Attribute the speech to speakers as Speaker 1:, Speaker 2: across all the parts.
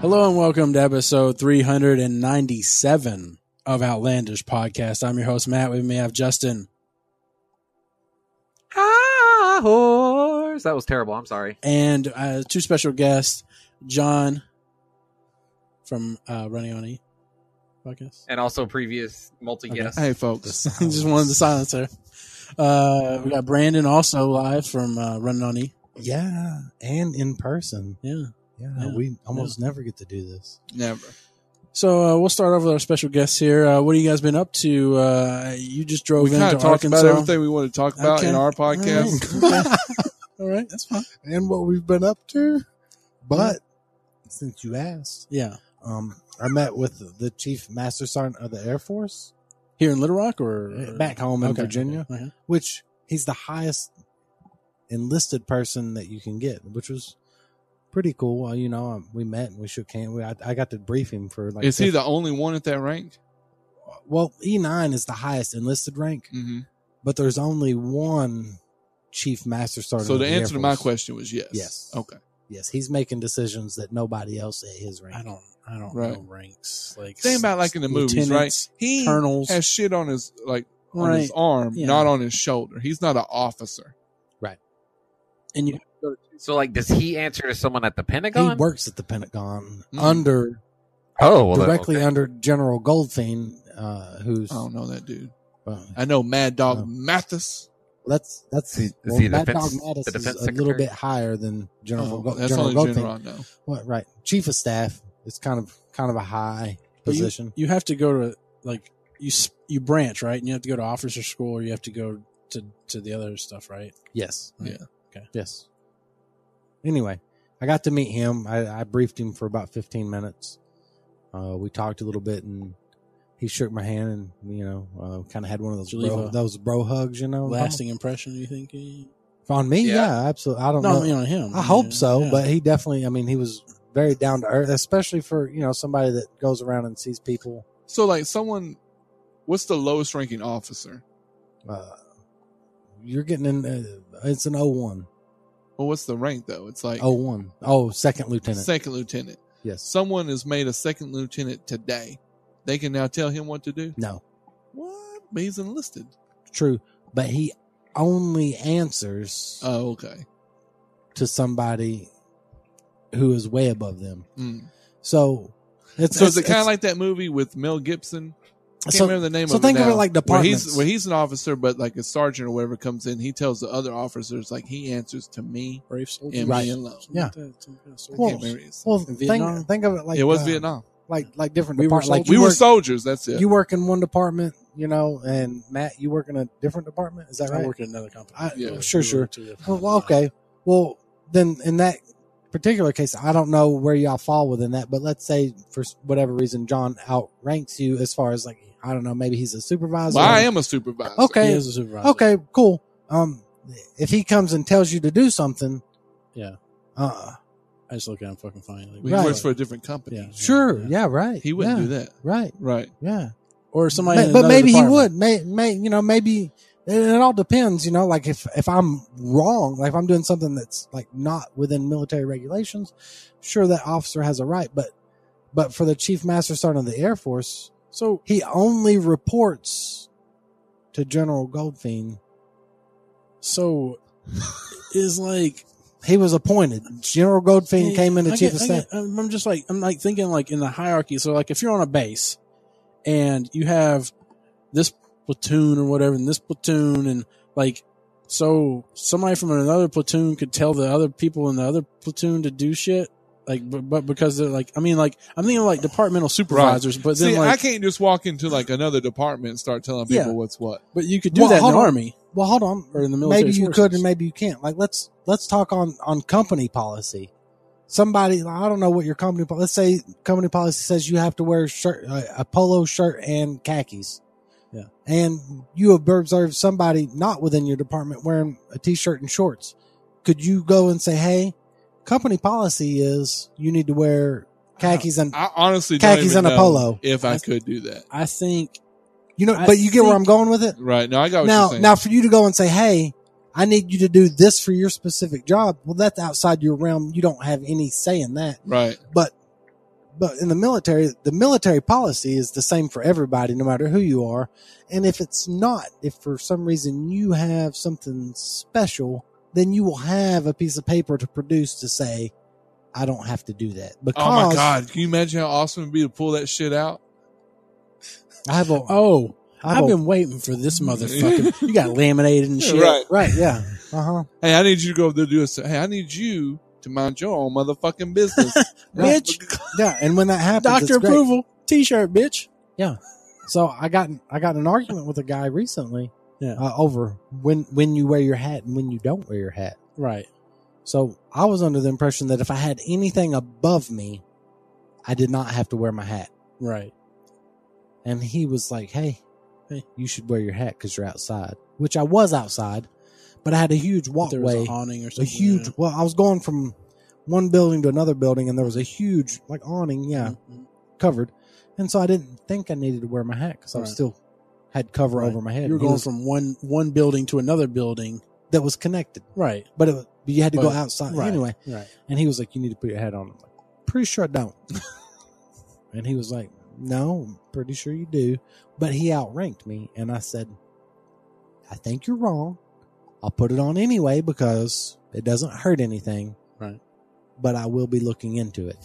Speaker 1: Hello and welcome to episode 397 of Outlandish Podcast. I'm your host, Matt. With me, I have Justin
Speaker 2: Ah, horse. That was terrible. I'm sorry.
Speaker 1: and uh, two special guests, John from uh, Running On E podcast.
Speaker 2: And also previous multi guess.
Speaker 3: Hey, folks.
Speaker 1: Just wanted to silence her. Uh, we got Brandon also live from uh, Running On E.
Speaker 4: Yeah, and in person.
Speaker 1: Yeah.
Speaker 4: Yeah,
Speaker 1: Yeah,
Speaker 4: we almost never get to do this.
Speaker 3: Never.
Speaker 1: So uh, we'll start off with our special guests here. Uh, what have you guys been up to? Uh, you just drove
Speaker 3: We kind
Speaker 1: into
Speaker 3: of talked
Speaker 1: Arkansas.
Speaker 3: about everything we want to talk about
Speaker 1: Okay.
Speaker 3: in our podcast.
Speaker 1: All right.
Speaker 4: That's fine. And what we've been up to, but since you asked,
Speaker 1: Yeah.
Speaker 4: um, I met with the chief master sergeant of the Air Force
Speaker 1: Here in Little Rock or?
Speaker 3: Uh,
Speaker 1: or-
Speaker 4: back Uh-huh. home in
Speaker 1: Okay.
Speaker 4: Virginia,
Speaker 1: Okay.
Speaker 4: which he's the highest enlisted person that you can get, which was pretty cool. Well, you know, um, we met and we shook hands. We, I, I got to brief him for like.
Speaker 3: Is he the only one at that rank?
Speaker 4: well? E nine is the highest enlisted rank.
Speaker 3: Mm-hmm.
Speaker 4: but there's only one chief master sergeant.
Speaker 3: So
Speaker 4: of
Speaker 3: the
Speaker 4: Air
Speaker 3: answer to my
Speaker 4: Force.
Speaker 3: question was yes.
Speaker 4: Yes.
Speaker 3: Okay.
Speaker 4: yes, he's making decisions that nobody else at his rank.
Speaker 1: I don't. I don't
Speaker 3: Right.
Speaker 1: know ranks. Like
Speaker 3: Think about like in the movies, right?
Speaker 1: lieutenants,
Speaker 3: He
Speaker 1: Colonels.
Speaker 3: has shit on his like on
Speaker 1: Right.
Speaker 3: his arm,
Speaker 1: Yeah.
Speaker 3: not on his shoulder. He's not an officer.
Speaker 1: and you,
Speaker 2: So, like, does he answer to someone at the
Speaker 4: He
Speaker 2: Pentagon?
Speaker 4: works at the Pentagon
Speaker 3: Mm.
Speaker 4: under
Speaker 2: oh, well, that-
Speaker 4: directly
Speaker 2: okay.
Speaker 4: under General Goldfein, uh, who's
Speaker 3: I don't know that dude.
Speaker 4: uh,
Speaker 3: I know Mad Dog
Speaker 4: Oh.
Speaker 3: Mathis.
Speaker 4: that's that's
Speaker 2: Is he- is
Speaker 4: well,
Speaker 2: he the
Speaker 4: Mad
Speaker 2: defense-
Speaker 4: Dog Mattis
Speaker 2: the
Speaker 4: is
Speaker 2: defense
Speaker 4: a little
Speaker 2: secretary?
Speaker 4: bit higher than General.
Speaker 3: Oh,
Speaker 4: Go-
Speaker 3: that's
Speaker 4: General
Speaker 3: only
Speaker 4: Goldfein.
Speaker 3: general I know.
Speaker 4: What right? Chief of Staff. It's kind of kind of a high
Speaker 1: But
Speaker 4: position.
Speaker 1: you have to go to like you s- you branch right, and you have to go to officer school, or you have to go to to the other stuff, right?
Speaker 4: Yes.
Speaker 1: Yeah.
Speaker 4: Okay.
Speaker 1: Okay.
Speaker 4: Yes. Anyway, I got to meet him. I, I briefed him for about 15 minutes. Uh, we talked a little bit, and he shook my hand, and you know, uh, kind of had one of those
Speaker 1: Did you leave
Speaker 4: bro,
Speaker 1: a
Speaker 4: those bro hugs, you know,
Speaker 1: Lasting impression, you think?
Speaker 4: on me. Yeah,
Speaker 2: Yeah.
Speaker 4: absolutely. I don't
Speaker 1: No,
Speaker 4: know.
Speaker 1: I mean on him.
Speaker 4: I hope
Speaker 1: Yeah,
Speaker 4: so,
Speaker 1: yeah.
Speaker 4: but he definitely. I mean, he was very down to earth, especially for you know somebody that goes around and sees people.
Speaker 3: So like someone what's the lowest ranking officer?
Speaker 4: Uh, you're getting in. Uh, it's an 01.
Speaker 3: Well what's the rank though? It's like
Speaker 4: 01. Oh, second lieutenant.
Speaker 3: second lieutenant.
Speaker 4: yes.
Speaker 3: Someone is made a second lieutenant today. They can now tell him what to do.
Speaker 4: No.
Speaker 3: What? But he's enlisted.
Speaker 4: True, but he only answers
Speaker 3: Oh, okay.
Speaker 4: to somebody who is way above them.
Speaker 3: Mm.
Speaker 4: So Hmm. it's
Speaker 3: So is it kind of like that movie with Mel Gibson? I can't
Speaker 4: so,
Speaker 3: remember the name
Speaker 4: so
Speaker 3: of it.
Speaker 4: think of
Speaker 3: now,
Speaker 4: it like
Speaker 3: where
Speaker 4: departments.
Speaker 3: he's, where he's an officer, but like a sergeant or whatever comes in, he tells the other officers, like, he answers to me
Speaker 1: brave soldier.
Speaker 3: and
Speaker 4: Right.
Speaker 3: me alone.
Speaker 1: Something like
Speaker 4: Yeah.
Speaker 1: that, some kind of soldier.
Speaker 3: I
Speaker 4: Well,
Speaker 3: can't remember his-
Speaker 4: well,
Speaker 1: Vietnam.
Speaker 4: think, think of it like
Speaker 3: it was
Speaker 4: uh,
Speaker 3: Vietnam.
Speaker 4: like like different
Speaker 1: We were
Speaker 4: departments. Like
Speaker 1: soldiers.
Speaker 4: you
Speaker 3: We were
Speaker 4: work,
Speaker 3: soldiers. That's it.
Speaker 4: you work in one department, you know, and Matt, you work in a different department. Is that
Speaker 1: I
Speaker 4: right?
Speaker 1: work at another company.
Speaker 4: I-
Speaker 3: Yeah.
Speaker 1: We
Speaker 4: sure,
Speaker 1: were
Speaker 4: sure.
Speaker 1: two different-
Speaker 4: Well, well, okay. Well, then in that particular case, I don't know where y'all fall within that, but let's say for whatever reason, John outranks you as far as like, I don't know, maybe he's a supervisor.
Speaker 3: well, I am a supervisor.
Speaker 1: He
Speaker 4: Okay.
Speaker 1: is a supervisor.
Speaker 4: Okay, cool. Um, if he comes and tells you to do something,
Speaker 1: Yeah.
Speaker 4: uh,
Speaker 1: I just look at him fucking funny.
Speaker 3: He
Speaker 1: Like,
Speaker 4: Right.
Speaker 3: works for a different company.
Speaker 1: Yeah.
Speaker 4: sure. Yeah. right.
Speaker 3: He wouldn't
Speaker 4: yeah,
Speaker 3: do that.
Speaker 4: Right.
Speaker 3: Right.
Speaker 4: Yeah.
Speaker 1: or somebody.
Speaker 4: Ma-
Speaker 1: in
Speaker 4: but
Speaker 1: another
Speaker 4: maybe
Speaker 1: department.
Speaker 4: he would. May, may, you know, maybe it, it all depends. You know, like if if I'm wrong, like if I'm doing something that's like not within military regulations, sure that officer has a right. But but for the chief master sergeant of the Air Force,
Speaker 1: So
Speaker 4: he only reports to General Goldfein.
Speaker 1: so is like
Speaker 4: He was appointed. General Goldfein
Speaker 1: Yeah,
Speaker 4: came into
Speaker 1: I
Speaker 4: chief
Speaker 1: get-
Speaker 4: of
Speaker 1: I
Speaker 4: staff.
Speaker 1: get- I'm I'm just like I'm like thinking like in the hierarchy. So like if you're on a base and you have this platoon or whatever, and this platoon, and like so somebody from another platoon could tell the other people in the other platoon to do shit. Like, but, but because they're like, I mean, like I'm thinking like departmental supervisors, but then
Speaker 3: See, I
Speaker 1: like,
Speaker 3: can't just walk into like another department and start telling people
Speaker 1: Yeah.
Speaker 3: what's what.
Speaker 1: but you could do
Speaker 4: Well,
Speaker 1: that in
Speaker 4: hold
Speaker 1: the
Speaker 4: on.
Speaker 1: army
Speaker 4: Well, hold on.
Speaker 1: or in the military.
Speaker 4: maybe you
Speaker 1: forces.
Speaker 4: could and maybe you can't like let's let's talk on on company policy somebody i don't know what your company po- let's say company policy says you have to wear a shirt uh, a polo shirt and khakis
Speaker 1: Yeah.
Speaker 4: and you have observed somebody not within your department wearing a t-shirt and shorts could you go and say hey company policy is you need to wear khakis and
Speaker 3: I honestly don't
Speaker 4: khakis
Speaker 3: even
Speaker 4: and a
Speaker 3: know
Speaker 4: polo
Speaker 3: if I
Speaker 1: That's-
Speaker 3: could do that.
Speaker 1: I think
Speaker 4: you know
Speaker 1: I
Speaker 4: but you get where
Speaker 1: think-
Speaker 4: i'm going with it
Speaker 3: Right. No, I got what you're
Speaker 4: now,
Speaker 3: saying.
Speaker 4: now for you to go and say, "Hey, I need you to do this for your specific job." Well, that's outside your realm. You don't have any say in that.
Speaker 3: right.
Speaker 4: But but in the military, the military policy is the same for everybody, no matter who you are. And if it's not, if for some reason you have something special, then you will have a piece of paper to produce to say, I don't have to do that because
Speaker 3: Oh my god! Can you imagine how awesome it'd be to pull that shit out?
Speaker 4: I have a,
Speaker 1: Oh,
Speaker 4: I have
Speaker 1: I've
Speaker 4: a-
Speaker 1: been waiting for this motherfucker. you got laminated and shit.
Speaker 3: Right.
Speaker 4: right. Yeah. Uh huh.
Speaker 3: Hey, I need you to go over there and do this. Hey, I need you to mind your own motherfucking business,
Speaker 4: Right.
Speaker 1: Bitch,
Speaker 4: Yeah. And when that happens,
Speaker 1: doctor
Speaker 4: it's great.
Speaker 1: approval, t shirt, bitch.
Speaker 4: So I got I got an argument with a guy recently
Speaker 1: Yeah.
Speaker 4: uh, over when when you wear your hat and when you don't wear your hat.
Speaker 1: Right.
Speaker 4: So I was under the impression that if I had anything above me, I did not have to wear my hat.
Speaker 1: Right.
Speaker 4: And he was like, "Hey, hey, you should wear your hat because you're outside." Which I was outside, but I had a huge
Speaker 1: But There was
Speaker 4: walkway,
Speaker 1: an awning or
Speaker 4: a
Speaker 1: something.
Speaker 4: huge. Well, I was going from one building to another building, and there was a huge like awning, yeah,
Speaker 1: yeah.
Speaker 4: covered. And so I didn't think I needed to wear my hat because I was
Speaker 1: Right.
Speaker 4: still had cover
Speaker 1: Right.
Speaker 4: over my head.
Speaker 1: You were
Speaker 4: And he
Speaker 1: going
Speaker 4: was-
Speaker 1: from one one building to another building.
Speaker 4: that was connected,
Speaker 1: Right.
Speaker 4: but it, was- but you had to go
Speaker 1: But-
Speaker 4: outside
Speaker 1: right.
Speaker 4: anyway.
Speaker 1: Right.
Speaker 4: And he was like, "You need to put your hat on." I'm like, "Pretty sure I don't." and he was like, "No, I'm pretty sure you do." But he outranked me, and I said, "I think you're wrong. I'll put it on anyway because it doesn't hurt anything."
Speaker 1: Right.
Speaker 4: But I will be looking into it.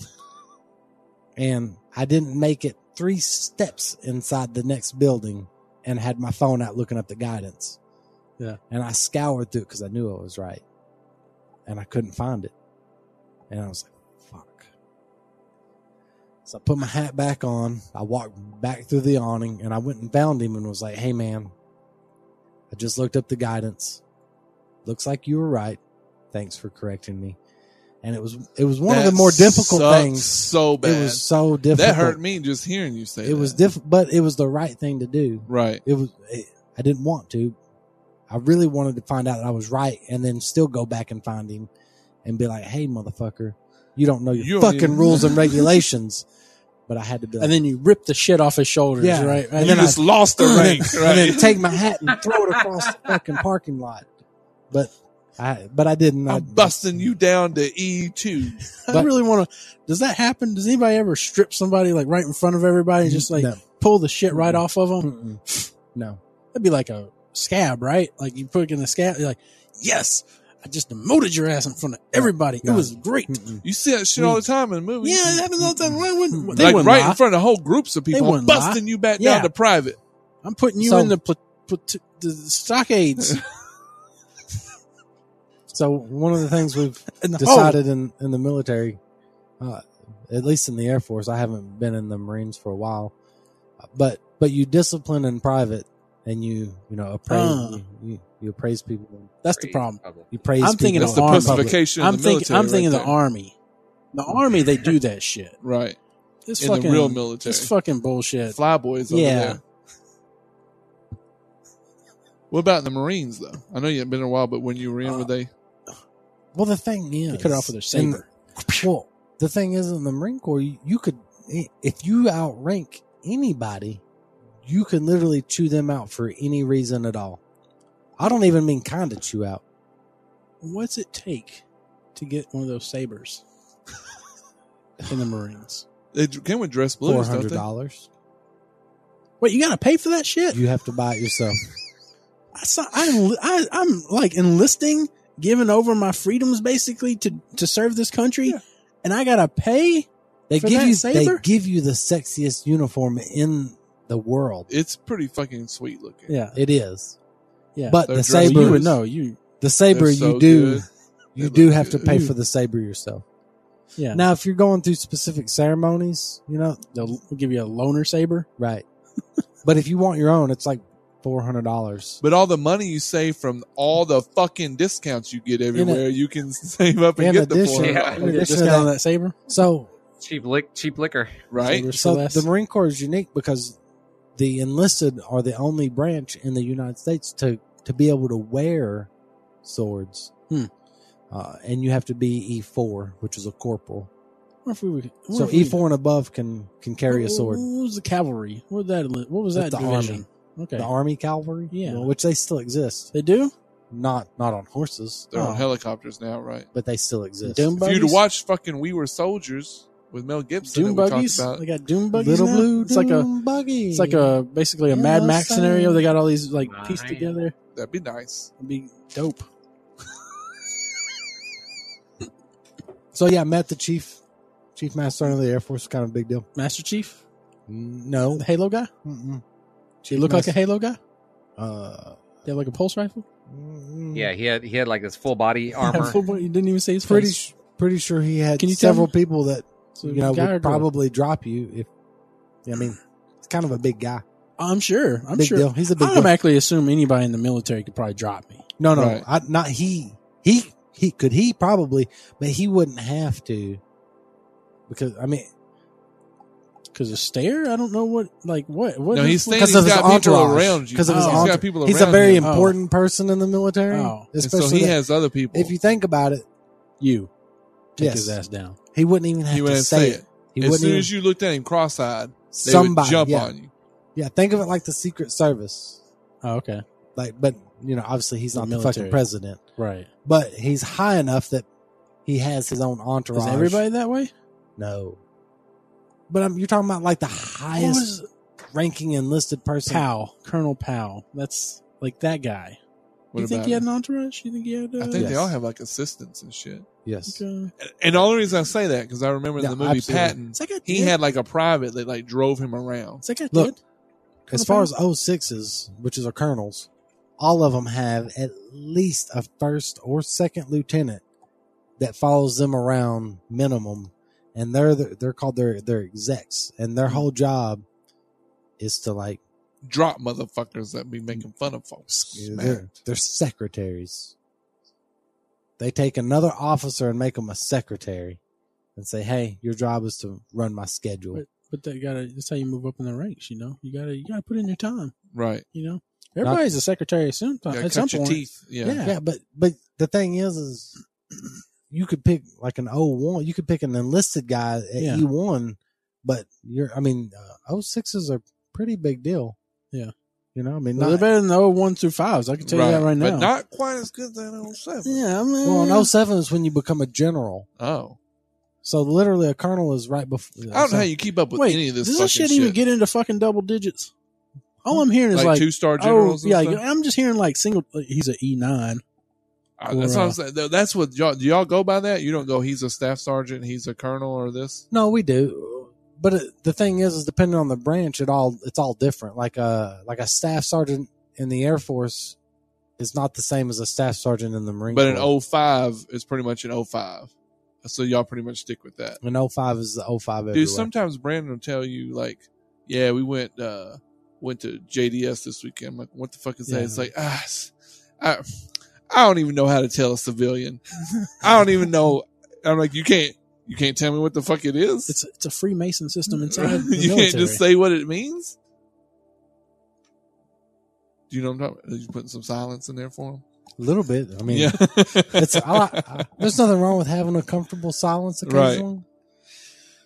Speaker 4: and I didn't make it three steps inside the next building and had my phone out looking up the guidance.
Speaker 1: Yeah.
Speaker 4: And I scoured through it because I knew I was right. And I couldn't find it. And I was like, fuck. So I put my hat back on. I walked back through the awning and I went and found him and was like, hey, man, I just looked up the guidance. Looks like you were right. Thanks for correcting me. And it was it was one of
Speaker 3: That
Speaker 4: the more difficult
Speaker 3: sucks
Speaker 4: things.
Speaker 3: So bad.
Speaker 4: It was so difficult.
Speaker 3: that hurt me just hearing you say
Speaker 4: It was
Speaker 3: that.
Speaker 4: diff, but it was the right thing to do.
Speaker 3: right.
Speaker 4: It was. It, I didn't want to. I really wanted to find out that I was right, and then still go back and find him, and be like, "Hey, motherfucker, you don't know your
Speaker 3: You don't
Speaker 4: fucking
Speaker 3: even-
Speaker 4: rules and regulations." But I had to be like,
Speaker 1: And then you rip the shit off his shoulders.
Speaker 4: Yeah.
Speaker 1: Right.
Speaker 4: And
Speaker 1: And
Speaker 3: you
Speaker 1: then
Speaker 4: then I-
Speaker 3: just lost the
Speaker 4: and then-
Speaker 3: rank. Right.
Speaker 4: and then take my hat and throw it across the fucking parking lot. But I, but I didn't. I-
Speaker 3: I'm busting you down to E two.
Speaker 1: I,
Speaker 4: but-
Speaker 1: really want to. Does that happen? Does anybody ever strip somebody like right in front of everybody and just like
Speaker 4: No.
Speaker 1: pull the shit right
Speaker 4: Mhm.
Speaker 1: off of them?
Speaker 4: Mm-mm. no.
Speaker 1: That'd be like a scab, right? Like you put it in the scab. You're like, yes, I just demoted your ass in front of everybody.
Speaker 4: No.
Speaker 1: It was great.
Speaker 4: Mm-mm.
Speaker 3: You see that shit all the time in movies.
Speaker 1: Yeah, it happens all the time. Why wouldn't they
Speaker 3: Mm. like
Speaker 1: wouldn't
Speaker 3: right
Speaker 1: lie.
Speaker 3: in front of whole groups of people. I'm
Speaker 1: wouldn't lie.
Speaker 3: busting you back
Speaker 1: Yeah.
Speaker 3: down to private.
Speaker 1: I'm putting you
Speaker 4: So-
Speaker 1: in the, pl- pl- the stockades.
Speaker 4: So one of the things we've
Speaker 1: and
Speaker 4: decided in, in the military, uh, at least in the Air Force. I haven't been in the Marines for a while, but but you discipline in private, and you you know appraise
Speaker 1: Uh.
Speaker 4: you, you, you appraise people,
Speaker 1: That's the problem.
Speaker 4: you praise.
Speaker 1: I'm thinking
Speaker 4: people
Speaker 3: That's
Speaker 1: of
Speaker 4: in
Speaker 3: the
Speaker 1: armed
Speaker 4: public.
Speaker 3: pussification
Speaker 1: I'm
Speaker 3: of the
Speaker 1: thinking.
Speaker 3: military.
Speaker 1: I'm thinking
Speaker 3: right
Speaker 1: the
Speaker 3: there.
Speaker 1: army. The army, they do that shit.
Speaker 3: Right.
Speaker 1: It's
Speaker 3: in
Speaker 1: fucking
Speaker 3: the real military.
Speaker 1: It's fucking bullshit.
Speaker 3: Flyboys over
Speaker 1: Yeah.
Speaker 3: there. What about the Marines though? I know you haven't been in a while, but when you were in,
Speaker 1: Uh,
Speaker 3: were they?
Speaker 4: Well, the thing is,
Speaker 1: They cut it off with their
Speaker 4: in-
Speaker 1: saber.
Speaker 4: well, the thing is, in the Marine Corps, you, you could if you outrank anybody, you can literally chew them out for any reason at all. I don't even mean kind of chew out.
Speaker 1: What's it take to get one of those sabers in the Marines?
Speaker 3: They d- came with dress
Speaker 4: Four
Speaker 3: blues, don't
Speaker 4: hundred
Speaker 3: they?
Speaker 4: dollars.
Speaker 1: Wait, you gotta pay for that shit?
Speaker 4: You have to buy it yourself.
Speaker 1: I saw, I, enli- I, I'm like enlisting, giving over my freedoms basically to to serve this country,
Speaker 3: Yeah.
Speaker 1: and I gotta pay.
Speaker 4: They
Speaker 1: For
Speaker 4: give
Speaker 1: that
Speaker 4: you
Speaker 1: saber?
Speaker 4: they give you the sexiest uniform in the world.
Speaker 3: It's pretty fucking sweet looking.
Speaker 1: Yeah,
Speaker 4: It is.
Speaker 1: Yeah.
Speaker 4: But
Speaker 3: They're
Speaker 4: the
Speaker 3: dressed-
Speaker 4: saber
Speaker 1: you would know. You
Speaker 4: the saber
Speaker 3: They're so
Speaker 4: you do
Speaker 3: good.
Speaker 4: you
Speaker 3: They
Speaker 4: do
Speaker 3: look
Speaker 4: have to
Speaker 3: good.
Speaker 4: pay for the saber yourself.
Speaker 1: yeah.
Speaker 4: Now if you're going through specific ceremonies, you know,
Speaker 1: They'll give you a loaner saber.
Speaker 4: right. but if you want your own, it's like four hundred dollars.
Speaker 3: But all the money you save from all the fucking discounts you get everywhere, you can save up and
Speaker 4: in
Speaker 3: get the
Speaker 4: addition-
Speaker 3: four,
Speaker 2: Yeah.
Speaker 4: in addition to
Speaker 1: Discount on
Speaker 4: that-
Speaker 1: that saber.
Speaker 4: So
Speaker 2: Cheap lick, cheap liquor.
Speaker 4: Mm-hmm.
Speaker 3: right?
Speaker 1: Sabers for
Speaker 4: so
Speaker 1: less.
Speaker 4: the Marine Corps is unique because the enlisted are the only branch in the United States to to be able to wear swords,
Speaker 1: Hmm.
Speaker 4: uh, and you have to be E four, which is a corporal.
Speaker 1: What if we would- what
Speaker 4: So
Speaker 1: if we-
Speaker 4: E four and above can can carry a sword.
Speaker 1: What was the cavalry? What was that? What was that
Speaker 4: That's the
Speaker 1: division? Okay,
Speaker 4: The Army cavalry,
Speaker 1: Yeah.
Speaker 4: well, which they still exist.
Speaker 1: they do.
Speaker 4: Not not on horses, Uh,
Speaker 3: They're
Speaker 1: Oh.
Speaker 3: on helicopters now, right?
Speaker 4: but they still exist.
Speaker 1: Doom
Speaker 3: If you'd
Speaker 1: buggies?
Speaker 3: watch fucking We Were Soldiers, with Mel Gibson.
Speaker 1: Doom
Speaker 3: that we talked
Speaker 1: buggies.
Speaker 3: about.
Speaker 1: They got Doom buggies.
Speaker 4: Little
Speaker 1: now?
Speaker 4: blue
Speaker 1: It's like a
Speaker 4: Doom buggy.
Speaker 1: it's like a basically a
Speaker 4: Yeah,
Speaker 1: Mad
Speaker 4: those
Speaker 1: Max
Speaker 4: things.
Speaker 1: scenario. They got all these like pieced
Speaker 2: Nice.
Speaker 1: together.
Speaker 3: That'd be nice.
Speaker 1: It'd be dope.
Speaker 4: so yeah. Met the chief, chief master sergeant of the Air Force. Kind of a big deal.
Speaker 1: Master Chief,
Speaker 4: No.
Speaker 1: the Halo guy.
Speaker 4: Mm-mm.
Speaker 1: He look like
Speaker 4: Master-
Speaker 1: a Halo guy.
Speaker 4: Uh,
Speaker 1: He had like a pulse rifle.
Speaker 4: mm,
Speaker 2: Yeah, he had he had like this full body armor.
Speaker 1: you didn't even say his
Speaker 4: Pretty
Speaker 1: face.
Speaker 4: sh- pretty sure he had
Speaker 1: Can you tell
Speaker 4: several
Speaker 1: me?
Speaker 4: people that
Speaker 1: So
Speaker 4: you know
Speaker 1: guy or
Speaker 4: would
Speaker 1: girl?
Speaker 4: probably drop you if. I mean, it's kind of a big guy.
Speaker 1: I'm sure. I'm
Speaker 4: big
Speaker 1: sure.
Speaker 4: deal. He's a big
Speaker 1: I
Speaker 4: deal.
Speaker 1: automatically assume anybody in the military could probably drop me.
Speaker 4: No, no,
Speaker 3: Right.
Speaker 4: I, not he. He he could he probably, but he wouldn't have to because I mean
Speaker 1: Because a stare, I don't know what, like, what? what
Speaker 3: No,
Speaker 1: is-
Speaker 3: he's saying
Speaker 4: because
Speaker 3: he's
Speaker 4: of his
Speaker 3: got people
Speaker 4: entourage.
Speaker 3: around you.
Speaker 4: Because
Speaker 1: of his
Speaker 3: he's
Speaker 4: entourage.
Speaker 3: got people around
Speaker 4: he's a very
Speaker 3: him.
Speaker 1: Oh.
Speaker 4: important person in the military,
Speaker 1: Oh.
Speaker 3: And so
Speaker 4: especially
Speaker 3: he
Speaker 4: that-
Speaker 3: has other people.
Speaker 4: if you think about it,
Speaker 1: you. Take
Speaker 4: Yes.
Speaker 1: his ass down.
Speaker 4: he wouldn't even have
Speaker 3: he
Speaker 4: to
Speaker 3: wouldn't
Speaker 4: say it. He
Speaker 3: as
Speaker 4: wouldn't
Speaker 3: soon
Speaker 4: even,
Speaker 3: as you looked at him cross-eyed, they
Speaker 4: somebody
Speaker 3: would jump
Speaker 4: yeah.
Speaker 3: on you.
Speaker 4: Yeah, think of it like the Secret Service.
Speaker 1: Oh, okay.
Speaker 4: Like, but you know, obviously he's
Speaker 1: The
Speaker 4: not the
Speaker 1: military.
Speaker 4: fucking president,
Speaker 1: Right.
Speaker 4: but he's high enough that he has his own entourage.
Speaker 1: Is everybody that way?
Speaker 4: No. But um, you're talking about like the highest
Speaker 1: was-
Speaker 4: ranking enlisted person.
Speaker 1: Powell. Colonel Powell. That's like that guy.
Speaker 3: What
Speaker 1: you think
Speaker 3: about
Speaker 1: he had
Speaker 3: him?
Speaker 1: an entourage? You think he had. Uh,
Speaker 3: I think
Speaker 4: Yes.
Speaker 3: they all have like assistants and shit.
Speaker 1: like,
Speaker 4: Yes.
Speaker 1: uh,
Speaker 3: And- And the only reason I say that because I remember in
Speaker 4: Yeah,
Speaker 3: the movie
Speaker 4: absolutely.
Speaker 3: Patton,
Speaker 1: is that guy
Speaker 3: Mm. he
Speaker 1: dead?
Speaker 3: had like a private that like drove him around.
Speaker 1: Is that guy
Speaker 4: Look,
Speaker 1: dead?
Speaker 4: As far as 06s, which is our colonels, all of them have at least a first or second lieutenant that follows them around minimum, and they're the, they're called their their execs, and
Speaker 1: Mm-hmm.
Speaker 4: their whole job is to like
Speaker 3: Drop motherfuckers that be making fun of folks.
Speaker 4: they're,
Speaker 3: Man.
Speaker 4: they're secretaries. They take another officer and make them a secretary, and say, "Hey, your job is to run my schedule."
Speaker 1: But that gotta, that's how you move up in the ranks, you know? You gotta, you gotta put in your time,
Speaker 3: Right.
Speaker 1: you know? Everybody's a secretary at some,
Speaker 3: Yeah,
Speaker 1: at
Speaker 3: cut
Speaker 1: some
Speaker 3: your
Speaker 1: point.
Speaker 3: teeth. Yeah.
Speaker 1: Yeah.
Speaker 4: Yeah. but but the thing is, is you could pick like an O one. You could pick an enlisted guy at
Speaker 1: Yeah.
Speaker 4: E one, but you're. I mean, O sixes are pretty big deal.
Speaker 1: Yeah.
Speaker 4: you know. I mean,
Speaker 1: Well,
Speaker 4: not,
Speaker 1: they're better than the old one through fives. I can tell you that right now.
Speaker 3: But not quite as good as that 07.
Speaker 1: yeah, I mean,
Speaker 4: well, an 07 is when you become a general.
Speaker 3: Oh.
Speaker 4: So literally, a colonel is right before.
Speaker 3: I don't know how you keep up with
Speaker 1: Wait,
Speaker 3: any of this
Speaker 1: does
Speaker 3: fucking
Speaker 1: this shit, even get into fucking double digits? All I'm hearing is
Speaker 3: like,
Speaker 1: like,
Speaker 3: two star
Speaker 1: oh
Speaker 3: generals?
Speaker 1: yeah,
Speaker 3: and stuff?
Speaker 1: I'm just hearing like single. like, he's an E nine.
Speaker 3: Uh, that's
Speaker 1: or,
Speaker 3: what
Speaker 1: uh,
Speaker 3: I'm saying. Th- That's what y'all do. Y'all go by that. You don't go. He's a staff sergeant. He's a colonel or this.
Speaker 4: No, we do. But it, the thing is, is depending on the branch, it all it's all different. Like a like a staff sergeant in the Air Force is not the same as a staff sergeant in the Marine.
Speaker 3: But
Speaker 4: Corps.
Speaker 3: an 05 is pretty much an 05. So y'all pretty much stick with that.
Speaker 4: an 05 is the 05 everywhere.
Speaker 3: Dude, sometimes Brandon will tell you like, "Yeah, we went uh went to JDS this weekend." I'm like, what the fuck is that?
Speaker 1: Yeah.
Speaker 3: It's like, ah, s- I I don't even know how to tell a civilian. I don't even know. I'm like, you can't you can't tell me what the fuck it is.
Speaker 1: It's it's a Freemason system inside the
Speaker 3: you
Speaker 1: military.
Speaker 3: can't just say what it means. Do you know what I'm talking about? Are you putting some silence in there for him?
Speaker 4: a little bit. I mean,
Speaker 3: yeah.
Speaker 4: it's uh, I, like- I, there's nothing wrong with having a comfortable silence occasionally.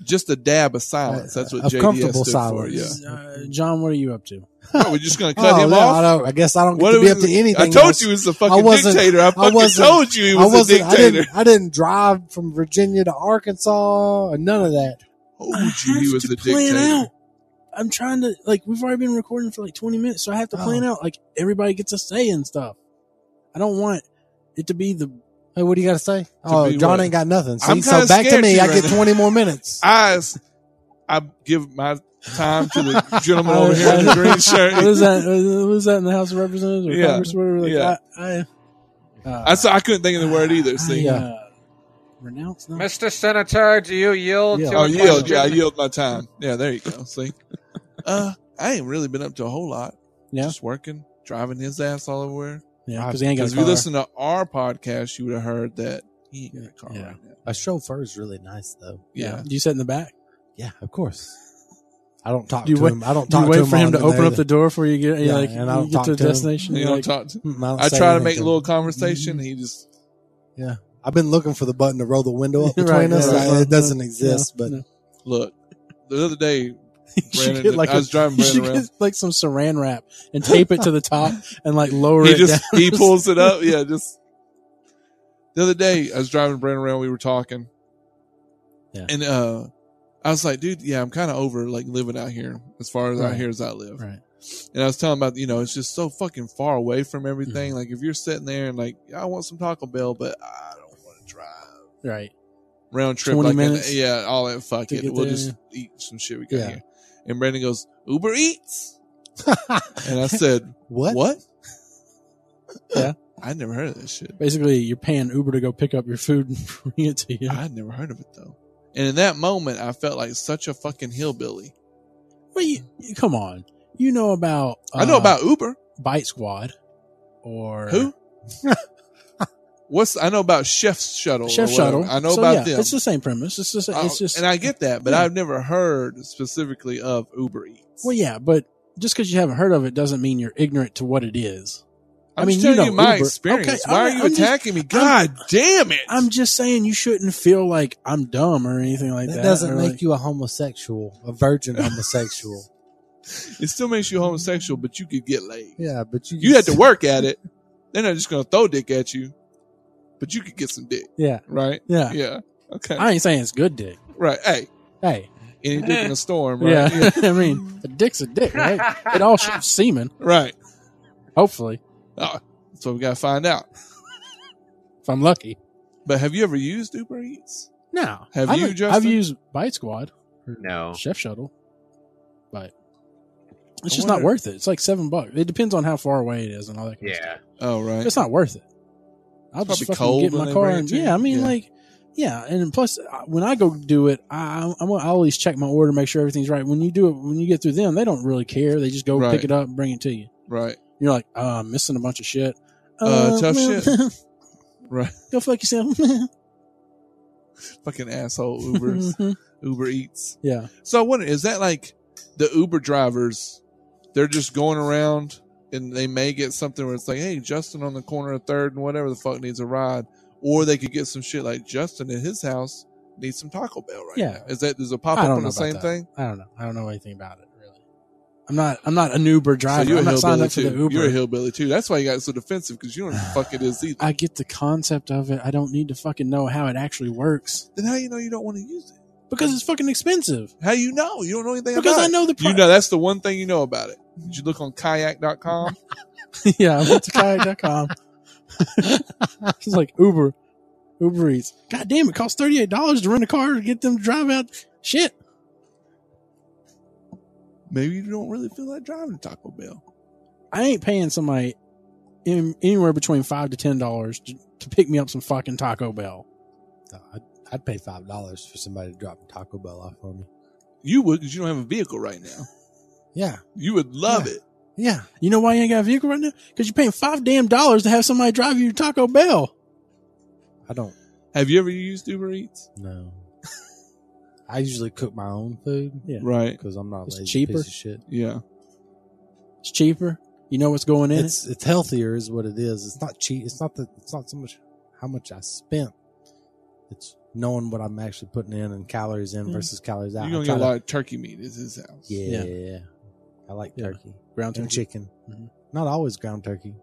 Speaker 3: Just a dab of silence. That's what
Speaker 4: A
Speaker 3: JDS
Speaker 4: comfortable
Speaker 3: stood
Speaker 4: silence.
Speaker 3: for. Yeah.
Speaker 1: Uh, John, what are you up to?
Speaker 3: Oh, we're just gonna cut
Speaker 4: oh,
Speaker 3: him
Speaker 4: no, I,
Speaker 3: off.
Speaker 4: don't, I guess I don't get
Speaker 3: What
Speaker 4: to be
Speaker 3: are
Speaker 4: up
Speaker 3: we-
Speaker 4: to anything.
Speaker 3: I told
Speaker 4: else.
Speaker 3: you he was a fucking
Speaker 4: wasn't-
Speaker 3: dictator. I fucking
Speaker 4: wasn't-
Speaker 3: told you he
Speaker 4: I
Speaker 3: was
Speaker 4: wasn't.
Speaker 3: a
Speaker 4: I
Speaker 3: dictator.
Speaker 4: didn't. I didn't drive from Virginia to Arkansas or none of that.
Speaker 1: I
Speaker 3: told you he
Speaker 1: have
Speaker 3: was
Speaker 1: to
Speaker 3: a
Speaker 1: plan
Speaker 3: dictator.
Speaker 1: out. I'm trying to like we've already been recording for like 20 minutes, so I have to plan
Speaker 3: Oh.
Speaker 1: out like everybody gets a say and stuff. I don't want it to be the
Speaker 4: Hey, what do you got to say? Oh,
Speaker 3: be
Speaker 4: John
Speaker 3: what?
Speaker 4: ain't got nothing. See,
Speaker 3: I'm
Speaker 4: so
Speaker 3: kinda
Speaker 4: back to
Speaker 3: scared
Speaker 4: me.
Speaker 3: you
Speaker 4: I
Speaker 3: right
Speaker 4: get
Speaker 3: now.
Speaker 4: 20 more minutes.
Speaker 3: I, s- I give my time to the gentleman
Speaker 1: I-
Speaker 3: over here in the
Speaker 1: I-
Speaker 3: green
Speaker 1: what
Speaker 3: shirt.
Speaker 1: is that? uh, What is that in the House of Representatives or
Speaker 3: Yeah.
Speaker 1: Congress? Whatever. Like,
Speaker 3: Yeah.
Speaker 1: I, I, uh,
Speaker 3: I saw. I couldn't think of the word either. See,
Speaker 1: I, uh, renounce. No,
Speaker 2: Mr. Senator, do you yield
Speaker 1: Yeah.
Speaker 2: to
Speaker 3: Oh,
Speaker 2: a
Speaker 3: yield.
Speaker 2: question?
Speaker 3: Yeah, I yield my time. Yeah, there you go. See, uh, I ain't really been up to a whole lot.
Speaker 1: Yeah.
Speaker 3: Just working, driving his ass all over.
Speaker 1: yeah, because he ain't got
Speaker 3: Because
Speaker 1: a
Speaker 3: if you
Speaker 1: car.
Speaker 3: listen to our podcast, you would have heard that he ain't got a car
Speaker 1: Yeah.
Speaker 3: right now.
Speaker 4: A chauffeur is really nice, though.
Speaker 3: Yeah.
Speaker 1: Do you sit in the back?
Speaker 4: Yeah, of course. I don't talk
Speaker 1: Do you
Speaker 4: to
Speaker 1: wait-
Speaker 4: him. I don't
Speaker 1: Do
Speaker 4: talk
Speaker 1: you
Speaker 4: to
Speaker 1: wait
Speaker 4: him
Speaker 1: for him to
Speaker 4: on
Speaker 1: open
Speaker 4: day
Speaker 1: up the door before you get?
Speaker 4: Yeah,
Speaker 1: Yeah, like,
Speaker 4: and
Speaker 1: you
Speaker 4: I don't
Speaker 1: get
Speaker 4: talk
Speaker 1: to a
Speaker 4: to him.
Speaker 1: destination.
Speaker 3: You
Speaker 1: you're
Speaker 3: don't
Speaker 1: like,
Speaker 3: talk. To,
Speaker 4: that. Mm, I, don't
Speaker 3: I
Speaker 4: say
Speaker 3: try to
Speaker 4: anything
Speaker 3: make a
Speaker 4: him.
Speaker 3: little conversation. He just
Speaker 4: I've been looking for the button to roll the window up between
Speaker 1: Right,
Speaker 4: us.
Speaker 1: right,
Speaker 4: I-
Speaker 1: right.
Speaker 4: it doesn't exist,
Speaker 1: no,
Speaker 4: but
Speaker 1: no.
Speaker 3: look. The other day,
Speaker 1: You should
Speaker 3: Brandon,
Speaker 1: get like
Speaker 3: I was
Speaker 1: a,
Speaker 3: driving
Speaker 1: you should
Speaker 3: Brandon around.
Speaker 1: get like some Saran wrap and tape it to the top and like lower
Speaker 3: he
Speaker 1: it
Speaker 3: just
Speaker 1: down.
Speaker 3: he pulls it up. Yeah, just the other day I was driving Brandon around. We were talking,
Speaker 1: Yeah.
Speaker 3: and uh, I was like, dude, yeah, I'm kind of over like living out here as far as out
Speaker 1: Right.
Speaker 3: here as I live.
Speaker 1: Right.
Speaker 3: And I was telling about, you know, it's just so fucking far away from everything.
Speaker 1: Mm-hmm.
Speaker 3: Like if you're sitting there and like, I want some Taco Bell, but I don't want to drive
Speaker 1: Right.
Speaker 3: round trip,
Speaker 1: 20
Speaker 3: like an-
Speaker 1: minutes
Speaker 3: yeah, all that. Fuck
Speaker 1: to
Speaker 3: it,
Speaker 1: get
Speaker 3: we'll
Speaker 1: there.
Speaker 3: just eat some shit we got
Speaker 1: Yeah.
Speaker 3: here. And Brandon goes, Uber Eats, and I said,
Speaker 4: what?
Speaker 3: what?
Speaker 1: Yeah.
Speaker 3: I never heard of that shit.
Speaker 1: Basically, you're paying Uber to go pick up your food and bring it to you.
Speaker 3: I had never heard of it though. And in that moment, I felt like such a fucking hillbilly.
Speaker 1: Well, you, you- come on. You know about
Speaker 3: I know
Speaker 1: uh,
Speaker 3: about Uber.
Speaker 1: Bite Squad or
Speaker 3: Who? What's I know about Chef's Shuttle. or
Speaker 1: Chef
Speaker 3: whatever.
Speaker 1: Shuttle.
Speaker 3: I know
Speaker 1: So,
Speaker 3: about
Speaker 1: yeah,
Speaker 3: them.
Speaker 1: It's the same premise. It's just,
Speaker 3: I-
Speaker 1: it's just
Speaker 3: and I get that, but
Speaker 1: Yeah.
Speaker 3: I've never heard specifically of Uber Eats.
Speaker 1: Well, yeah, but just because you haven't heard of it doesn't mean you're ignorant to what it is.
Speaker 3: I'm
Speaker 1: I mean,
Speaker 3: just
Speaker 1: you
Speaker 3: telling you,
Speaker 1: know
Speaker 3: my
Speaker 1: Uber.
Speaker 3: experience.
Speaker 1: Okay,
Speaker 3: Why
Speaker 1: I'm-
Speaker 3: are you
Speaker 1: I'm just-
Speaker 3: attacking me? God damn it!
Speaker 1: I'm just saying you shouldn't feel like I'm dumb or anything like
Speaker 4: That,
Speaker 1: that.
Speaker 4: doesn't
Speaker 1: or
Speaker 4: make
Speaker 1: like-
Speaker 4: you a homosexual, a virgin homosexual.
Speaker 3: it still makes you homosexual, but you could get laid.
Speaker 4: yeah, but you
Speaker 3: You had to work at it. They're not just gonna throw dick at you, but you could get some dick,
Speaker 1: Yeah,
Speaker 3: right?
Speaker 1: yeah.
Speaker 3: Yeah. Okay.
Speaker 1: I ain't saying it's good dick.
Speaker 3: right. Hey,
Speaker 1: Hey,
Speaker 3: any dick in a storm, right?
Speaker 1: Eh. yeah. I mean, a dick's a dick, right? It all shoots semen,
Speaker 3: Right.
Speaker 1: hopefully,
Speaker 3: So we gotta find out.
Speaker 1: if I'm lucky.
Speaker 3: But have you ever used Uber Eats?
Speaker 1: No.
Speaker 3: Have
Speaker 1: I've,
Speaker 3: you,
Speaker 1: I've
Speaker 3: Justin?
Speaker 1: used Bite Squad,
Speaker 2: No.
Speaker 1: Chef Shuttle, but it's
Speaker 3: I
Speaker 1: just not
Speaker 3: wonder-
Speaker 1: worth it. It's like seven bucks. It depends on how far away it is and all that kind of stuff.
Speaker 2: Yeah.
Speaker 3: Oh, right.
Speaker 1: It's not worth it. I'll just fucking
Speaker 3: Probably cold
Speaker 1: get in
Speaker 3: when
Speaker 1: my
Speaker 3: they
Speaker 1: car
Speaker 3: bring it
Speaker 1: and
Speaker 3: to you.
Speaker 1: yeah. I mean,
Speaker 3: Yeah.
Speaker 1: like yeah, and plus I- when I go do it, I I'm, I always check my order, make sure everything's right. When you do it, when you get through them, they don't really care. They just go
Speaker 3: Right.
Speaker 1: pick it up and bring it to you.
Speaker 3: right.
Speaker 1: You're like, uh, I'm missing a bunch of shit.
Speaker 3: Uh, tough
Speaker 1: shit.
Speaker 3: Right.
Speaker 1: Go fuck yourself.
Speaker 3: Fucking asshole Ubers. Uber Eats.
Speaker 1: yeah.
Speaker 3: So I wonder, is that like the Uber drivers? They're just going around and they may get something where it's like, hey, Justin on the corner of third and whatever the fuck needs a ride. Or they could get some shit like Justin at his house needs some Taco Bell right
Speaker 1: Yeah.
Speaker 3: now. Is that does it pop
Speaker 1: I
Speaker 3: up
Speaker 1: don't
Speaker 3: on
Speaker 1: know
Speaker 3: the
Speaker 1: about
Speaker 3: same
Speaker 1: that.
Speaker 3: thing?
Speaker 1: I don't know. I don't know anything about it really. I'm not. I'm not an Uber driver.
Speaker 3: so you're
Speaker 1: I'm
Speaker 3: a
Speaker 1: not signed
Speaker 3: hillbilly
Speaker 1: up for
Speaker 3: too.
Speaker 1: the Uber.
Speaker 3: You're a hillbilly too. That's why you got so defensive because you don't know what the fuck it is either.
Speaker 1: I get the concept of it. I don't need to fucking know how it actually works
Speaker 3: Then how you know you don't want to use it?
Speaker 1: because it's fucking expensive.
Speaker 3: How you know? You don't know anything
Speaker 1: Because
Speaker 3: about
Speaker 1: I
Speaker 3: it.
Speaker 1: know the price.
Speaker 3: You know, that's the one thing you know about it. Did you look on kayak.com?
Speaker 1: yeah, I went to kayak.com. She's like Uber, Uber Eats. God damn, it costs thirty eight dollars to rent a car to get them to drive out. Shit.
Speaker 3: Maybe you don't really feel like driving to Taco Bell.
Speaker 1: I ain't paying somebody in, anywhere between five to ten dollars to, to pick me up some fucking Taco Bell.
Speaker 4: I'd, I'd pay five dollars for somebody to drop Taco Bell off for me.
Speaker 3: You would because you don't have a vehicle right now.
Speaker 4: Yeah,
Speaker 3: You would love it.
Speaker 4: yeah.
Speaker 1: You know why you ain't got a vehicle right now? Because you're paying five damn dollars to have somebody drive you to Taco Bell.
Speaker 4: I don't
Speaker 3: Have you ever used Uber Eats?
Speaker 4: know. I usually cook my own food
Speaker 1: Yeah.
Speaker 3: Right.
Speaker 4: because I'm not a
Speaker 1: It's
Speaker 4: lazy
Speaker 1: cheaper.
Speaker 4: piece of shit.
Speaker 3: Yeah.
Speaker 1: It's cheaper. You know what's going in.
Speaker 4: It's it's healthier, is what it is. It's not cheap. It's not the. It's not so much how much I spent. It's knowing what I'm actually putting in and calories in
Speaker 1: Mm.
Speaker 4: versus calories out.
Speaker 3: You're
Speaker 4: I
Speaker 3: gonna
Speaker 4: try
Speaker 3: get a
Speaker 4: to-
Speaker 3: lot of turkey meat at his house.
Speaker 4: yeah, I like
Speaker 1: Yeah.
Speaker 4: turkey
Speaker 1: it. Ground
Speaker 4: and
Speaker 1: turkey.
Speaker 4: chicken.
Speaker 1: Mhm.
Speaker 4: Not always ground turkey,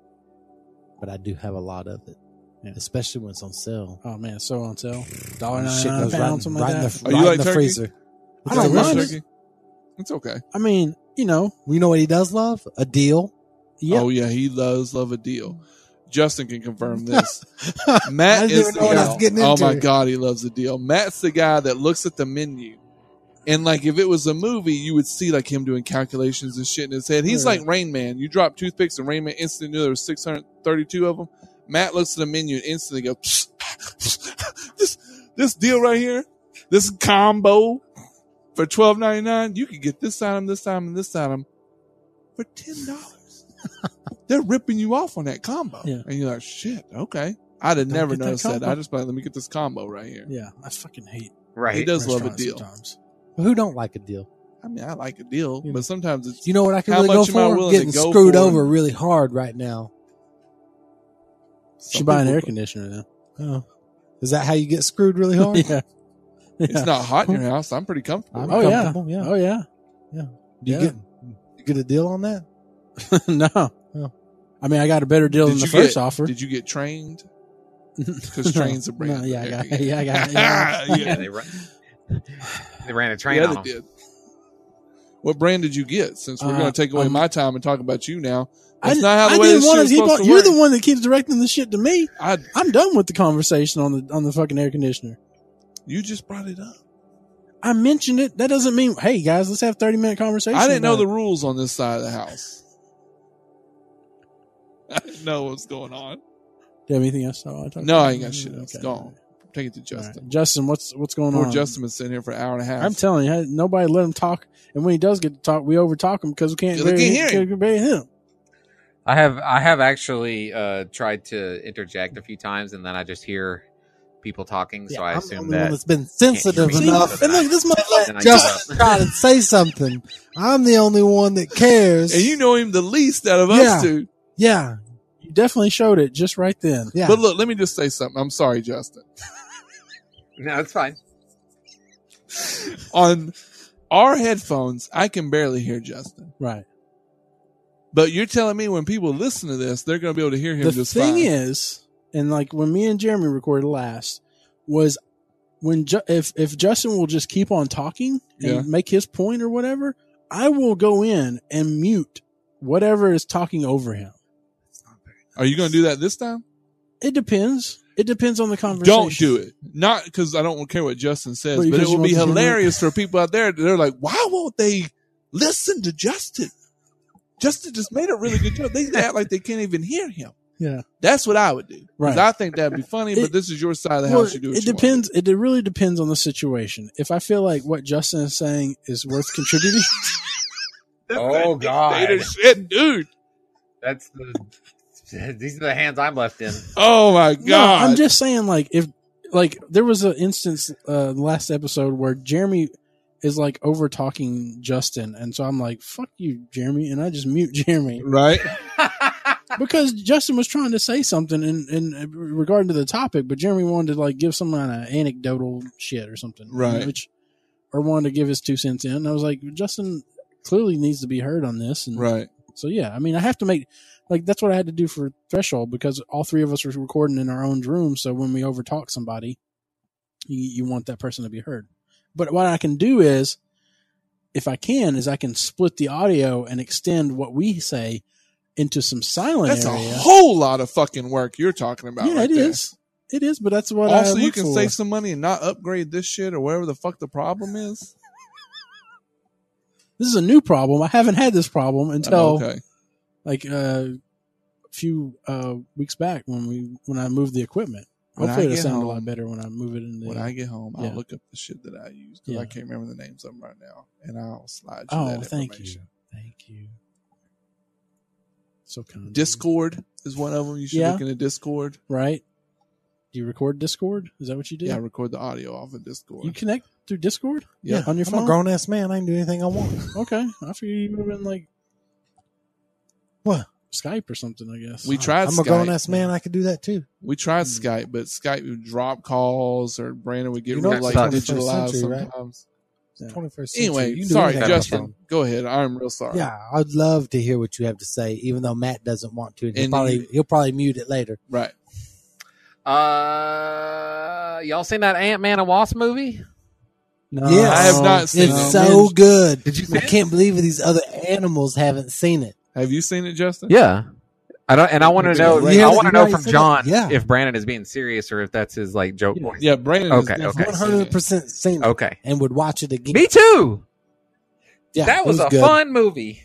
Speaker 4: but I do have a lot of it,
Speaker 1: Yeah.
Speaker 4: especially when it's on sale.
Speaker 1: Oh man, it's so on sale. Dollar
Speaker 4: Shit
Speaker 1: ninety nine
Speaker 4: goes
Speaker 1: pound, something like
Speaker 4: in
Speaker 1: that.
Speaker 4: the,
Speaker 3: Oh,
Speaker 4: right
Speaker 3: you
Speaker 4: in
Speaker 3: like
Speaker 4: the
Speaker 3: turkey?
Speaker 4: freezer.
Speaker 1: I don't
Speaker 3: Is that
Speaker 1: mind
Speaker 3: roast
Speaker 1: it.
Speaker 3: It's okay.
Speaker 1: I mean, you know,
Speaker 4: You know what he does love? A deal.
Speaker 1: yeah.
Speaker 3: Oh yeah, he loves love a deal. Justin can confirm this. Matt
Speaker 4: I didn't
Speaker 3: is
Speaker 4: even
Speaker 3: the
Speaker 4: know what I was
Speaker 3: guy.
Speaker 4: getting
Speaker 3: Oh
Speaker 4: into.
Speaker 3: my god, he loves a deal. Matt's the guy that looks at the menu. And like if it was a movie, you would see like him doing calculations and shit in his head. He's
Speaker 1: Right.
Speaker 3: like Rain Man. You drop toothpicks and Rain Man instantly knew there was six hundred thirty-two of them. Matt looks at the menu and instantly goes, "This this deal right here, this combo for twelve ninety-nine. You can get this item, this item, and this item for ten dollars. They're ripping you off on that combo,
Speaker 1: Yeah.
Speaker 3: and you're like, shit, okay. I'd have
Speaker 1: Don't
Speaker 3: never
Speaker 1: get that
Speaker 3: noticed that.
Speaker 1: combo.
Speaker 3: I just like, let me get this combo right here.
Speaker 1: Yeah, I fucking hate.
Speaker 3: He
Speaker 2: Right.
Speaker 3: does love a
Speaker 1: restaurants
Speaker 3: deal.
Speaker 1: Sometimes.
Speaker 4: Who don't like a deal?
Speaker 3: I mean, I like a deal,
Speaker 4: You know.
Speaker 3: but sometimes it's
Speaker 4: You know what I can
Speaker 3: How
Speaker 4: really go
Speaker 3: much am I
Speaker 4: for?
Speaker 3: willing to
Speaker 4: Getting
Speaker 3: go
Speaker 4: screwed
Speaker 3: for?
Speaker 4: over really hard right now.
Speaker 1: She buy an
Speaker 3: people-
Speaker 1: air conditioner now.
Speaker 4: Oh. Is that how you get screwed really hard?
Speaker 1: yeah.
Speaker 3: It's not hot in your house. I'm pretty comfortable.
Speaker 4: I'm
Speaker 1: Oh,
Speaker 3: right?
Speaker 1: yeah.
Speaker 4: comfortable, yeah.
Speaker 1: Oh yeah.
Speaker 4: Do you
Speaker 1: Yeah.
Speaker 4: get you get a deal on that?
Speaker 1: no.
Speaker 4: Oh.
Speaker 1: I mean, I got a better deal
Speaker 3: Did
Speaker 1: than the
Speaker 3: you
Speaker 1: first
Speaker 3: get-
Speaker 1: offer.
Speaker 3: Did you get trained?
Speaker 1: Because
Speaker 3: trains are brand
Speaker 1: yeah, I
Speaker 3: new.
Speaker 1: got, yeah, I got. Yeah.
Speaker 2: Yeah, they run. They ran a train
Speaker 3: Yeah,
Speaker 2: on
Speaker 3: they
Speaker 2: them.
Speaker 3: did. What brand did you get? Since we're
Speaker 1: Uh,
Speaker 3: going to take away
Speaker 1: um,
Speaker 3: my time and talk about you now,
Speaker 1: I,
Speaker 3: that's
Speaker 1: di-
Speaker 3: not how the
Speaker 1: I
Speaker 3: way
Speaker 1: didn't
Speaker 3: this
Speaker 1: want
Speaker 3: shit
Speaker 1: to
Speaker 3: is
Speaker 1: keep
Speaker 3: supposed
Speaker 1: on.
Speaker 3: to
Speaker 1: You're
Speaker 3: work.
Speaker 1: the one that keeps directing the shit to me.
Speaker 3: I,
Speaker 1: I'm done with the conversation on the on the fucking air conditioner.
Speaker 3: you just brought it up.
Speaker 1: I mentioned it. That doesn't mean, hey guys, let's have 30 minute conversation.
Speaker 3: I didn't know
Speaker 1: about
Speaker 3: the
Speaker 1: it.
Speaker 3: rules on this side of the house. I didn't know what's going on.
Speaker 1: Do you have anything else Oh, I want to talk
Speaker 3: No,
Speaker 1: about?
Speaker 3: I ain't got shit else. Go on. Take it to
Speaker 1: All right.
Speaker 3: Justin.
Speaker 1: Justin, what's what's going
Speaker 3: Poor
Speaker 1: on?
Speaker 3: Justin been sitting here for an hour and a half.
Speaker 1: I'm telling you, nobody let him talk, and when he does get to talk, we overtalk him because we can't
Speaker 3: Yeah, they
Speaker 1: bury,
Speaker 3: can't hear him.
Speaker 1: can't bury him.
Speaker 2: I have I have actually uh, tried to interject a few times, and then I just hear people talking, so I
Speaker 4: I'm the
Speaker 2: assume
Speaker 4: only one
Speaker 2: that.
Speaker 4: that's been sensitive
Speaker 1: See?
Speaker 2: Can't hear me.
Speaker 4: enough.
Speaker 1: And look, this motherfucker.
Speaker 2: Then I give
Speaker 4: Just
Speaker 2: up.
Speaker 4: try to say something. I'm the only one that cares.
Speaker 3: and you know him the least out of
Speaker 4: Yeah.
Speaker 3: us two.
Speaker 4: yeah,
Speaker 1: You definitely showed it just right then.
Speaker 4: yeah.
Speaker 3: But look, let me just say something. I'm sorry, Justin.
Speaker 2: No, it's fine.
Speaker 3: On our headphones, I can barely hear Justin.
Speaker 1: Right.
Speaker 3: But you're telling me when people listen to this, they're going to be able to hear him
Speaker 1: The
Speaker 3: just
Speaker 1: thing
Speaker 3: fine.
Speaker 1: is, and like when me and Jeremy recorded last, was when Ju- if if Justin will just keep on talking and
Speaker 3: Yeah.
Speaker 1: make his point or whatever, I will go in and mute whatever is talking over him.
Speaker 3: Are you going to do that this time?
Speaker 1: It depends. It depends on the conversation.
Speaker 3: Don't do it. Not because I don't care what Justin says,
Speaker 1: But
Speaker 3: but,
Speaker 1: because
Speaker 3: it
Speaker 1: you
Speaker 3: will be
Speaker 1: want to hear
Speaker 3: hilarious for people out there. They're like, why won't they listen to Justin? Justin just made a really good joke. They act like they can't even hear him.
Speaker 1: Yeah.
Speaker 3: That's what I would do. 'Cause
Speaker 1: Right.
Speaker 3: I think that'd be funny,
Speaker 1: It-
Speaker 3: but this is your side of the
Speaker 1: Well,
Speaker 3: house. You do what
Speaker 1: it
Speaker 3: you want.
Speaker 1: depends. It, it really depends on the situation. If I feel like what Justin is saying is worth contributing,
Speaker 2: Oh
Speaker 3: Data
Speaker 2: God,
Speaker 3: shit, dude.
Speaker 2: that's the. These are the hands I'm left in.
Speaker 3: Oh my god.
Speaker 1: no, I'm just saying like if like there was an instance uh last episode where Jeremy is like over talking Justin, and so I'm like, "Fuck you, Jeremy," and I just mute Jeremy
Speaker 3: right.
Speaker 1: because Justin was trying to say something in in regarding to the topic, but Jeremy wanted to like give some kind of anecdotal shit or something,
Speaker 3: Right.
Speaker 1: Which or wanted to give his two cents in. And I was like, Justin clearly needs to be heard on this, and
Speaker 3: Right.
Speaker 1: So yeah, I mean, I have to make like that's what I had to do for threshold because all three of us were recording in our own room. So when we overtalk somebody, you, you want that person to be heard. But what I can do is, if I can, is I can split the audio and extend what we say into some silent
Speaker 3: That's a
Speaker 1: area.
Speaker 3: whole lot of fucking work you're talking about.
Speaker 1: yeah,
Speaker 3: right
Speaker 1: it is.
Speaker 3: there.
Speaker 1: It is, but that's what I
Speaker 3: also,
Speaker 1: look
Speaker 3: you can
Speaker 1: for.
Speaker 3: save some money and not upgrade this shit or whatever the fuck the problem is.
Speaker 1: this is a new problem. I haven't had this problem until
Speaker 3: okay.
Speaker 1: like uh, a few uh, weeks back when we when I moved the equipment.
Speaker 3: When I
Speaker 1: Hopefully, it'll
Speaker 3: get
Speaker 1: sound a lot
Speaker 3: home-
Speaker 1: better when I move it in the.
Speaker 3: When I get home, I'll
Speaker 1: Yeah.
Speaker 3: look up the shit that I use because I
Speaker 1: Yeah.
Speaker 3: can't remember the names of them right now, and I'll slide you
Speaker 1: Oh,
Speaker 3: that
Speaker 1: thank you.
Speaker 3: information.
Speaker 1: Thank you. So kind. of you.
Speaker 3: Discord is one of them. You should
Speaker 1: Yeah.
Speaker 3: look into Discord.
Speaker 1: right? Do you record Discord? Is that what you do?
Speaker 3: Yeah, record the audio off of Discord.
Speaker 1: You connect through Discord?
Speaker 3: Yeah.
Speaker 1: On your
Speaker 4: I'm a
Speaker 1: phone?
Speaker 4: grown ass man. I can do anything I want.
Speaker 1: okay. I figured you would have been like
Speaker 4: What?
Speaker 1: Skype or something, I guess.
Speaker 3: we tried
Speaker 4: I'm a
Speaker 3: Skype.
Speaker 4: grown ass man. I could do that too.
Speaker 3: we tried
Speaker 1: Mm.
Speaker 3: Skype, but Skype would drop calls or Brandon would get
Speaker 4: You know
Speaker 3: real
Speaker 2: it's
Speaker 3: like
Speaker 2: not the
Speaker 4: first
Speaker 3: digitalized
Speaker 4: century, right?
Speaker 3: sometimes.
Speaker 1: Yeah.
Speaker 4: 21st century. You
Speaker 3: Anyway,
Speaker 4: can do
Speaker 3: sorry,
Speaker 4: anything on
Speaker 3: Justin.
Speaker 4: your phone.
Speaker 3: Go ahead. I'm real sorry.
Speaker 4: Yeah, I'd love to hear what you have to say, even though Matt doesn't want to. And he'll
Speaker 3: And
Speaker 4: probably
Speaker 3: you-
Speaker 4: he'll probably mute it later.
Speaker 3: Right.
Speaker 2: Uh, y'all seen that Ant Man and Wasp movie?
Speaker 1: No.
Speaker 4: Yes. I
Speaker 3: have not seen
Speaker 4: It's
Speaker 1: No.
Speaker 4: so good.
Speaker 2: Did you
Speaker 4: I can't believe these other animals haven't seen it.
Speaker 3: Have you seen it, Justin?
Speaker 2: Yeah. I don't, and I want to
Speaker 3: It's
Speaker 2: know.
Speaker 4: great.
Speaker 2: I want
Speaker 4: Yeah,
Speaker 2: to know
Speaker 4: you
Speaker 2: from
Speaker 4: said it.
Speaker 2: John
Speaker 4: Yeah.
Speaker 2: if Brandon is being serious or if that's his like joke. voice.
Speaker 3: Yeah, Brandon.
Speaker 2: Okay,
Speaker 3: is
Speaker 2: okay.
Speaker 4: One hundred percent seen it,
Speaker 2: Okay.
Speaker 4: and would watch it again.
Speaker 2: Me too.
Speaker 4: Yeah,
Speaker 2: that
Speaker 4: it
Speaker 2: was, a
Speaker 4: good.
Speaker 2: fun movie.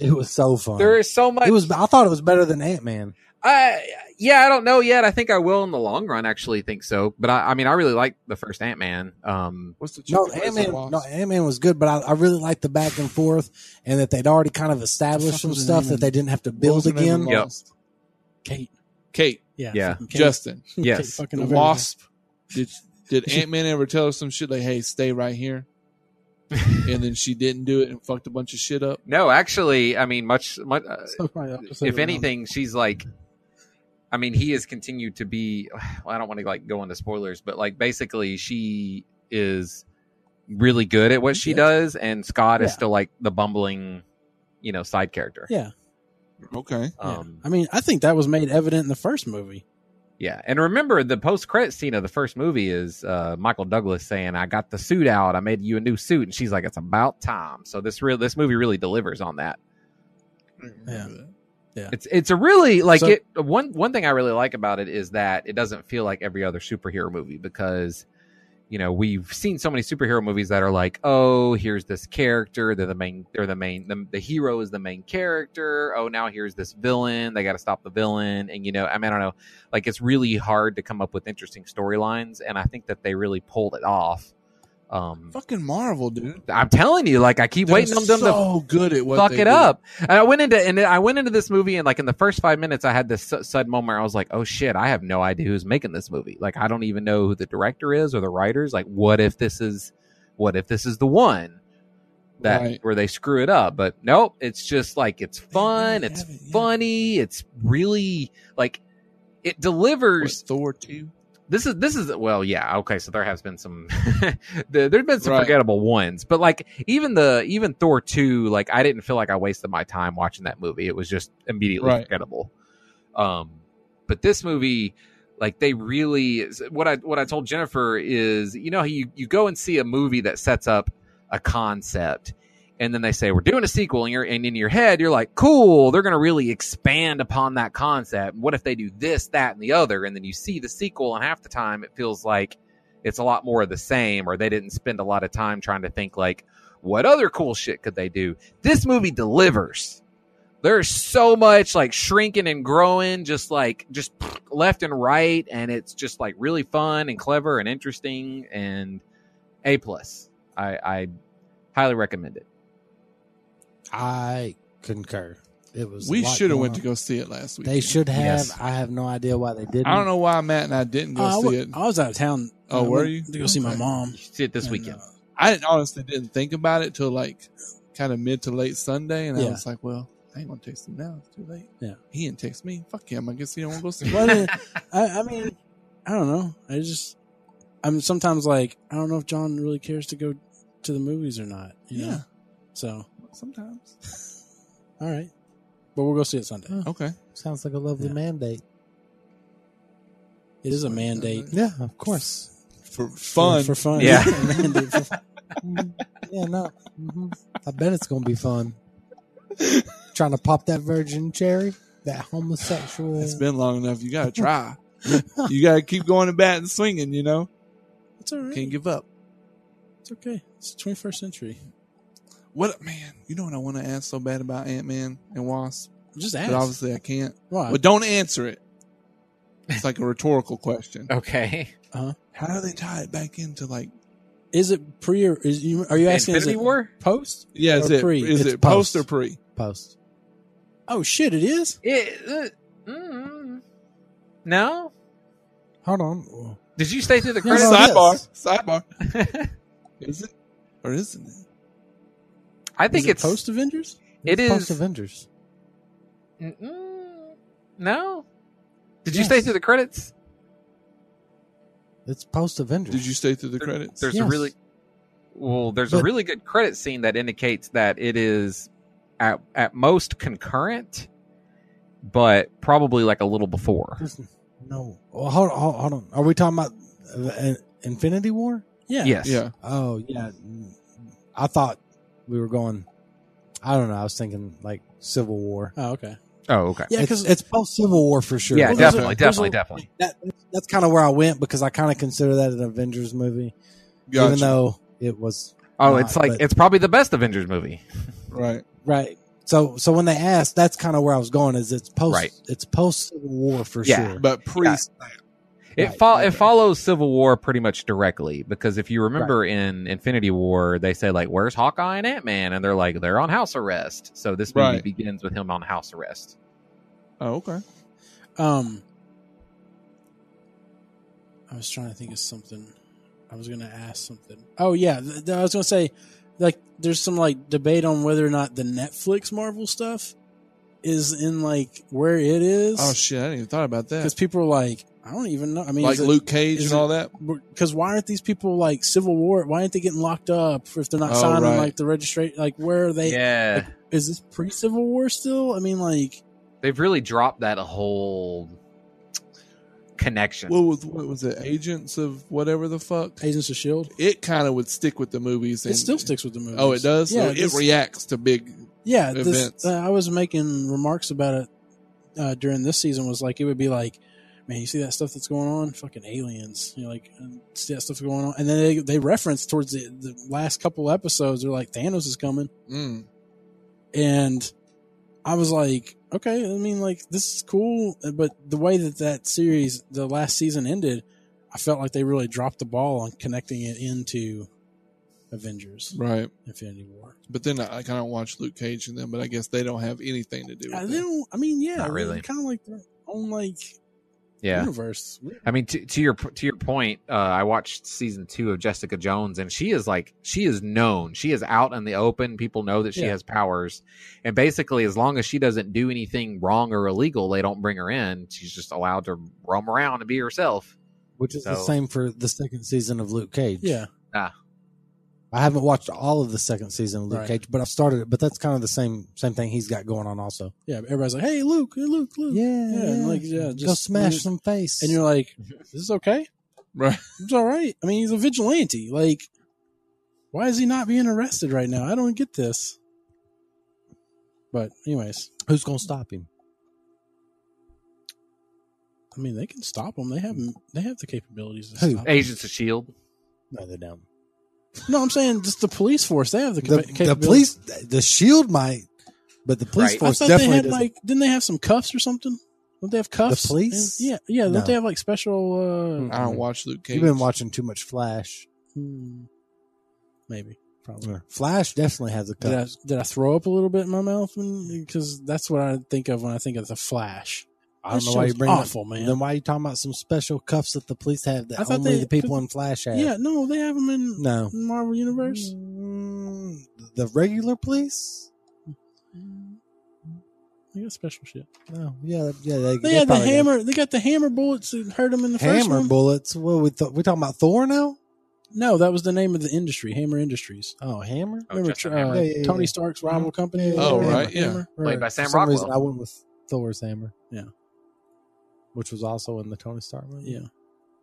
Speaker 4: It was so fun.
Speaker 2: There is so much.
Speaker 4: it was. I thought it was better than Ant Man.
Speaker 2: I yeah, I don't know yet. I think I will in the long run. Actually, think so. But I, I mean, I really like the first Ant Man. Um,
Speaker 3: What's the
Speaker 4: No,
Speaker 3: chicken place
Speaker 4: Ant
Speaker 3: I
Speaker 4: Man.
Speaker 3: lost?
Speaker 4: No, Ant Man was good, but I, I really liked the back and forth, and that they'd already kind of established some
Speaker 1: was the
Speaker 4: stuff
Speaker 1: name
Speaker 4: that
Speaker 1: of-
Speaker 4: they didn't have to
Speaker 3: What
Speaker 4: build
Speaker 3: was her name
Speaker 4: again.
Speaker 3: in
Speaker 2: Yep.
Speaker 3: Lost?
Speaker 1: Kate.
Speaker 3: Kate,
Speaker 1: Yeah.
Speaker 2: Yeah.
Speaker 1: fucking Kate.
Speaker 3: Justin,
Speaker 1: Kate
Speaker 2: Yes.
Speaker 1: fucking
Speaker 3: the
Speaker 1: O'Hara.
Speaker 3: Wasp. Did did Ant Man ever tell her some shit like, "Hey, stay right here," and then she didn't do it and fucked a bunch of shit up?
Speaker 2: no, actually, I mean, much. much uh,
Speaker 1: So probably opposite
Speaker 2: if
Speaker 1: around.
Speaker 2: anything, she's like. I mean, he has continued to be. Well, I don't want to like go into spoilers, but like basically, she is really good at what she
Speaker 1: Yes.
Speaker 2: does, and Scott is
Speaker 1: Yeah.
Speaker 2: still like the bumbling, you know, side character.
Speaker 1: Yeah. yeah.
Speaker 3: Okay,
Speaker 2: Um,
Speaker 1: I mean, I think that was made evident in the first movie.
Speaker 2: Yeah, and remember the post credit scene of the first movie is uh, Michael Douglas saying, "I got the suit out. I made you a new suit," and she's like, "It's about time." So this real this movie really delivers on that.
Speaker 1: Yeah.
Speaker 2: It's it's a really like
Speaker 1: So-
Speaker 2: it one one thing I really like about it is that it doesn't feel like every other superhero movie because you know we've seen so many superhero movies that are like oh here's this character they're the main they're the main the, the hero is the main character oh now here's this villain they got to stop the villain and you know I mean I don't know like it's really hard to come up with interesting storylines and I think that they really pulled it off. Um,
Speaker 3: Fucking Marvel, dude.
Speaker 2: I'm telling you, like I keep
Speaker 3: They're
Speaker 2: waiting on them to
Speaker 3: so good at what
Speaker 2: fuck
Speaker 3: they
Speaker 2: it
Speaker 3: do.
Speaker 2: up. And I went into and I went into this movie and like in the first five minutes, I had this su- sudden moment where I was like, "Oh shit, I have no idea who's making this movie. Like, I don't even know who the director is or the writers. Like, what if this is, what if this is the one that
Speaker 3: Right.
Speaker 2: where they screw it up? But nope, it's just like it's fun,
Speaker 3: really
Speaker 2: it's
Speaker 3: haven't, yeah.
Speaker 2: funny, it's really like it
Speaker 3: What,
Speaker 2: delivers
Speaker 3: Thor two.
Speaker 2: this is this is well yeah okay so there has been some there, there's been some
Speaker 3: Right.
Speaker 2: forgettable ones but like even the even thor 2 like i didn't feel like i wasted my time watching that movie it was just immediately
Speaker 3: Right.
Speaker 2: forgettable um but this movie like they really what i what i told jennifer is you know how you, you go and see a movie that sets up a concept and then they say we're doing a sequel and you're and in your head you're like cool they're going to really expand upon that concept what if they do this that and the other and then you see the sequel and half the time it feels like it's a lot more of the same or they didn't spend a lot of time trying to think like what other cool shit could they do this movie delivers there's so much like shrinking and growing just like just left and right and it's just like really fun and clever and interesting and a plus i i highly recommend it
Speaker 4: I concur. It was.
Speaker 3: We should have went to go see it last week.
Speaker 4: They should have.
Speaker 2: Yes.
Speaker 4: I have no idea why they didn't.
Speaker 3: I don't know why Matt and I didn't go
Speaker 1: Uh, I,
Speaker 3: see
Speaker 1: w-
Speaker 3: it.
Speaker 1: I was out of town.
Speaker 3: Oh,
Speaker 1: I
Speaker 3: were
Speaker 1: went
Speaker 3: you?
Speaker 1: To go see my
Speaker 3: Okay.
Speaker 1: mom
Speaker 2: you should see it this
Speaker 1: and,
Speaker 2: weekend
Speaker 1: uh,
Speaker 3: I didn't, honestly didn't think about it till like kind of mid to late Sunday, and I
Speaker 1: Yeah.
Speaker 3: was like, well, I ain't gonna text him now. It's too late.
Speaker 1: Yeah.
Speaker 3: He didn't text me. Fuck him. I guess he don't want to go see it.
Speaker 1: well, I, mean, I, I mean, I don't know. I just, I'm sometimes like, I don't know if John really cares to go to the movies or not. You
Speaker 3: yeah.
Speaker 1: Know? So,
Speaker 3: Sometimes.
Speaker 1: all right, but we'll go see it Sunday.
Speaker 3: Okay.
Speaker 4: Sounds like a lovely
Speaker 1: Yeah.
Speaker 4: mandate.
Speaker 1: It is a mandate.
Speaker 4: Yeah, of course.
Speaker 3: For fun.
Speaker 1: for fun.
Speaker 2: Yeah.
Speaker 1: Mandate for fun.
Speaker 4: Mm, yeah, no. hmm I bet it's gonna be fun. Trying to pop that virgin cherry, that homosexual.
Speaker 3: it's been long enough. You gotta try. you gotta keep going to bat and swinging. You know,
Speaker 1: It's all right.
Speaker 3: can't give up.
Speaker 1: it's okay. It's the 21st century.
Speaker 3: What man? You know what I want to ask so bad about Ant Man and Wasp,
Speaker 1: Just
Speaker 3: but
Speaker 1: ask.
Speaker 3: obviously I can't.
Speaker 1: Why?
Speaker 3: But don't answer it. It's like a rhetorical question.
Speaker 2: okay
Speaker 3: How do they tie it back into like?
Speaker 1: Uh-huh. Is it pre or is you? Are you asking? is
Speaker 2: infinity
Speaker 1: it
Speaker 2: war
Speaker 1: post?
Speaker 3: Yeah, is
Speaker 1: Or
Speaker 3: it
Speaker 1: pre.
Speaker 3: is
Speaker 4: It's
Speaker 3: it post.
Speaker 4: post.
Speaker 3: or pre?
Speaker 4: post.
Speaker 1: Oh shit! It is.
Speaker 2: it, uh, mm, no
Speaker 4: Hold on.
Speaker 2: did you stay through the
Speaker 1: Oh,
Speaker 4: No,
Speaker 2: credits
Speaker 4: no.
Speaker 3: sidebar,
Speaker 4: yes.
Speaker 3: sidebar. Is it or isn't it?
Speaker 2: i think
Speaker 1: Is it
Speaker 2: it's
Speaker 1: post Avengers.
Speaker 2: It
Speaker 4: It's
Speaker 2: is-
Speaker 4: post Avengers.
Speaker 2: Mm, no did you
Speaker 4: Yes.
Speaker 2: stay through the credits
Speaker 4: It's post Avengers.
Speaker 3: Did you stay through the credits?
Speaker 2: There's a
Speaker 4: Yes.
Speaker 2: really well. There's a
Speaker 4: But-
Speaker 2: really good credit scene that indicates that it is at at most concurrent, but probably like a little before.
Speaker 4: No. Well, hold, hold, hold on. Are we talking about uh, uh, Infinity War?
Speaker 1: Yeah.
Speaker 2: Yes.
Speaker 3: yeah,
Speaker 4: Oh yeah. I thought we were going. I don't know. I was thinking like Civil War.
Speaker 1: Oh okay.
Speaker 2: Oh, okay.
Speaker 1: Yeah,
Speaker 4: it's,
Speaker 1: because
Speaker 4: it's post Civil War for sure.
Speaker 2: Yeah,
Speaker 1: Well, there's a-
Speaker 2: definitely,
Speaker 1: there's a-
Speaker 2: definitely, definitely.
Speaker 4: that that's kind of where I went because I kind of consider that an Avengers movie, even
Speaker 3: gotcha.
Speaker 4: though it was
Speaker 2: Oh,
Speaker 4: not,
Speaker 2: it's like
Speaker 4: but-
Speaker 2: it's probably the best Avengers movie.
Speaker 3: Right.
Speaker 4: right. So so when they asked, that's kind of where I was going. Is it's post
Speaker 2: Right.
Speaker 4: it's post Civil War for
Speaker 2: Yeah.
Speaker 4: sure.
Speaker 3: But pre
Speaker 2: Yeah. It
Speaker 4: Right,
Speaker 2: fol-
Speaker 3: okay.
Speaker 2: it follows Civil War pretty much directly because if you remember in Infinity War, they say like, "Where's Hawkeye and Ant Man?" and they're like, "They're on house arrest." So this movie
Speaker 3: Right.
Speaker 2: begins with him on house arrest.
Speaker 3: Oh, okay.
Speaker 1: um, I was trying to think of something. I was gonna ask something. Oh yeah, th- th- I was gonna say, like, there's some like debate on whether or not the Netflix Marvel stuff is in like where it is.
Speaker 3: Oh shit, I didn't even thought about
Speaker 1: because
Speaker 3: that.
Speaker 1: people are like, I don't even know. I mean,
Speaker 3: Like Luke Cage
Speaker 1: is
Speaker 3: and
Speaker 1: it-
Speaker 3: all that.
Speaker 1: because why aren't these people like Civil War? Why aren't they getting locked up if they're not
Speaker 3: Oh,
Speaker 1: signing
Speaker 3: right.
Speaker 1: like the registration? Like, where are they?
Speaker 2: yeah,
Speaker 1: Is this pre Civil War still? I mean, like,
Speaker 2: they've really dropped that whole connection.
Speaker 3: What was what was it? Agents of whatever the fuck.
Speaker 1: Agents of Shield.
Speaker 3: It kind of would stick with the movies.
Speaker 1: E It still sticks with the movie.
Speaker 3: Oh, it does.
Speaker 1: Yeah,
Speaker 3: Yeah, it
Speaker 1: this-
Speaker 3: reacts to big.
Speaker 1: Yeah, this,
Speaker 3: events.
Speaker 1: uh, I was making remarks about it uh, during this season. Was like it would be like, man, you see that stuff that's going on, fucking aliens. You know, like and see that stuff going on, and then they they reference towards the, the last couple episodes. They're like Thanos is coming,
Speaker 3: Mm,
Speaker 1: and I was like, okay, I mean, like this is cool, Uh, but the way that that series, the last season ended, I felt like they really dropped the ball on connecting it into Avengers:
Speaker 3: right.
Speaker 1: Infinity War.
Speaker 3: But then I, I kind of watch Luke Cage and them, but I guess they don't have anything to do
Speaker 1: I
Speaker 3: with it.
Speaker 1: don't. I mean, yeah,
Speaker 2: Not really.
Speaker 1: Kind of like their own like
Speaker 2: yeah.
Speaker 1: universe.
Speaker 2: I mean, to, to your to your point, uh, I watched season two of Jessica Jones, and she is like she is known. She is out in the open. People know that she
Speaker 1: Yeah.
Speaker 2: has powers, and basically, as long as she doesn't do anything wrong or illegal, they don't bring her in. She's just allowed to roam around and be herself.
Speaker 4: which is the
Speaker 2: So-
Speaker 4: same for the second season of Luke Cage.
Speaker 1: Yeah,
Speaker 4: I haven't watched all of the second season of Luke
Speaker 1: Right.
Speaker 4: Cage, but I've started it. But that's kind of the same same thing he's got going on also.
Speaker 1: yeah. Everybody's like, "Hey, Luke, hey, Luke, Luke,"
Speaker 4: Yeah,
Speaker 1: and like, yeah,
Speaker 4: go
Speaker 1: just-
Speaker 4: smash
Speaker 1: and-
Speaker 4: some face.
Speaker 1: and you're like, "Is this okay?
Speaker 3: Right.
Speaker 1: It's all right." I mean, he's a vigilante. Like, why is he not being arrested right now? I don't get this. But anyways,
Speaker 4: who's gonna stop him?
Speaker 1: I mean, they can stop him. They have they have the capabilities to
Speaker 4: Who?
Speaker 1: stop. 'em.
Speaker 2: Agents of Shield.
Speaker 4: No, they don't.
Speaker 1: No, I'm saying just the police force. They have the,
Speaker 4: The,
Speaker 1: capa-
Speaker 4: the
Speaker 1: capabilities.
Speaker 4: police, the shield might, but the police
Speaker 2: Right. I
Speaker 1: I
Speaker 4: force
Speaker 1: thought they
Speaker 4: definitely
Speaker 1: had
Speaker 4: doesn't.
Speaker 1: like didn't they have some cuffs or something? Don't they have cuffs?
Speaker 4: police?
Speaker 1: Yeah, yeah. Don't
Speaker 4: No.
Speaker 1: they have like special?
Speaker 3: I
Speaker 1: Uh,
Speaker 3: don't watch Luke Cage.
Speaker 4: You've been watching too much Flash.
Speaker 1: hmm, maybe probably.
Speaker 4: Flash definitely has a
Speaker 1: Did I,
Speaker 4: cup.
Speaker 1: did I throw up a little bit in my mouth? Mm, Because that's what I think of when I think of the Flash.
Speaker 4: I don't
Speaker 1: That
Speaker 4: know why
Speaker 1: show's
Speaker 4: you bring
Speaker 1: awful,
Speaker 4: up,
Speaker 1: man.
Speaker 4: Then why are you talking about some special cuffs that the police
Speaker 1: I
Speaker 4: have that
Speaker 1: thought
Speaker 4: only
Speaker 1: they-
Speaker 4: the people in Flash have?
Speaker 1: Yeah, no, they have them in
Speaker 4: No.
Speaker 1: Marvel Universe.
Speaker 4: Mm, the regular police?
Speaker 1: They got special shit.
Speaker 4: No. Yeah. Yeah. They,
Speaker 1: They,
Speaker 4: they
Speaker 1: had the
Speaker 4: probably
Speaker 1: hammer. They got the hammer bullets that hurt them in the
Speaker 4: got hammer
Speaker 1: first one.
Speaker 4: bullets. What we th- we talking about Thor now?
Speaker 1: no, that was the name of the industry, Hammer Industries.
Speaker 4: Oh, hammer.
Speaker 2: Oh,
Speaker 1: Remember
Speaker 2: just
Speaker 1: uh,
Speaker 2: the hammer.
Speaker 4: Yeah, yeah, yeah. Mm-hmm.
Speaker 1: Tony Stark's rival company?
Speaker 3: Oh,
Speaker 1: Hammer,
Speaker 3: right, yeah.
Speaker 1: Hammer?
Speaker 2: Played by Sam
Speaker 4: For some
Speaker 2: Rockwell.
Speaker 4: reason, I went with Thor's hammer.
Speaker 1: Yeah.
Speaker 4: Which was also in the Tony Stark movie.
Speaker 1: Yeah.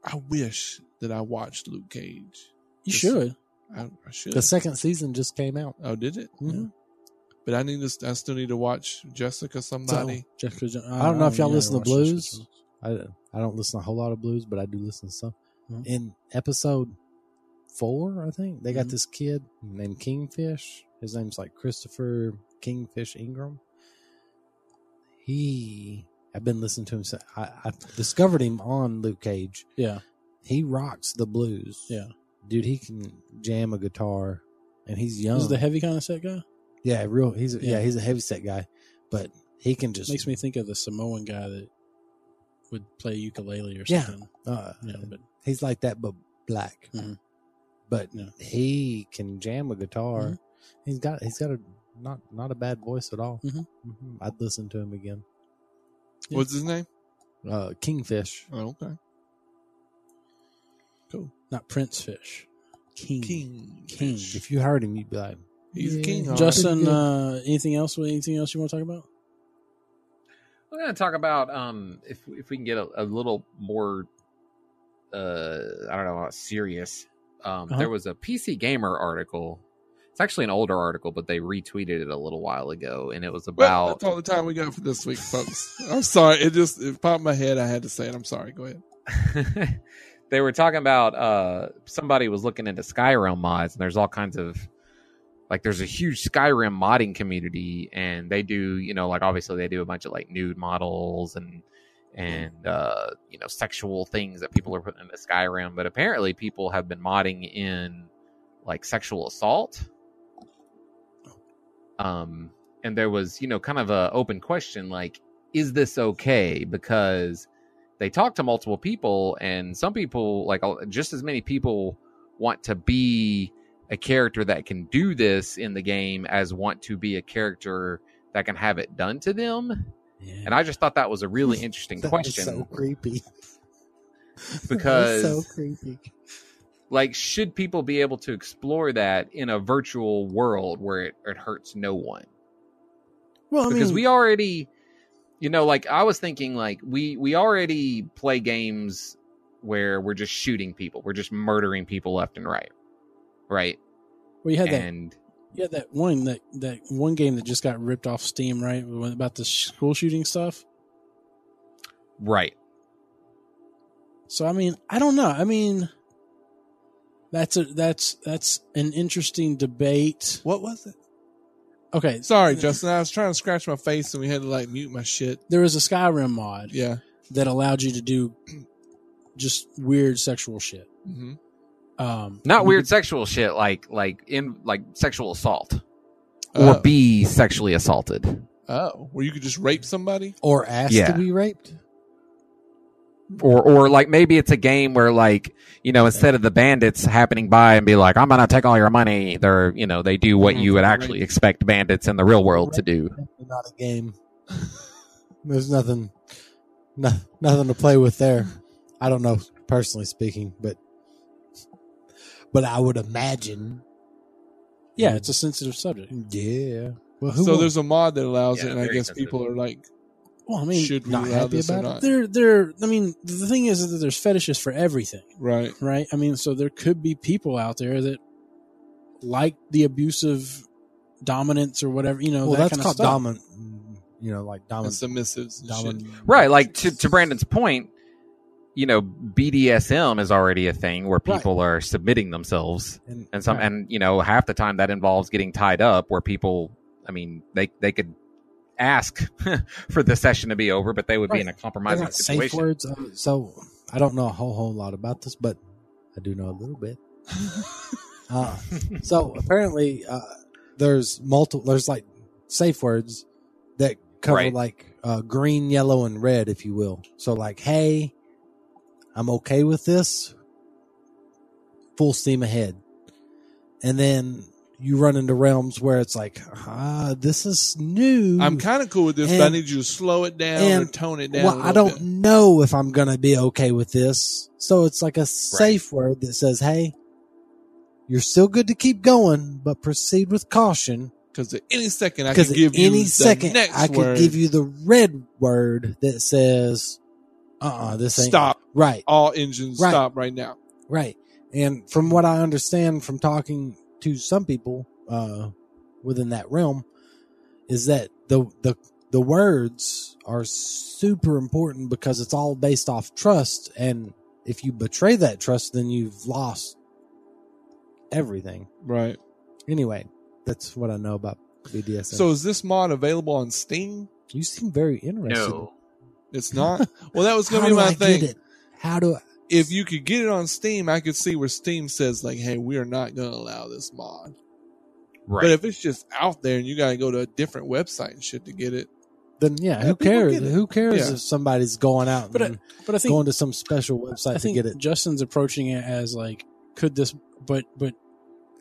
Speaker 3: I wish that I watched Luke Cage.
Speaker 1: You
Speaker 3: Yes.
Speaker 1: should.
Speaker 3: I, I should.
Speaker 4: The second season just came out.
Speaker 3: oh, did it?
Speaker 4: Mhm.
Speaker 3: But I need to. I still need to watch Jessica somebody.
Speaker 1: Jessica Jo-
Speaker 4: I don't know if y'all
Speaker 1: yeah, I
Speaker 4: listen to
Speaker 1: watched this
Speaker 4: blues.
Speaker 1: one.
Speaker 4: I I don't listen to a whole lot of blues, but I do listen to some.
Speaker 1: Mhm.
Speaker 4: In episode four, I think they got
Speaker 1: Mhm.
Speaker 4: this kid named Kingfish. His name's like Christopher Kingfish Ingram. He, I've been listening to him. Since, I, I discovered him on Luke Cage.
Speaker 1: Yeah.
Speaker 4: He rocks the blues.
Speaker 1: Yeah.
Speaker 4: dude, he can jam a guitar, and he's young.
Speaker 1: This is the heavy kind of set guy.
Speaker 4: yeah, real. He's a, yeah.
Speaker 1: Yeah.
Speaker 4: he's a heavy set guy, but he can just
Speaker 1: Makes me think of the Samoan guy that would play ukulele or
Speaker 4: Yeah.
Speaker 1: something.
Speaker 4: Uh,
Speaker 1: Yeah, but
Speaker 4: He's like that, but black.
Speaker 1: Mhm.
Speaker 4: But
Speaker 1: Yeah.
Speaker 4: he can jam a guitar.
Speaker 1: Mhm.
Speaker 4: He's got he's got a not not a bad voice at all.
Speaker 1: Mhm.
Speaker 4: Mhm. I'd listen to him again.
Speaker 1: Yeah.
Speaker 3: What's his name?
Speaker 4: Uh, Kingfish.
Speaker 3: Oh, okay.
Speaker 1: not Prince Fish. King.
Speaker 3: King.
Speaker 1: King.
Speaker 4: If you heard him, you'd be like,
Speaker 3: He's
Speaker 4: Yeah.
Speaker 3: king. all right.
Speaker 1: Justin,
Speaker 4: Pretty
Speaker 1: uh, anything else? Anything else you want to talk about?
Speaker 2: We're gonna talk about um if if we can get a, a little more uh I don't know serious. Um,
Speaker 1: Uh-huh.
Speaker 2: there was a PC Gamer article. It's actually an older article, but they retweeted it a little while ago, and it was
Speaker 3: Well,
Speaker 2: about
Speaker 3: that's all the time we got for this week, folks. I'm sorry. It just it popped in my head. I had to say it. I'm sorry. Go ahead.
Speaker 2: they were talking about uh somebody was looking into Skyrim mods and there's all kinds of like there's a huge Skyrim modding community and they do, you know, like obviously they do a bunch of like nude models and and uh you know sexual things that people are putting into Skyrim, but apparently people have been modding in like sexual assault. Um and there was, you know, kind of a open question like is this okay because they talk to multiple people and some people like uh, just as many people want to be a character that can do this in the game as want to be a character that can have it done to them
Speaker 1: Yeah.
Speaker 2: and i just thought that was a really interesting
Speaker 4: that
Speaker 2: question
Speaker 4: was so creepy.
Speaker 2: because
Speaker 4: That was so creepy.
Speaker 2: like should people be able to explore that in a virtual world where it, it hurts no one
Speaker 1: well, I
Speaker 2: because
Speaker 1: mean,
Speaker 2: we already you know like i was thinking like we we already play games where we're just shooting people we're just murdering people left and right right
Speaker 1: Well, you had that.
Speaker 2: and
Speaker 1: Yeah, that one that that one game that just got ripped off Steam, right? When- About the school shooting stuff.
Speaker 2: right
Speaker 1: So I mean, I don't know. I mean, that's a that's that's an interesting debate.
Speaker 3: What was it?
Speaker 1: Okay,
Speaker 3: Sorry, Justin. I was trying to scratch my face and we had to like mute my shit.
Speaker 1: there was a Skyrim mod
Speaker 3: Yeah.
Speaker 1: that allowed you to do just weird sexual shit.
Speaker 3: hmm
Speaker 1: Um,
Speaker 2: not
Speaker 1: you
Speaker 2: weird
Speaker 1: could-
Speaker 2: sexual shit like like in like sexual assault or
Speaker 1: Uh,
Speaker 2: be sexually assaulted
Speaker 3: Uh, oh, where you could just rape somebody?
Speaker 4: or asked
Speaker 2: Yeah.
Speaker 4: to be raped.
Speaker 2: or or like maybe it's a game where like you know instead of the bandits happening by and be like i'm gonna take all your money they're you know they do what
Speaker 1: Mm-hmm.
Speaker 2: you would actually expect bandits in the real world to do
Speaker 4: Definitely Not a game. There's nothing, no, nothing to play with there. I don't know personally speaking, but but I would imagine.
Speaker 1: Yeah, it's a sensitive subject.
Speaker 4: Yeah. Well, who
Speaker 3: so
Speaker 4: won't-
Speaker 3: there's a mod that allows
Speaker 2: Yeah,
Speaker 3: it, and I
Speaker 2: very
Speaker 3: guess
Speaker 2: sensitive.
Speaker 3: people are like,
Speaker 1: Well, I mean,
Speaker 3: should we
Speaker 4: not
Speaker 3: allow
Speaker 4: happy
Speaker 3: this or
Speaker 4: about
Speaker 3: not?
Speaker 1: there there. I mean, the thing is that there's fetishes for everything.
Speaker 3: Right.
Speaker 1: right? I mean, so there could be people out there that like the abusive dominance or whatever, you know.
Speaker 4: well,
Speaker 1: that
Speaker 4: that's
Speaker 1: kind
Speaker 4: called
Speaker 1: of stuff.
Speaker 4: dominant. You know, like
Speaker 3: And
Speaker 4: dominant.
Speaker 3: submissives and shit.
Speaker 4: dominant
Speaker 2: right like to, to brandon's point you know bdsm is already a thing where
Speaker 1: Right.
Speaker 2: people are submitting themselves
Speaker 4: and,
Speaker 2: and some and you know half the time that involves getting tied up where people i mean they they could ask for the session to be over but they would be
Speaker 1: Right.
Speaker 2: in a
Speaker 4: They're
Speaker 2: compromising
Speaker 4: not safe
Speaker 2: situation
Speaker 4: words. uh, So I don't know a whole whole lot about this, but I do know a little bit. uh, so apparently, uh, there's multiple. There's like safe words that cover
Speaker 2: Right.
Speaker 4: like uh, green, yellow, and red, if you will. So like, hey, I'm okay with this. Full steam ahead, and then you run into realms where it's like, ah, this is new.
Speaker 3: I'm kind of cool with this, but I
Speaker 4: And-
Speaker 3: need you to slow it down or
Speaker 4: and-
Speaker 3: tone it down.
Speaker 4: well,
Speaker 3: I
Speaker 4: I don't know if I'm gonna be okay with this. So it's like a safe word that says, "Hey, you're still good to keep going, but proceed with caution
Speaker 3: because at any second I
Speaker 4: because
Speaker 3: could give you
Speaker 4: any
Speaker 3: the
Speaker 4: second
Speaker 3: next
Speaker 4: I could
Speaker 3: word.
Speaker 4: give you the red word that says, uh uh this ain't
Speaker 3: stop
Speaker 4: right,
Speaker 3: all engines
Speaker 4: Right.
Speaker 3: stop right now.
Speaker 4: right." And from what I understand from talking to some people uh, within that realm, is that the the the words are super important because it's all based off trust and if you betray that trust then you've lost everything
Speaker 3: Right.
Speaker 4: anyway that's what i know about bdsm
Speaker 3: So is this mod available on Steam?
Speaker 4: you seem very interested
Speaker 2: no
Speaker 3: It's not. well, that was
Speaker 4: how
Speaker 3: going to be
Speaker 4: do
Speaker 3: my
Speaker 4: i
Speaker 3: thing.
Speaker 4: get it how do i
Speaker 3: If you could get it on Steam, I could see where Steam says like, "Hey, we are not going to allow this mod."
Speaker 2: right
Speaker 3: But if it's just out there and you got to go to a different website and shit to get it,
Speaker 4: then yeah,
Speaker 3: Yeah,
Speaker 4: who
Speaker 3: people
Speaker 4: cares
Speaker 3: get it.
Speaker 4: who cares
Speaker 3: Yeah. uh,
Speaker 4: if somebody's going out
Speaker 1: But I-
Speaker 4: and
Speaker 1: But I think
Speaker 4: going to some special
Speaker 1: I
Speaker 4: website to
Speaker 1: think
Speaker 4: get it
Speaker 1: Justin's approaching it as like, could this? But but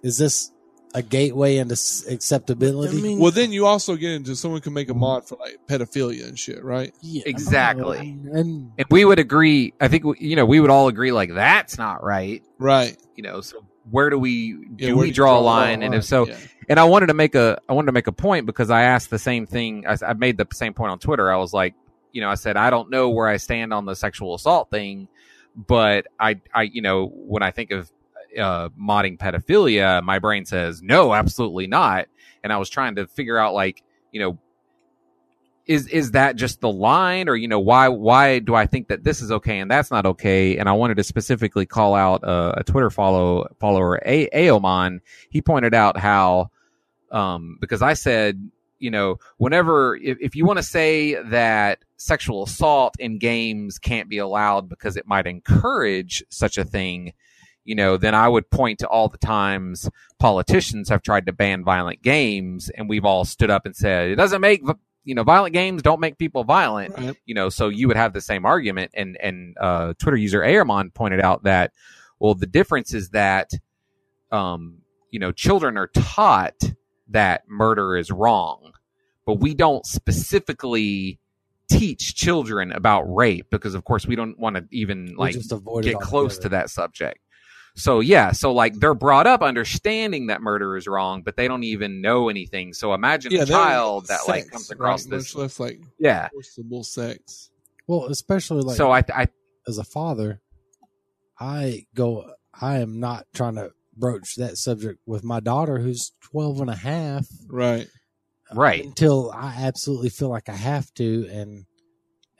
Speaker 4: is this a gateway into s- acceptability
Speaker 1: I mean,
Speaker 3: well, then you also get into someone can make a mod for like pedophilia and shit, right?
Speaker 1: yeah,
Speaker 2: Exactly.
Speaker 4: and
Speaker 2: and we would agree i think we- you know we would all agree like that's not right
Speaker 3: Right.
Speaker 2: you know so where do we do
Speaker 3: Yeah, where
Speaker 2: we
Speaker 3: do you
Speaker 2: draw,
Speaker 3: draw
Speaker 2: a
Speaker 3: the
Speaker 2: line and
Speaker 4: line?
Speaker 2: if so
Speaker 3: Yeah.
Speaker 2: and i wanted to make a i wanted to make a point because i asked the same thing i, I made the same point on twitter i was like you know i said i don't know where i stand on the sexual assault thing but i i you know when i think of uh, modding pedophilia my brain says no absolutely not and i was trying to figure out like you know is is that just the line or you know why why do i think that this is okay and that's not okay and i wanted to specifically call out uh, a twitter follow follower a- aomon he pointed out how um because i said you know whenever if, if you want to say that sexual assault in games can't be allowed because it might encourage such a thing you know then i would point to all the times politicians have tried to ban violent games and we've all stood up and said it doesn't make you know violent games don't make people violent
Speaker 3: Right.
Speaker 2: you know so you would have the same argument and and uh, twitter user airmon pointed out that well the difference is that um you know children are taught that murder is wrong but we don't specifically teach children about rape because of course we don't want to even
Speaker 4: we
Speaker 2: like
Speaker 4: just avoid it
Speaker 2: get close to
Speaker 4: altogether.
Speaker 2: that subject. So yeah, so like they're brought up understanding that murder is wrong, but they don't even know anything. So imagine a
Speaker 3: they're
Speaker 2: child that like
Speaker 3: sex,
Speaker 2: comes across
Speaker 3: right?
Speaker 2: this.
Speaker 3: much less like
Speaker 2: Yeah.
Speaker 3: forcible sex.
Speaker 4: Well, especially like
Speaker 2: so I, I
Speaker 4: as a father, I go, I am not trying to broach that subject with my daughter who's 12 and a half
Speaker 3: Right.
Speaker 2: right.
Speaker 4: until I absolutely feel like I have to. And,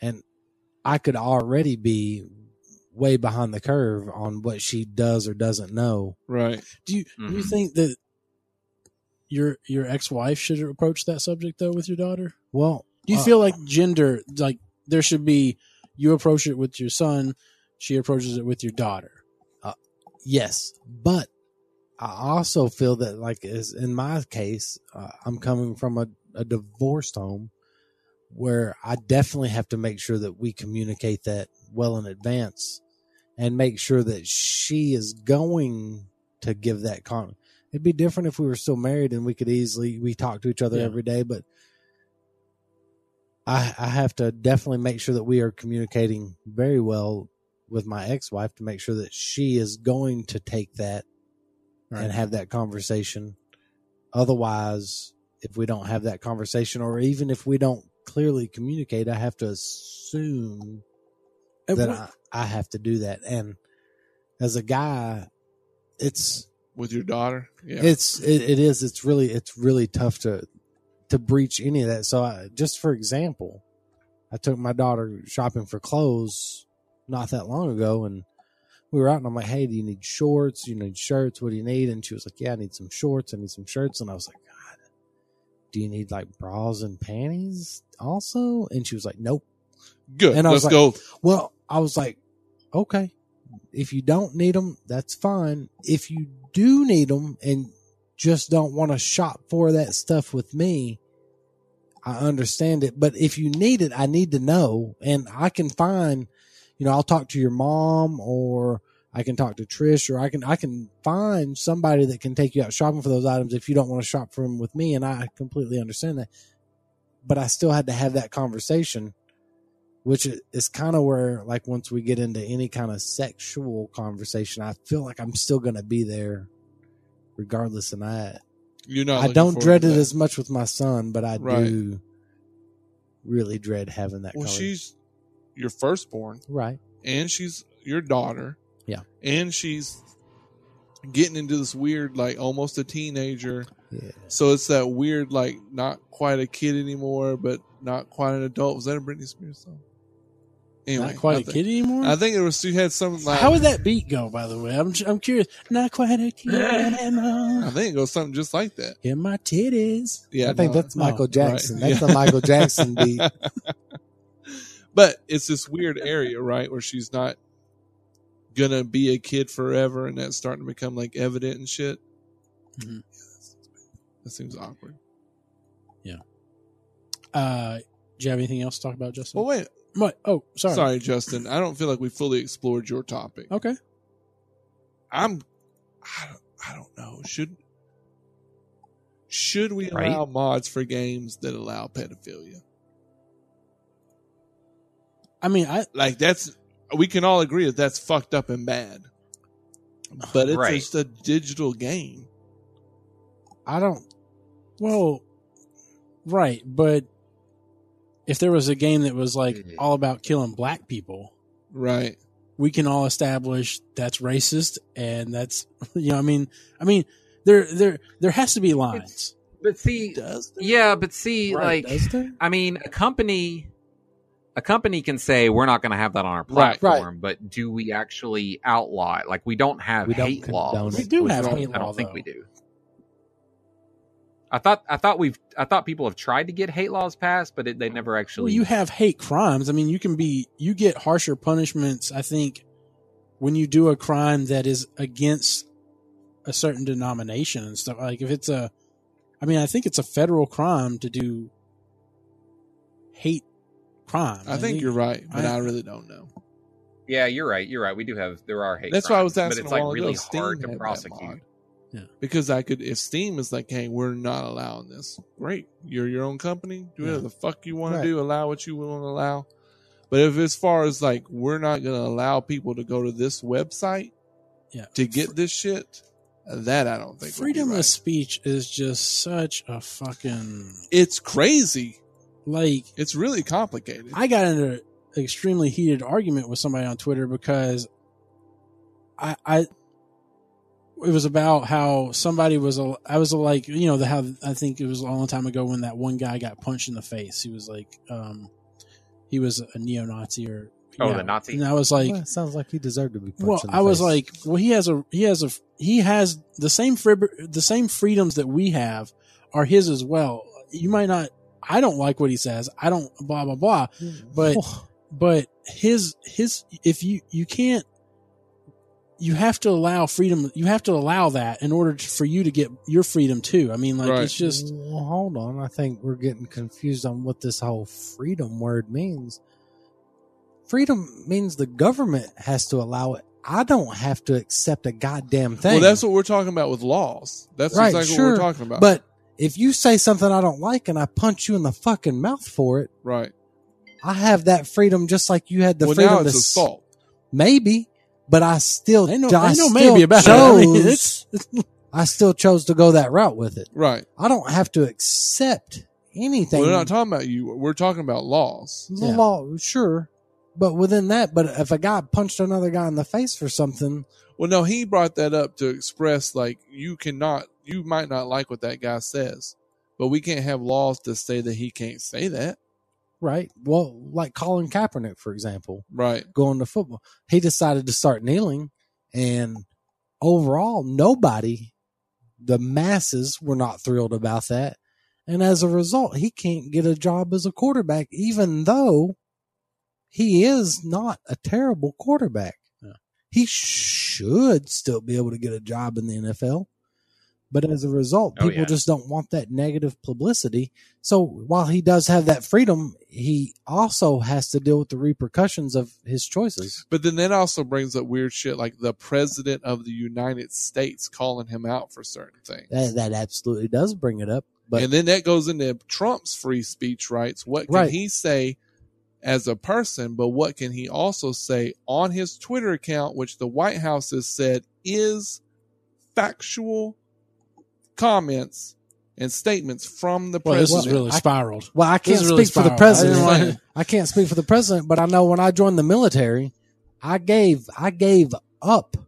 Speaker 4: and I could already be way behind the curve on what she does or doesn't know.
Speaker 3: Right.
Speaker 1: Do you do
Speaker 3: Mm-hmm.
Speaker 1: you
Speaker 2: Mhm.
Speaker 1: think that your your ex wife should approach that subject though with your daughter?
Speaker 4: Well,
Speaker 1: Do you
Speaker 4: uh,
Speaker 1: feel like gender like there should be you approach it with your son, she approaches it with your daughter.
Speaker 4: Yes, but I also feel that, like, as in my case, uh, I'm coming from a, a divorced home where I definitely have to make sure that we communicate that well in advance and make sure that she is going to give that con. It'd be different if we were still married and we could easily we talk to each other
Speaker 1: Yeah.
Speaker 4: every day, but I I have to definitely make sure that we are communicating very well with my ex-wife to make sure that she is going to take that and have that conversation. Otherwise, if we don't have that conversation, or even if we don't clearly communicate, I have to assume
Speaker 1: At
Speaker 4: that
Speaker 1: what-
Speaker 4: I, I have to do that. And as a guy, it's
Speaker 3: With your daughter. Yeah.
Speaker 4: it's it, it is it's really it's really tough to to breach any of that so I, just for example i took my daughter shopping for clothes not that long ago and we were out and i'm like hey do you need shorts you need shirts what do you need and she was like yeah i need some shorts i need some shirts and i was like god do you need like bras and panties also and she was like nope
Speaker 3: Good.
Speaker 4: and I
Speaker 3: Let's
Speaker 4: was
Speaker 3: go.
Speaker 4: well, I was like, okay, if you don't need them, that's fine. If you do need them and just don't want to shop for that stuff with me, I understand it. But if you need it, I need to know. And I can find, you know, I'll talk to your mom or I can talk to Trish or I can, I can find somebody that can take you out shopping for those items if you don't want to shop for them with me. And I completely understand that. But I still had to have that conversation which i- is kind of where like once we get into any kind of sexual conversation i feel like i'm still going to be there regardless and i
Speaker 3: You're not.
Speaker 4: i
Speaker 3: looking
Speaker 4: don't
Speaker 3: forward
Speaker 4: dread
Speaker 3: to
Speaker 4: it
Speaker 3: that.
Speaker 4: as much with my son but i
Speaker 3: Right.
Speaker 4: do really dread having that
Speaker 3: well.
Speaker 4: conver-
Speaker 3: She's your firstborn,
Speaker 4: right
Speaker 3: and she's your daughter.
Speaker 4: Yeah.
Speaker 3: And she's getting into this weird, like almost a teenager.
Speaker 4: yeah
Speaker 3: So it's that weird, like not quite a kid anymore, but not quite an adult. Was that a Britney Spears song? Anyway,
Speaker 1: not quite
Speaker 3: I
Speaker 1: a
Speaker 3: thi-
Speaker 1: kid anymore?
Speaker 3: I think it was. She had something like.
Speaker 1: How would that beat go, by the way? I'm, I'm curious. Not quite a kid
Speaker 3: I
Speaker 1: anymore.
Speaker 3: think it goes something just like that.
Speaker 1: In my titties.
Speaker 3: Yeah,
Speaker 4: i think
Speaker 3: no.
Speaker 4: that's michael
Speaker 1: right.
Speaker 4: jackson that's
Speaker 3: Yeah.
Speaker 4: a michael jackson beat
Speaker 3: But it's this weird area, right, where she's not gonna be a kid forever, and that's starting to become like evident and shit.
Speaker 1: Mhm.
Speaker 3: That seems awkward.
Speaker 1: Uh, do you have anything else to talk about, Justin?
Speaker 3: Well, wait,
Speaker 1: What? Oh, sorry.
Speaker 3: sorry. Justin. I don't feel like we fully explored your topic.
Speaker 1: Okay.
Speaker 3: I'm, I don't, I don't know. Should should we
Speaker 2: Right?
Speaker 3: allow mods for games that allow pedophilia?
Speaker 1: I mean, I
Speaker 3: Like that's we can all agree that that's fucked up and bad. But it's
Speaker 2: Right.
Speaker 3: just a digital game.
Speaker 4: i don't
Speaker 1: well, right, but if there was a game that was like
Speaker 2: Mhm.
Speaker 1: all about killing black people,
Speaker 3: Right.
Speaker 1: we can all establish that's racist and that's you know, I mean, I mean, there there there has to be lines.
Speaker 2: But see,
Speaker 3: Does that?
Speaker 2: yeah, but see,
Speaker 1: Right,
Speaker 2: like,
Speaker 1: does there?
Speaker 2: I mean, a company, a company can say we're not going to have that on our
Speaker 3: Right.
Speaker 2: platform, but do we actually outlaw it? Like, we don't have
Speaker 4: We don't
Speaker 2: hate
Speaker 4: condone
Speaker 2: laws.
Speaker 4: it.
Speaker 1: We do
Speaker 2: At
Speaker 1: have
Speaker 2: least
Speaker 1: hate
Speaker 2: I don't
Speaker 1: law,
Speaker 2: think
Speaker 1: though.
Speaker 2: we do. I thought I thought we've I thought people have tried to get hate laws passed, but it, they never actually.
Speaker 1: Well, you have hate crimes. I mean, you can be you get harsher punishments. I think when you do a crime that is against a certain denomination and stuff. Like if it's a, I mean, I think it's a federal crime to do hate crime.
Speaker 3: I think you're right, but I,
Speaker 1: I-
Speaker 3: really don't know.
Speaker 2: yeah, you're right. You're right. We do have there are hate.
Speaker 3: That's why I was
Speaker 2: crimes,
Speaker 3: asking
Speaker 2: but it's
Speaker 3: a
Speaker 2: like
Speaker 3: while ago,
Speaker 2: really
Speaker 3: Steam
Speaker 2: hard
Speaker 3: had
Speaker 2: to
Speaker 3: that mod.
Speaker 2: prosecute.
Speaker 1: Yeah.
Speaker 3: Because I could, if Steam is like, "Hey, we're not allowing this," great. You're your own company. Do whatever
Speaker 1: Yeah.
Speaker 3: the fuck you want
Speaker 4: Right.
Speaker 3: to do. Allow what you want to allow. But if as far as like, we're not going to allow people to go to this website,
Speaker 1: Yeah.
Speaker 3: to get this shit. That I don't think would be
Speaker 1: freedom
Speaker 3: right.
Speaker 1: of speech is just such a fucking
Speaker 3: It's crazy.
Speaker 1: like
Speaker 3: It's really complicated.
Speaker 1: I got into an extremely heated argument with somebody on Twitter because I, I, it was about how somebody was, a, I was a, like, you know, the how I think it was a long time ago when that one guy got punched in the face. He was like, um, he was a neo Nazi or,
Speaker 2: Oh,
Speaker 1: yeah.
Speaker 2: the Nazi?
Speaker 1: And I was like,
Speaker 4: Well, it sounds like he deserved to be. punched
Speaker 1: well,
Speaker 4: in the
Speaker 1: I was
Speaker 4: face.
Speaker 1: like, well, he has a he has a he has the same frib- the same freedoms that we have are his as well. You might not. I don't like what he says. I don't blah blah blah. but- But his his if you you can't you have to allow freedom. You have to allow that in order to, for you to get your freedom too. I mean, like
Speaker 3: Right.
Speaker 1: it's just
Speaker 4: Well, hold on. I think we're getting confused on what this whole freedom word means. Freedom means the government has to allow it. I don't have to accept a goddamn thing.
Speaker 3: Well, that's what we're talking about with laws. That's
Speaker 4: Right,
Speaker 3: exactly
Speaker 4: sure,
Speaker 3: what we're talking about.
Speaker 4: But if you say something I don't like and I punch you in the fucking mouth for it,
Speaker 3: right.
Speaker 4: I have that freedom just like you had the
Speaker 3: well,
Speaker 4: freedom
Speaker 3: now it's
Speaker 4: to s-
Speaker 3: assault.
Speaker 4: maybe, but I still
Speaker 1: ain't no,
Speaker 4: I
Speaker 1: ain't no
Speaker 4: still
Speaker 1: maybe about
Speaker 4: chose,
Speaker 1: it. I mean, it's-
Speaker 4: I still chose to go that route with it.
Speaker 3: Right.
Speaker 4: I don't have to accept anything.
Speaker 3: We're not talking about you. We're talking about laws.
Speaker 4: the
Speaker 1: Yeah.
Speaker 4: law, sure. But within that, but if a guy punched another guy in the face for something,
Speaker 3: Well, no, he brought that up to express like you cannot, you might not like what that guy says, but we can't have laws to say that he can't say that.
Speaker 4: right? Well, like Colin Kaepernick, for example,
Speaker 3: Right.
Speaker 4: going to football, he decided to start kneeling, and overall, nobody, the masses, were not thrilled about that. And as a result, he can't get a job as a quarterback, even though he is not a terrible quarterback.
Speaker 1: Yeah.
Speaker 4: He should still be able to get a job in the NFL. But as a result,
Speaker 2: Oh,
Speaker 4: people
Speaker 2: yeah.
Speaker 4: just don't want that negative publicity. So while he does have that freedom, he also has to deal with the repercussions of his choices.
Speaker 3: But then that also brings up weird shit like the president of the United States calling him out for certain things.
Speaker 4: That, that absolutely does bring it up. But
Speaker 3: and then that goes into Trump's free speech rights. What can
Speaker 4: Right.
Speaker 3: he say as a person, but what can he also say on his Twitter account, which the White House has said is factual comments and statements from the
Speaker 1: well, this
Speaker 3: president?
Speaker 1: is really
Speaker 4: I-
Speaker 1: spiraled.
Speaker 4: well, I
Speaker 1: This
Speaker 4: can't
Speaker 1: is really
Speaker 4: speak for the
Speaker 1: spiraled.
Speaker 4: president.
Speaker 1: I didn't wanna-
Speaker 4: I can't speak for the president, but I know when I joined the military, I gave I gave up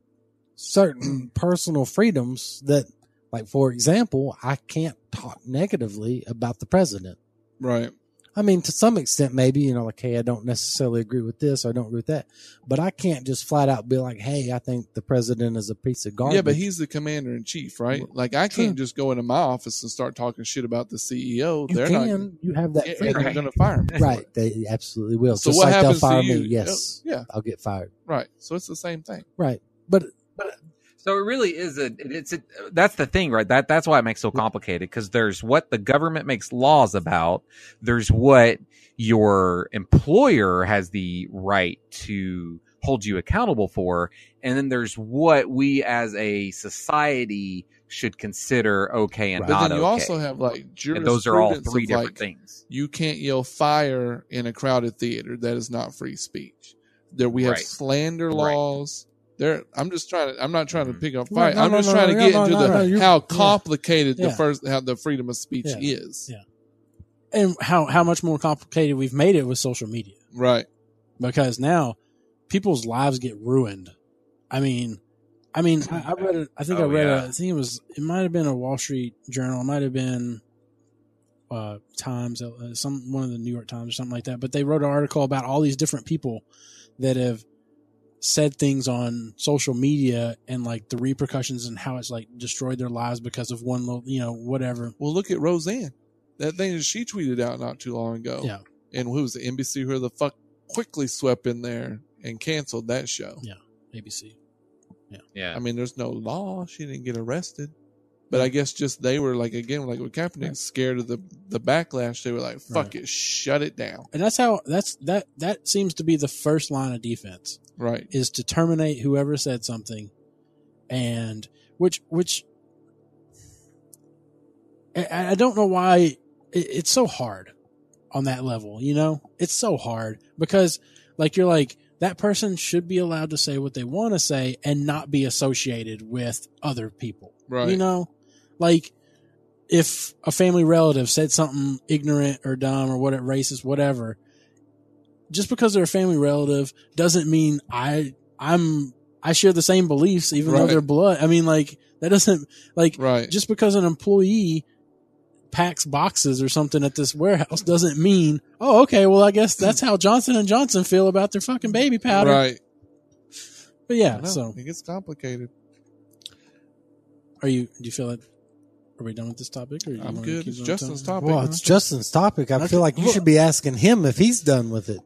Speaker 4: certain personal freedoms that like for example, I can't talk negatively about the president.
Speaker 3: right.
Speaker 4: I mean, to some extent, maybe, you know, like, hey, I don't necessarily agree with this or I don't agree with that. But I can't just flat out be like, hey, I think the president is a piece of garbage.
Speaker 3: Yeah, but he's the commander in chief, right? Like I can't just go into my office and start talking shit about the CEO.
Speaker 4: you
Speaker 3: They're
Speaker 4: can. you have that
Speaker 3: not and
Speaker 4: freedom.
Speaker 3: they're going to fire him.
Speaker 4: Right. They absolutely will.
Speaker 3: So
Speaker 4: just
Speaker 3: what
Speaker 4: like they'll
Speaker 3: happens
Speaker 4: fire
Speaker 3: to you?
Speaker 4: me. Yes.
Speaker 3: Yeah,
Speaker 4: I'll get fired.
Speaker 3: right. So it's the same thing.
Speaker 4: Right. But
Speaker 2: So it really is a it's a, that's the thing, right? That that's why it makes it so complicated because there's what the government makes laws about. There's what your employer has the right to hold you accountable for, and then there's what we as a society should consider okay and
Speaker 4: Right.
Speaker 2: not
Speaker 3: But then you
Speaker 2: okay.
Speaker 3: also have like
Speaker 2: and
Speaker 3: jurisprudence
Speaker 2: those are all three
Speaker 3: of,
Speaker 2: different
Speaker 3: like,
Speaker 2: things.
Speaker 3: you can't yell fire in a crowded theater. That is not free speech. There we have
Speaker 2: Right.
Speaker 3: slander
Speaker 2: Right.
Speaker 3: laws. There, I'm just trying to. I'm not trying to
Speaker 2: Mhm.
Speaker 3: pick on
Speaker 4: No,
Speaker 3: fire.
Speaker 4: no,
Speaker 3: I'm
Speaker 4: no,
Speaker 3: just
Speaker 4: no,
Speaker 3: trying to
Speaker 4: no,
Speaker 3: get
Speaker 4: no,
Speaker 3: into
Speaker 4: no,
Speaker 3: the
Speaker 4: no, you're-
Speaker 3: how
Speaker 4: yeah.
Speaker 3: complicated the
Speaker 1: Yeah.
Speaker 3: first how the freedom of speech
Speaker 1: Yeah.
Speaker 3: is.
Speaker 1: Yeah. And how, how much more complicated we've made it with social media.
Speaker 3: Right.
Speaker 1: because now people's lives get ruined. I mean, I mean, I, I read it. I think I
Speaker 2: Oh,
Speaker 1: read.
Speaker 2: yeah.
Speaker 1: A, I think it was. It might have been a Wall Street Journal. It might have been uh, Times, uh, some one of the New York Times or something like that. But they wrote an article about all these different people that have said things on social media and like the repercussions and how it's like destroyed their lives because of one little, you know, whatever.
Speaker 3: Well, look at Roseanne. That thing that she tweeted out not too long ago.
Speaker 1: Yeah.
Speaker 3: And who was the NBC? Who the fuck quickly swept in there and canceled that show?
Speaker 1: ABC.
Speaker 2: Yeah,
Speaker 3: I mean, there's no law. She didn't get arrested. But I guess just they were like again, like with Kaepernick,
Speaker 1: Right.
Speaker 3: scared of the the backlash. They were like, "Fuck it, shut it down."
Speaker 1: And that's how that's that that seems to be the first line of defense.
Speaker 3: Right?
Speaker 1: is to terminate whoever said something and which which I, I don't know why it, it's so hard on that level you know it's so hard because like you're like that person should be allowed to say what they want to say and not be associated with other people.
Speaker 3: Right.
Speaker 1: You know, like if a family relative said something ignorant or dumb or what racist, whatever, just because they're a family relative doesn't mean I I'm I share the same beliefs even though
Speaker 3: Right.
Speaker 1: they're blood. I mean, like that doesn't like
Speaker 3: right.
Speaker 1: just because an employee packs boxes or something at this warehouse doesn't mean oh okay well i guess that's how johnson and johnson feel about their fucking baby powder
Speaker 3: Right.
Speaker 1: but
Speaker 3: I
Speaker 1: yeah
Speaker 3: know.
Speaker 1: so
Speaker 3: it gets complicated.
Speaker 1: are you do you feel like are we done with this topic or you
Speaker 3: I'm
Speaker 1: wanna
Speaker 3: good.
Speaker 1: keep
Speaker 3: It's
Speaker 1: going
Speaker 3: Justin's
Speaker 1: talking?
Speaker 3: topic.
Speaker 4: Well, it's Justin's topic. I
Speaker 1: Okay.
Speaker 4: feel like you should be asking him if he's done with it.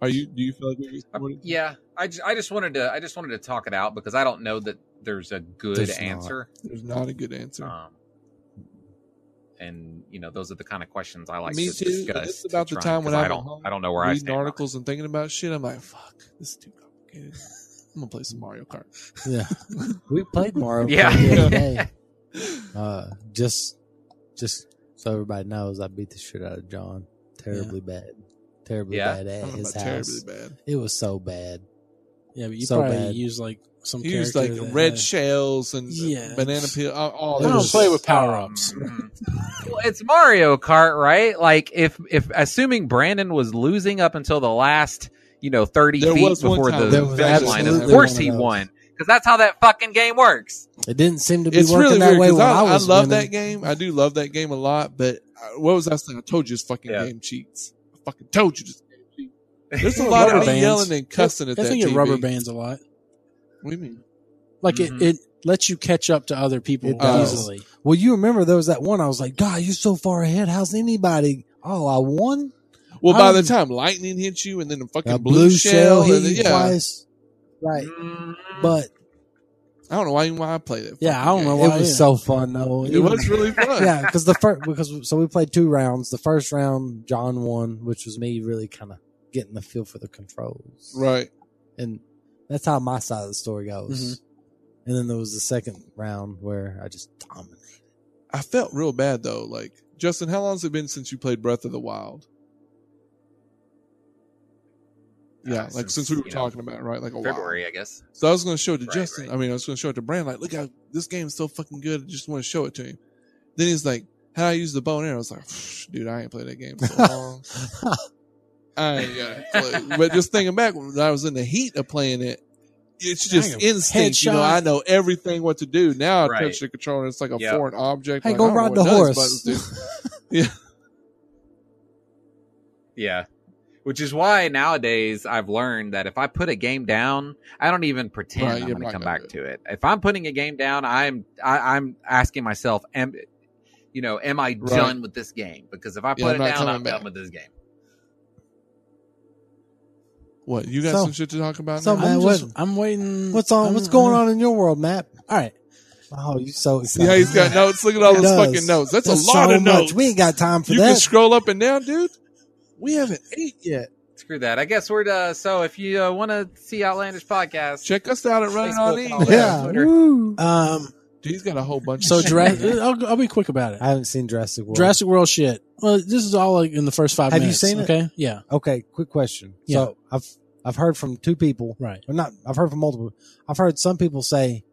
Speaker 3: Are you? Do you feel like we recorded?
Speaker 2: Yeah, I just, I just wanted to I just wanted to talk it out because I don't know that there's a good
Speaker 4: There's not.
Speaker 2: answer.
Speaker 3: There's not a good answer.
Speaker 2: Um, and you know, those are the kind of questions I like
Speaker 3: Me
Speaker 2: to
Speaker 3: too.
Speaker 2: discuss.
Speaker 3: This is about the
Speaker 2: to try-
Speaker 3: time when
Speaker 2: 'cause
Speaker 3: I'm
Speaker 2: I
Speaker 3: at home
Speaker 2: don't I don't know where I
Speaker 3: Reading
Speaker 2: stand. on it.
Speaker 3: articles and thinking about shit, I'm like, fuck, this is too complicated. I'm gonna play some Mario Kart.
Speaker 4: Yeah, we played Mario. Kart
Speaker 2: Yeah.
Speaker 4: the other day. Uh, just, just so everybody knows, I beat the shit out of John terribly bad, terribly
Speaker 2: Yeah?
Speaker 4: bad
Speaker 3: I
Speaker 4: at
Speaker 3: don't know
Speaker 4: his
Speaker 3: about
Speaker 4: house.
Speaker 3: terribly bad.
Speaker 4: It was so bad.
Speaker 1: yeah but you
Speaker 4: So
Speaker 1: probably
Speaker 4: bad.
Speaker 1: use like some
Speaker 3: He used like
Speaker 1: character that
Speaker 3: red
Speaker 1: has-
Speaker 3: shells and
Speaker 1: Yeah.
Speaker 3: banana peel. Oh, all
Speaker 1: i don't
Speaker 3: those-
Speaker 1: play with power-ups
Speaker 2: Um, well, it's Mario Kart, right? Like if if assuming Brandon was losing up until the last, you know, thirty
Speaker 3: There
Speaker 2: feet
Speaker 3: was one
Speaker 2: before
Speaker 3: time
Speaker 2: the
Speaker 4: there was
Speaker 2: finish line, of
Speaker 4: absolutely
Speaker 2: course
Speaker 4: one of
Speaker 2: he
Speaker 4: those.
Speaker 2: won because that's how that fucking game works.
Speaker 4: It didn't seem to be
Speaker 3: It's
Speaker 4: working
Speaker 3: really
Speaker 4: that
Speaker 3: weird
Speaker 4: way
Speaker 3: because
Speaker 4: when I,
Speaker 3: I, I
Speaker 4: was
Speaker 3: love
Speaker 4: winning.
Speaker 3: that game. I do love that game a lot. But I, what was I saying? I told you this fucking
Speaker 2: Yeah.
Speaker 3: game cheats. I fucking told you this. game cheats. There's a lot
Speaker 1: Rubber
Speaker 3: of me
Speaker 1: bands.
Speaker 3: yelling and cussing at
Speaker 1: i
Speaker 3: that
Speaker 1: think it
Speaker 3: TV.
Speaker 1: rubber bands a lot
Speaker 3: What do you mean?
Speaker 1: like
Speaker 2: Mhm.
Speaker 3: Mm-hmm.
Speaker 1: it, it lets you catch up to other people
Speaker 4: It does.
Speaker 1: easily
Speaker 4: Well, you remember there was that one. I was like, God, you're so far ahead. How's anybody? Oh, I won.
Speaker 3: Well, by the
Speaker 4: I'm-
Speaker 3: time lightning hits you, and then the fucking
Speaker 4: Um, A
Speaker 3: blue, shell,
Speaker 4: hit
Speaker 3: and then-
Speaker 4: you
Speaker 3: yeah,
Speaker 4: twice. Right, but
Speaker 3: I don't know why, why I play that.
Speaker 1: Yeah,
Speaker 3: fucking
Speaker 1: I don't know
Speaker 3: game.
Speaker 1: Well,
Speaker 4: it was
Speaker 1: yeah.
Speaker 4: so fun though.
Speaker 3: It was really fun.
Speaker 4: yeah, because the first because so we played two rounds. The first round, John won, which was me really kind of getting the feel for the controls,
Speaker 3: Right.
Speaker 4: and that's how my side of the story goes. And then there was the second round where I just dominated.
Speaker 3: I felt real bad though. Like Justin, how long's it been since you played Breath of the Wild? Yeah,
Speaker 2: Uh,
Speaker 3: like since, we were
Speaker 2: you know,
Speaker 3: talking about it, right? Like a while.
Speaker 2: February, I guess.
Speaker 3: So I was going to show it to
Speaker 2: Right,
Speaker 3: Justin.
Speaker 2: right.
Speaker 3: I mean, I was going to show it to Brand. Like, look, how this game's so fucking good. I just want to show it to him. Then he's like, "How do I use the bow and arrow?" I was like, "Psh, "Dude, I ain't played that game in so long." I ain't got a clue. But just thinking back when I was in the heat of playing it, it's just
Speaker 1: Dang,
Speaker 3: instinct. You know,
Speaker 1: headshot.
Speaker 3: I know everything what to do. Now I
Speaker 2: Right.
Speaker 3: touch the controller, it's like a
Speaker 2: Yeah.
Speaker 3: foreign object.
Speaker 4: Hey,
Speaker 3: like, I
Speaker 4: go
Speaker 3: don't know
Speaker 4: ride
Speaker 3: what
Speaker 4: the
Speaker 3: none of these
Speaker 4: horse.
Speaker 3: buttons do.
Speaker 2: Yeah. Which is why nowadays I've learned that if I put a game down, I don't even pretend
Speaker 3: Right,
Speaker 2: I'm going
Speaker 3: you're
Speaker 2: to
Speaker 3: not
Speaker 2: come
Speaker 3: gonna
Speaker 2: back
Speaker 3: do
Speaker 2: to it. If I'm putting a game down, I'm I, I'm asking myself, am you know, am I
Speaker 3: Right.
Speaker 2: done with this game? Because if I put
Speaker 3: I'm
Speaker 2: it
Speaker 3: not
Speaker 2: down,
Speaker 3: coming
Speaker 2: I'm
Speaker 3: back.
Speaker 2: done with this game.
Speaker 3: What you got
Speaker 4: So-
Speaker 3: some shit to talk about?
Speaker 4: so
Speaker 3: now?
Speaker 4: Matt,
Speaker 1: I'm,
Speaker 4: Oh, what-
Speaker 1: just, I'm waiting
Speaker 4: What's on?
Speaker 1: I'm-
Speaker 4: What's going on in your world, Matt?
Speaker 1: all right
Speaker 4: Oh, you so excited.
Speaker 3: yeah, he's got notes. Look at all
Speaker 4: He
Speaker 3: those
Speaker 4: does.
Speaker 3: fucking notes. That's,
Speaker 4: There's
Speaker 3: a lot
Speaker 4: so
Speaker 3: of
Speaker 4: much.
Speaker 3: notes.
Speaker 4: We ain't got time for
Speaker 3: you can
Speaker 4: that.
Speaker 3: scroll up and down, dude. We haven't ate yet.
Speaker 2: Screw that. I guess we're uh, so if you uh, want to see Outlandish podcast,
Speaker 3: Check us out at Running On
Speaker 2: Facebook and
Speaker 3: E.
Speaker 2: all that.
Speaker 4: yeah.
Speaker 2: Twitter.
Speaker 4: woo.
Speaker 1: um
Speaker 3: Dude, he's got a whole bunch.
Speaker 1: so
Speaker 3: of shit.
Speaker 1: Jurassic, I'll, I'll be quick about it
Speaker 4: I haven't seen Jurassic World.
Speaker 1: Jurassic World shit. Well, this is all like in the first five
Speaker 4: Have you
Speaker 1: minutes.
Speaker 4: seen it?
Speaker 1: okay? Yeah.
Speaker 4: Okay, quick question.
Speaker 1: Yeah.
Speaker 4: So I've I've heard from two people.
Speaker 1: Right.
Speaker 4: Or not. I've heard from multiple. I've heard some people say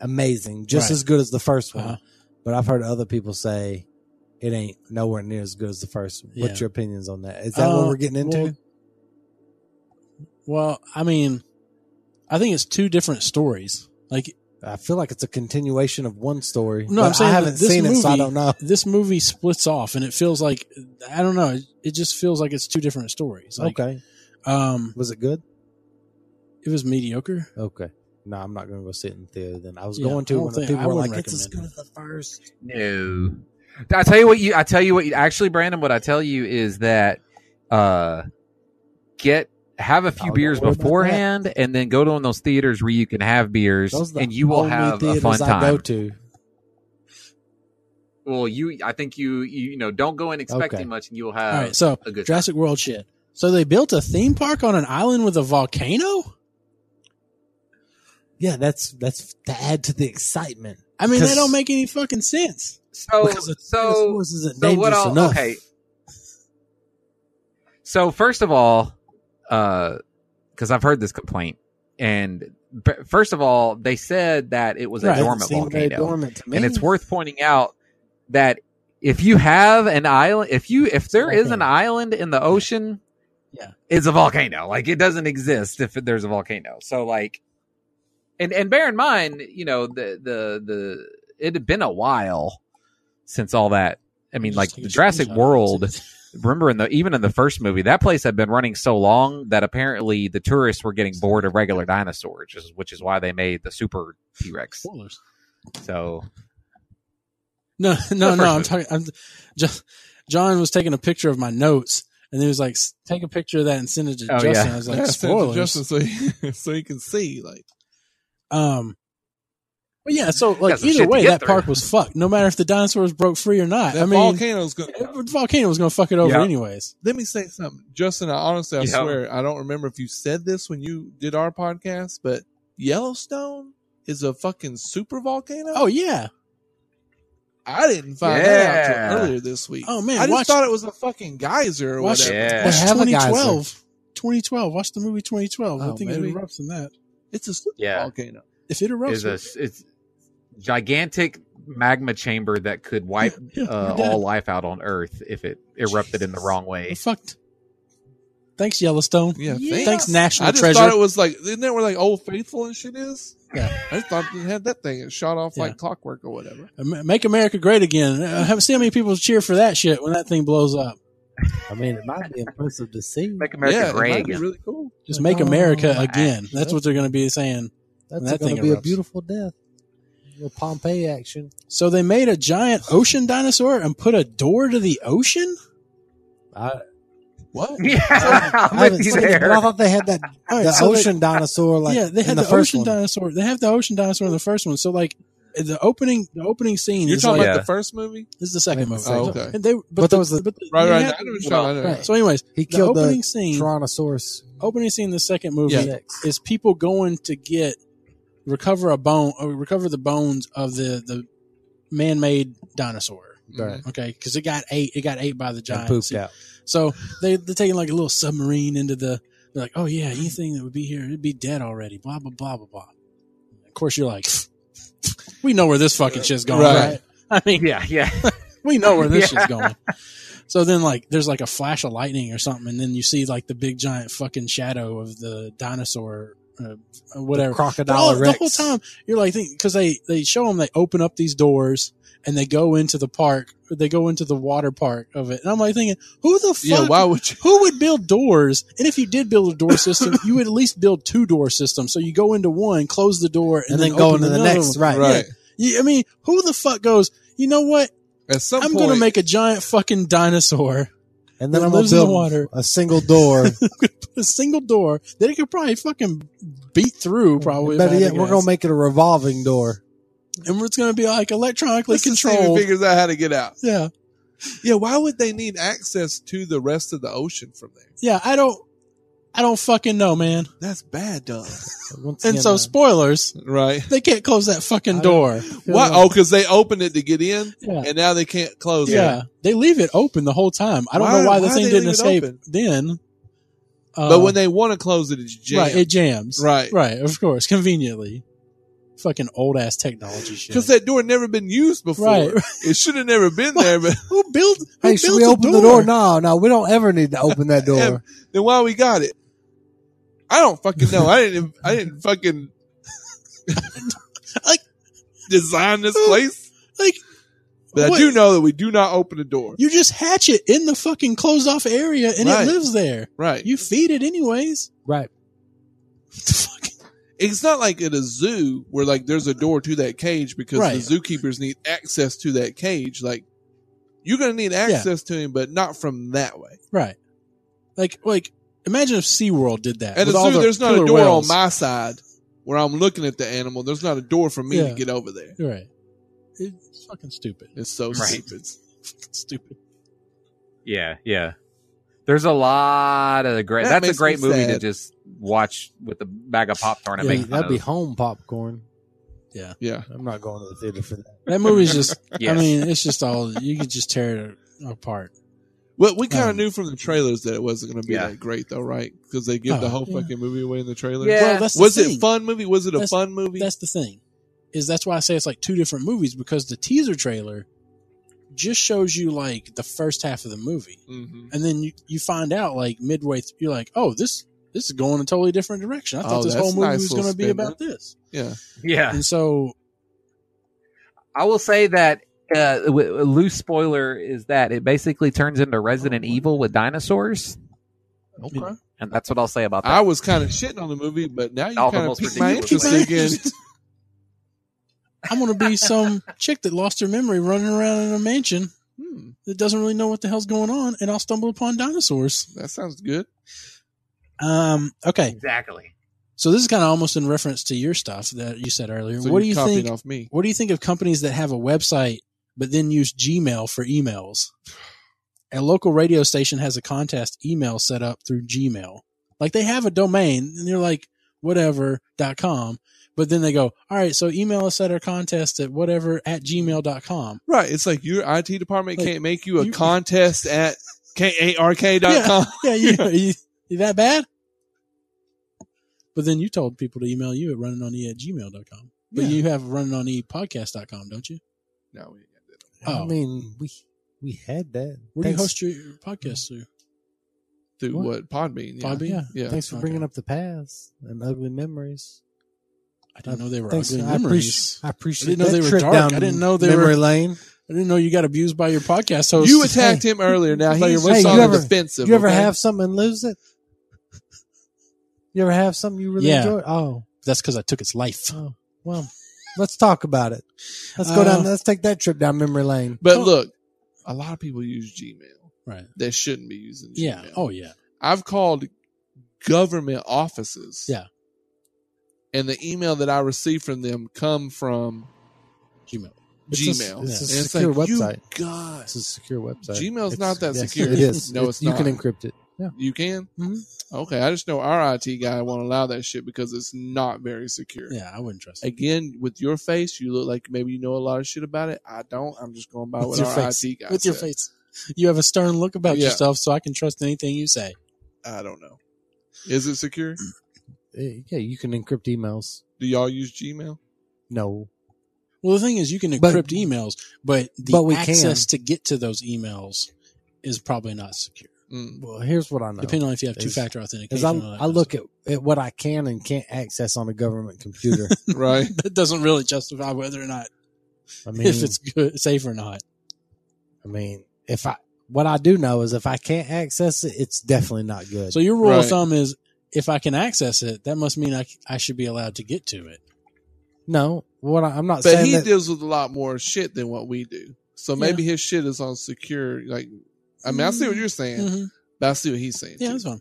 Speaker 4: amazing, just
Speaker 1: Right.
Speaker 4: as good as the first one.
Speaker 1: Uh-huh.
Speaker 4: But I've heard other people say it ain't nowhere near as good as the first. one.
Speaker 1: Yeah.
Speaker 4: What's your opinions on that? Is that what
Speaker 1: Uh,
Speaker 4: we're getting into?
Speaker 1: well- Well, I mean, I think it's two different stories. Like
Speaker 4: I feel like it's a continuation of one story.
Speaker 1: No,
Speaker 4: but
Speaker 1: I'm saying
Speaker 4: I
Speaker 1: that
Speaker 4: haven't
Speaker 1: this
Speaker 4: seen it, so I
Speaker 1: movie-
Speaker 4: don't know.
Speaker 1: this movie splits off, and it feels like I don't know. It just feels like it's two different stories. Like,
Speaker 4: okay,
Speaker 1: Um,
Speaker 4: was it good?
Speaker 1: it was mediocre.
Speaker 4: Okay. No, I'm not going to go sit in the theater. Then I was
Speaker 1: Yeah,
Speaker 4: going
Speaker 1: I
Speaker 4: to
Speaker 1: don't
Speaker 4: when the
Speaker 1: think-
Speaker 4: people
Speaker 1: I
Speaker 4: were
Speaker 1: wouldn't
Speaker 4: like, "It's as good
Speaker 1: recommend
Speaker 4: as the first.
Speaker 2: No. I tell you what you I tell you what you, actually Brandon what I tell you is that uh get have a
Speaker 4: Oh,
Speaker 2: few
Speaker 4: don't
Speaker 2: beers
Speaker 4: worry about that.
Speaker 2: beforehand and then go to one of those theaters where you can have beers
Speaker 4: Those are the
Speaker 2: and you will
Speaker 4: only
Speaker 2: have a
Speaker 4: theaters
Speaker 2: fun
Speaker 4: I go
Speaker 2: time.
Speaker 4: to.
Speaker 2: Well, you I think you you, you know don't go in expecting
Speaker 4: Okay.
Speaker 2: much and you will have
Speaker 1: all right, so
Speaker 2: a good
Speaker 1: Jurassic World shit. So they built a theme park on an island with a volcano.
Speaker 4: Yeah, that's that's to add to the excitement.
Speaker 1: I mean,
Speaker 4: Because-
Speaker 1: that don't make any fucking sense.
Speaker 2: So
Speaker 4: because the
Speaker 2: so
Speaker 4: dinosaurs isn't
Speaker 2: so what
Speaker 4: dangerous
Speaker 2: I'll-
Speaker 4: enough.
Speaker 2: okay. So first of all, because I've heard this complaint. And b- first of all, they said that it was a
Speaker 4: Right.
Speaker 2: dormant
Speaker 4: Seemed very
Speaker 2: volcano,
Speaker 4: dormant to me.
Speaker 2: and it's worth pointing out that if you have an island, if you if there is an
Speaker 4: Volcano.
Speaker 2: island in the ocean,
Speaker 4: Yeah.
Speaker 2: it's a volcano. Like it doesn't exist if there's a volcano. So like, and and bear in mind, you know the the the it had been a while since all that. I mean,
Speaker 1: Just
Speaker 2: like
Speaker 1: take
Speaker 2: the
Speaker 1: a
Speaker 2: Jurassic
Speaker 1: screenshot.
Speaker 2: World remember in the even in the first movie that place had been running so long that apparently the tourists were getting bored of regular dinosaurs which is, which is why they made the super t-rex
Speaker 1: Spoilers.
Speaker 2: so
Speaker 1: No, no,
Speaker 2: The first
Speaker 1: no. I'm
Speaker 2: movie.
Speaker 1: talking. I'm, Jo- John was taking a picture of my notes, and he was like, "S- "Take a picture of that and send it to
Speaker 2: Oh,
Speaker 1: Justin."
Speaker 2: yeah.
Speaker 1: I was
Speaker 3: Yeah,
Speaker 1: like,
Speaker 3: send it to
Speaker 1: "Spoilers."
Speaker 3: Justin so you, so you can see. Like,
Speaker 1: Um, but yeah, so
Speaker 2: Got
Speaker 1: like
Speaker 2: some
Speaker 1: either
Speaker 2: shit to
Speaker 1: way,
Speaker 2: get
Speaker 1: that
Speaker 2: through.
Speaker 1: park was fucked. No matter if the dinosaurs broke free or not,
Speaker 3: that
Speaker 1: I mean,
Speaker 3: volcano's going to.
Speaker 1: the volcano was going to fuck it over
Speaker 2: Yeah.
Speaker 1: anyways.
Speaker 3: Let me say something. Justin, I honestly, I
Speaker 2: Yeah.
Speaker 3: swear, I don't remember if you said this when you did our podcast, but Yellowstone is a fucking super volcano?
Speaker 1: Oh yeah.
Speaker 3: I didn't find that out
Speaker 2: Yeah.
Speaker 3: until earlier this week.
Speaker 1: Oh man,
Speaker 3: I just
Speaker 1: watch,
Speaker 3: thought it was a fucking geyser or
Speaker 1: watch,
Speaker 3: whatever.
Speaker 2: Yeah.
Speaker 1: watch
Speaker 4: They have a
Speaker 1: 2012. 2012. Watch the movie 2012.
Speaker 3: Oh,
Speaker 1: I think
Speaker 3: maybe.
Speaker 1: it erupts in that.
Speaker 3: It's a super
Speaker 2: Yeah.
Speaker 3: volcano.
Speaker 1: If it erupts,
Speaker 2: is a it's gigantic magma chamber that could wipe
Speaker 1: yeah,
Speaker 2: uh,
Speaker 1: we're dead.
Speaker 2: all life out on earth if it erupted in the
Speaker 1: Jesus.
Speaker 2: wrong
Speaker 1: We're
Speaker 2: way
Speaker 1: fucked. Thanks, Yellowstone.
Speaker 3: Yeah,
Speaker 1: Thanks,
Speaker 3: thanks.
Speaker 1: National
Speaker 3: I just
Speaker 1: Treasure.
Speaker 3: thought it was like, isn't that where like Old Faithful and shit is?
Speaker 1: Yeah.
Speaker 3: I just thought it had that thing. It shot off
Speaker 1: Yeah.
Speaker 3: like clockwork or whatever.
Speaker 1: Am- Make America Great Again. I haven't seen how many people cheer for that shit when that thing blows up.
Speaker 4: I mean, it might be impressive to see.
Speaker 2: make america
Speaker 3: yeah,
Speaker 2: gray
Speaker 3: it might be
Speaker 2: again
Speaker 3: really cool.
Speaker 1: Just make
Speaker 4: Oh,
Speaker 1: America
Speaker 4: my
Speaker 1: again. That's what they're going to be saying.
Speaker 4: That's
Speaker 1: That thing
Speaker 4: going to be a
Speaker 1: erupts.
Speaker 4: beautiful death. A Pompeii action.
Speaker 1: So they made a giant ocean dinosaur and put a door to the ocean.
Speaker 4: I,
Speaker 3: What?
Speaker 2: yeah
Speaker 4: I
Speaker 2: i'm
Speaker 4: haven't
Speaker 2: with you
Speaker 4: seen it, but I
Speaker 2: there
Speaker 4: thought they had that
Speaker 1: All right,
Speaker 4: the
Speaker 1: so they-
Speaker 4: ocean dinosaur. Like
Speaker 1: yeah, they
Speaker 4: in
Speaker 1: had
Speaker 4: the,
Speaker 1: the,
Speaker 4: first
Speaker 1: ocean
Speaker 4: one.
Speaker 1: dinosaur. They have the ocean dinosaur in the first one. So like the opening, the opening scene
Speaker 3: You're
Speaker 1: is
Speaker 3: talking
Speaker 1: like
Speaker 3: about
Speaker 2: Yeah.
Speaker 3: the first movie?
Speaker 1: this is the second movie.
Speaker 3: Oh, okay.
Speaker 1: And they, but,
Speaker 4: But
Speaker 1: the,
Speaker 4: that was the-
Speaker 1: but the-
Speaker 3: Right,
Speaker 1: they
Speaker 3: right.
Speaker 1: had-
Speaker 3: I know what you're talking about.
Speaker 4: right.
Speaker 1: so, anyways,
Speaker 4: He
Speaker 1: the
Speaker 4: killed
Speaker 1: opening
Speaker 4: the
Speaker 1: scene,
Speaker 4: Tyrannosaurus.
Speaker 1: opening scene in the second movie
Speaker 3: Yeah.
Speaker 4: Rex.
Speaker 1: is people going to get recover a bone, or recover the bones of the the man-made dinosaur.
Speaker 4: Mm-hmm.
Speaker 3: Right.
Speaker 1: Okay, because it got ate. It got ate by the
Speaker 4: And
Speaker 1: giant.
Speaker 4: pooped
Speaker 1: sea-
Speaker 4: out.
Speaker 1: So they they're taking like a little submarine into the. They're like, oh yeah, anything that would be here, it'd be dead already. Blah blah blah blah blah. Of course, you're like, we know where this fucking shit's going.
Speaker 3: Right.
Speaker 1: Right. I mean,
Speaker 2: yeah yeah
Speaker 1: we know where this
Speaker 2: Yeah.
Speaker 1: shit's going. So then, like, there's like a flash of lightning or something, and then you see like the big giant fucking shadow of the dinosaur, uh, whatever.
Speaker 4: Oh, The crocodile
Speaker 1: All-
Speaker 4: Rex.
Speaker 1: The whole time you're like, because they they show them they open up these doors and they go into the park, or they go into the water park of it, and I'm like thinking, who the fuck?
Speaker 3: Yeah, why would you?
Speaker 1: who would build doors? And if you did build a door system, you would at least build two door systems. So you go into one, close the door, and,
Speaker 4: and then
Speaker 1: then,
Speaker 4: go
Speaker 1: open
Speaker 4: into the
Speaker 1: another
Speaker 4: next.
Speaker 1: one.
Speaker 4: Right.
Speaker 3: Right.
Speaker 1: You- I mean, who the fuck goes? You know what?
Speaker 3: At some
Speaker 1: I'm
Speaker 3: point,
Speaker 1: going to make a giant fucking dinosaur,
Speaker 4: And then
Speaker 1: That
Speaker 4: I'm going to
Speaker 1: lives in the
Speaker 4: build
Speaker 1: water.
Speaker 4: a single door.
Speaker 1: a single door that it could probably fucking beat through. Probably,
Speaker 4: Better yet, we're going to
Speaker 1: make
Speaker 4: make it a revolving door.
Speaker 1: and it's going to be like electronically
Speaker 3: let's just see if he
Speaker 1: controlled.
Speaker 3: figures out how to get out.
Speaker 1: Yeah,
Speaker 3: Yeah, why would they need access to the rest of the ocean from there?
Speaker 1: yeah. I don't, I don't fucking know, man.
Speaker 3: That's bad, dog.
Speaker 4: Once
Speaker 1: And
Speaker 4: again,
Speaker 1: so,
Speaker 4: uh,
Speaker 1: spoilers.
Speaker 3: right?
Speaker 1: They can't close that fucking
Speaker 4: I
Speaker 1: door. oh,
Speaker 4: feel
Speaker 3: Why?
Speaker 4: like-
Speaker 3: Oh, because they opened it to get in,
Speaker 1: Yeah.
Speaker 3: and now they can't close
Speaker 1: Uh, Yeah.
Speaker 3: it.
Speaker 1: they leave it open the whole time. I don't
Speaker 3: Why-
Speaker 1: know why the
Speaker 3: why
Speaker 1: thing
Speaker 3: they
Speaker 1: didn't
Speaker 3: leave
Speaker 1: escape
Speaker 3: it open?
Speaker 1: then. Uh,
Speaker 3: But when they want to close it, it's jammed.
Speaker 1: right, it jams.
Speaker 3: Right.
Speaker 1: right, of course, conveniently. Fucking old ass technology shit.
Speaker 3: because that door had never been used before.
Speaker 1: Right.
Speaker 3: It should have never been there. But
Speaker 1: who built? Who
Speaker 4: Hey, should
Speaker 1: built
Speaker 4: we
Speaker 1: a
Speaker 4: open the door? No, no, we don't ever need to open that door.
Speaker 3: then why we got it? I don't fucking know. I didn't. I didn't fucking
Speaker 1: Like-
Speaker 3: design this place.
Speaker 1: Like,
Speaker 3: But I
Speaker 1: what-
Speaker 3: do know that we do not open a door.
Speaker 1: You just hatch it in the fucking closed off area, and
Speaker 3: Right.
Speaker 1: it lives there.
Speaker 3: Right.
Speaker 1: You feed it anyways.
Speaker 4: right.
Speaker 1: Fucking-
Speaker 3: it's not like at a zoo where like there's a door to that cage because
Speaker 1: Right.
Speaker 3: the zookeepers need access to that cage. Like you're gonna need access to him, but not from that way.
Speaker 1: right. Like, like, imagine if SeaWorld did that.
Speaker 3: At a
Speaker 1: with all
Speaker 3: zoo,
Speaker 1: the
Speaker 3: there's not a
Speaker 1: killer
Speaker 3: door
Speaker 1: whales.
Speaker 3: on my side where I'm looking at the animal. There's not a door for me to
Speaker 1: Yeah.
Speaker 3: get over there.
Speaker 1: Right. It's fucking stupid.
Speaker 3: It's so
Speaker 2: Right.
Speaker 3: stupid.
Speaker 1: Fucking stupid.
Speaker 2: Yeah, yeah. There's a lot of great.
Speaker 3: That
Speaker 2: that's
Speaker 3: makes
Speaker 2: a great
Speaker 3: me
Speaker 2: movie to
Speaker 3: sad.
Speaker 2: just watch with a bag of popcorn and
Speaker 1: Yeah,
Speaker 2: make fun
Speaker 4: That'd
Speaker 2: of.
Speaker 4: be home popcorn.
Speaker 3: Yeah.
Speaker 4: I'm not going to the theater for that.
Speaker 1: That movie's just.
Speaker 2: Yes.
Speaker 1: I mean, it's just all you could just tear it apart.
Speaker 3: Well, we kind of
Speaker 4: Um,
Speaker 3: knew from the trailers that it wasn't going to be
Speaker 2: Yeah.
Speaker 3: that great, though, right? Because they give the
Speaker 1: Oh,
Speaker 3: whole
Speaker 1: yeah.
Speaker 3: fucking movie away in the trailer.
Speaker 2: Yeah.
Speaker 1: Well, that's the
Speaker 3: Was
Speaker 1: thing.
Speaker 3: it fun movie? Was it a
Speaker 1: That's-
Speaker 3: fun movie?
Speaker 1: That's the thing. Is that's why I say it's like two different movies because the teaser trailer just shows you like the first half of the movie.
Speaker 3: Mhm.
Speaker 1: and then you, you find out like midway th- you're like oh this this is going a totally different direction i thought
Speaker 3: Oh,
Speaker 1: this
Speaker 3: that's
Speaker 1: whole
Speaker 3: a
Speaker 1: movie
Speaker 3: nice
Speaker 1: was
Speaker 3: little
Speaker 1: going to be
Speaker 3: spin,
Speaker 1: about this
Speaker 3: Yeah.
Speaker 2: Yeah.
Speaker 1: and so
Speaker 2: I will say that uh, w- a loose spoiler is that it basically turns into Resident Evil with dinosaurs,
Speaker 3: Okay.
Speaker 2: and that's what I'll say about that.
Speaker 3: I was kind of shitting on the movie, but now you
Speaker 2: All the
Speaker 3: kind of
Speaker 2: most
Speaker 3: piqued my
Speaker 2: ridiculous
Speaker 3: interest
Speaker 1: things.
Speaker 3: again.
Speaker 1: i'm going to be some chick that lost her memory running around in a mansion
Speaker 3: Hmm,
Speaker 1: that doesn't really know what the hell's going on and i'll stumble upon dinosaurs
Speaker 3: that sounds good.
Speaker 1: um okay
Speaker 2: exactly.
Speaker 1: so this is kind of almost in reference to your stuff that you said earlier
Speaker 3: So
Speaker 1: what do
Speaker 3: you
Speaker 1: you
Speaker 3: copied
Speaker 1: think
Speaker 3: off me?
Speaker 1: what do you think of companies that have a website but then use Gmail for emails? A local radio station has a contest email set up through Gmail. Like they have a domain and they're like whatever dot com, but then they go, all right, so email us at our contest at whatever at gmail.com.
Speaker 3: Right. It's like your IT department
Speaker 1: Like,
Speaker 3: can't make you a
Speaker 1: you-
Speaker 3: contest at kark.com. com.
Speaker 1: Yeah, you, you, you that bad? But then you told people to email you at running on e at gmail.com. But
Speaker 3: Yeah.
Speaker 1: you have running on e podcast.com, don't you?
Speaker 3: No, we ain't got that.
Speaker 1: Oh.
Speaker 4: I mean, we we had that.
Speaker 1: Where
Speaker 4: thanks,
Speaker 1: do you host your, your podcast through?
Speaker 3: through
Speaker 4: What?
Speaker 3: what? Podbean. Yeah.
Speaker 1: Podbean?
Speaker 4: Yeah.
Speaker 3: Yeah.
Speaker 4: Thanks for
Speaker 1: Okay.
Speaker 4: bringing up the past and ugly memories.
Speaker 1: I didn't know they were
Speaker 4: Thanks.
Speaker 1: ugly
Speaker 4: I
Speaker 1: memories.
Speaker 4: appreciate. I appreciate.
Speaker 1: I didn't know
Speaker 4: that
Speaker 1: they were
Speaker 4: trip
Speaker 1: dark.
Speaker 4: Down
Speaker 1: I didn't know they
Speaker 4: memory
Speaker 1: were-
Speaker 4: lane.
Speaker 1: I didn't know you got abused by your podcast host.
Speaker 3: You attacked him earlier. Now
Speaker 4: Hey,
Speaker 3: he's
Speaker 4: hey,
Speaker 3: just
Speaker 4: you
Speaker 3: on the
Speaker 4: ever-
Speaker 3: defensive.
Speaker 4: you ever
Speaker 3: okay?
Speaker 4: have something and lose it? You ever have something you really
Speaker 1: Yeah.
Speaker 4: enjoy? Oh,
Speaker 1: That's because I took his life.
Speaker 4: oh, well, let's talk about it. Let's go
Speaker 1: Uh,
Speaker 4: down. Let's take that trip down memory lane.
Speaker 3: But
Speaker 1: Oh.
Speaker 3: look, a lot of people use Gmail
Speaker 1: Right.
Speaker 3: that shouldn't be using Gmail.
Speaker 1: Yeah. Oh, yeah.
Speaker 3: I've called government offices.
Speaker 1: Yeah.
Speaker 3: And the email that I received from them come from
Speaker 1: Gmail.
Speaker 4: It's a-
Speaker 3: Gmail.
Speaker 4: it's a
Speaker 3: And
Speaker 4: secure
Speaker 3: like, you
Speaker 4: website.
Speaker 3: God,
Speaker 4: It's a secure website.
Speaker 3: Gmail's
Speaker 4: It's-
Speaker 3: not that
Speaker 4: yes,
Speaker 3: secure.
Speaker 4: It is.
Speaker 3: No, it's
Speaker 4: you
Speaker 3: not.
Speaker 4: can encrypt it. Yeah.
Speaker 3: you can.
Speaker 1: Mhm.
Speaker 4: Mm-hmm.
Speaker 3: Okay, I just know our IT guy won't allow that shit because it's not very secure.
Speaker 1: Yeah, I wouldn't trust him.
Speaker 3: Again, with your face, you look like maybe you know a lot of shit about it. I don't. I'm just going by
Speaker 1: uh, With
Speaker 3: what
Speaker 1: your
Speaker 3: our
Speaker 1: face.
Speaker 3: IT guy
Speaker 1: With your
Speaker 3: said.
Speaker 1: face. You have a stern look about
Speaker 3: Yeah.
Speaker 1: yourself, so I can trust anything you say.
Speaker 3: I don't know. Is it secure?
Speaker 1: Mm.
Speaker 4: Uh, Yeah, you can encrypt emails.
Speaker 3: Do y'all use Gmail?
Speaker 4: No.
Speaker 1: Well, the thing is, you can encrypt
Speaker 4: But-
Speaker 1: emails, but the
Speaker 4: But we
Speaker 1: access to get to those emails is probably not secure,
Speaker 3: Mm.
Speaker 4: Well, here's what I know.
Speaker 1: depending on if you have two
Speaker 4: It's-
Speaker 1: factor
Speaker 4: Because
Speaker 1: authentication.
Speaker 4: I,
Speaker 1: and all that
Speaker 4: I
Speaker 1: kind of
Speaker 4: look at, at what I can and can't access on a government computer.
Speaker 3: Right.
Speaker 1: stuff. that doesn't really justify whether or not
Speaker 4: I mean,
Speaker 1: if it's good, safe or not.
Speaker 4: I mean, if I what I do know is if I can't access it, it's definitely not good.
Speaker 1: So your rule
Speaker 3: Right.
Speaker 1: of thumb is if I can access it, that must mean I, c- I should be allowed to get to it.
Speaker 4: no, what I, I'm not
Speaker 3: But
Speaker 4: saying
Speaker 3: he
Speaker 4: that.
Speaker 3: deals with a lot more shit than what we do. So maybe his shit is on secure. Like, I mean, I see what you're saying,
Speaker 1: Mhm.
Speaker 3: but I see what he's saying.
Speaker 1: Yeah,
Speaker 3: too.
Speaker 1: that's fine.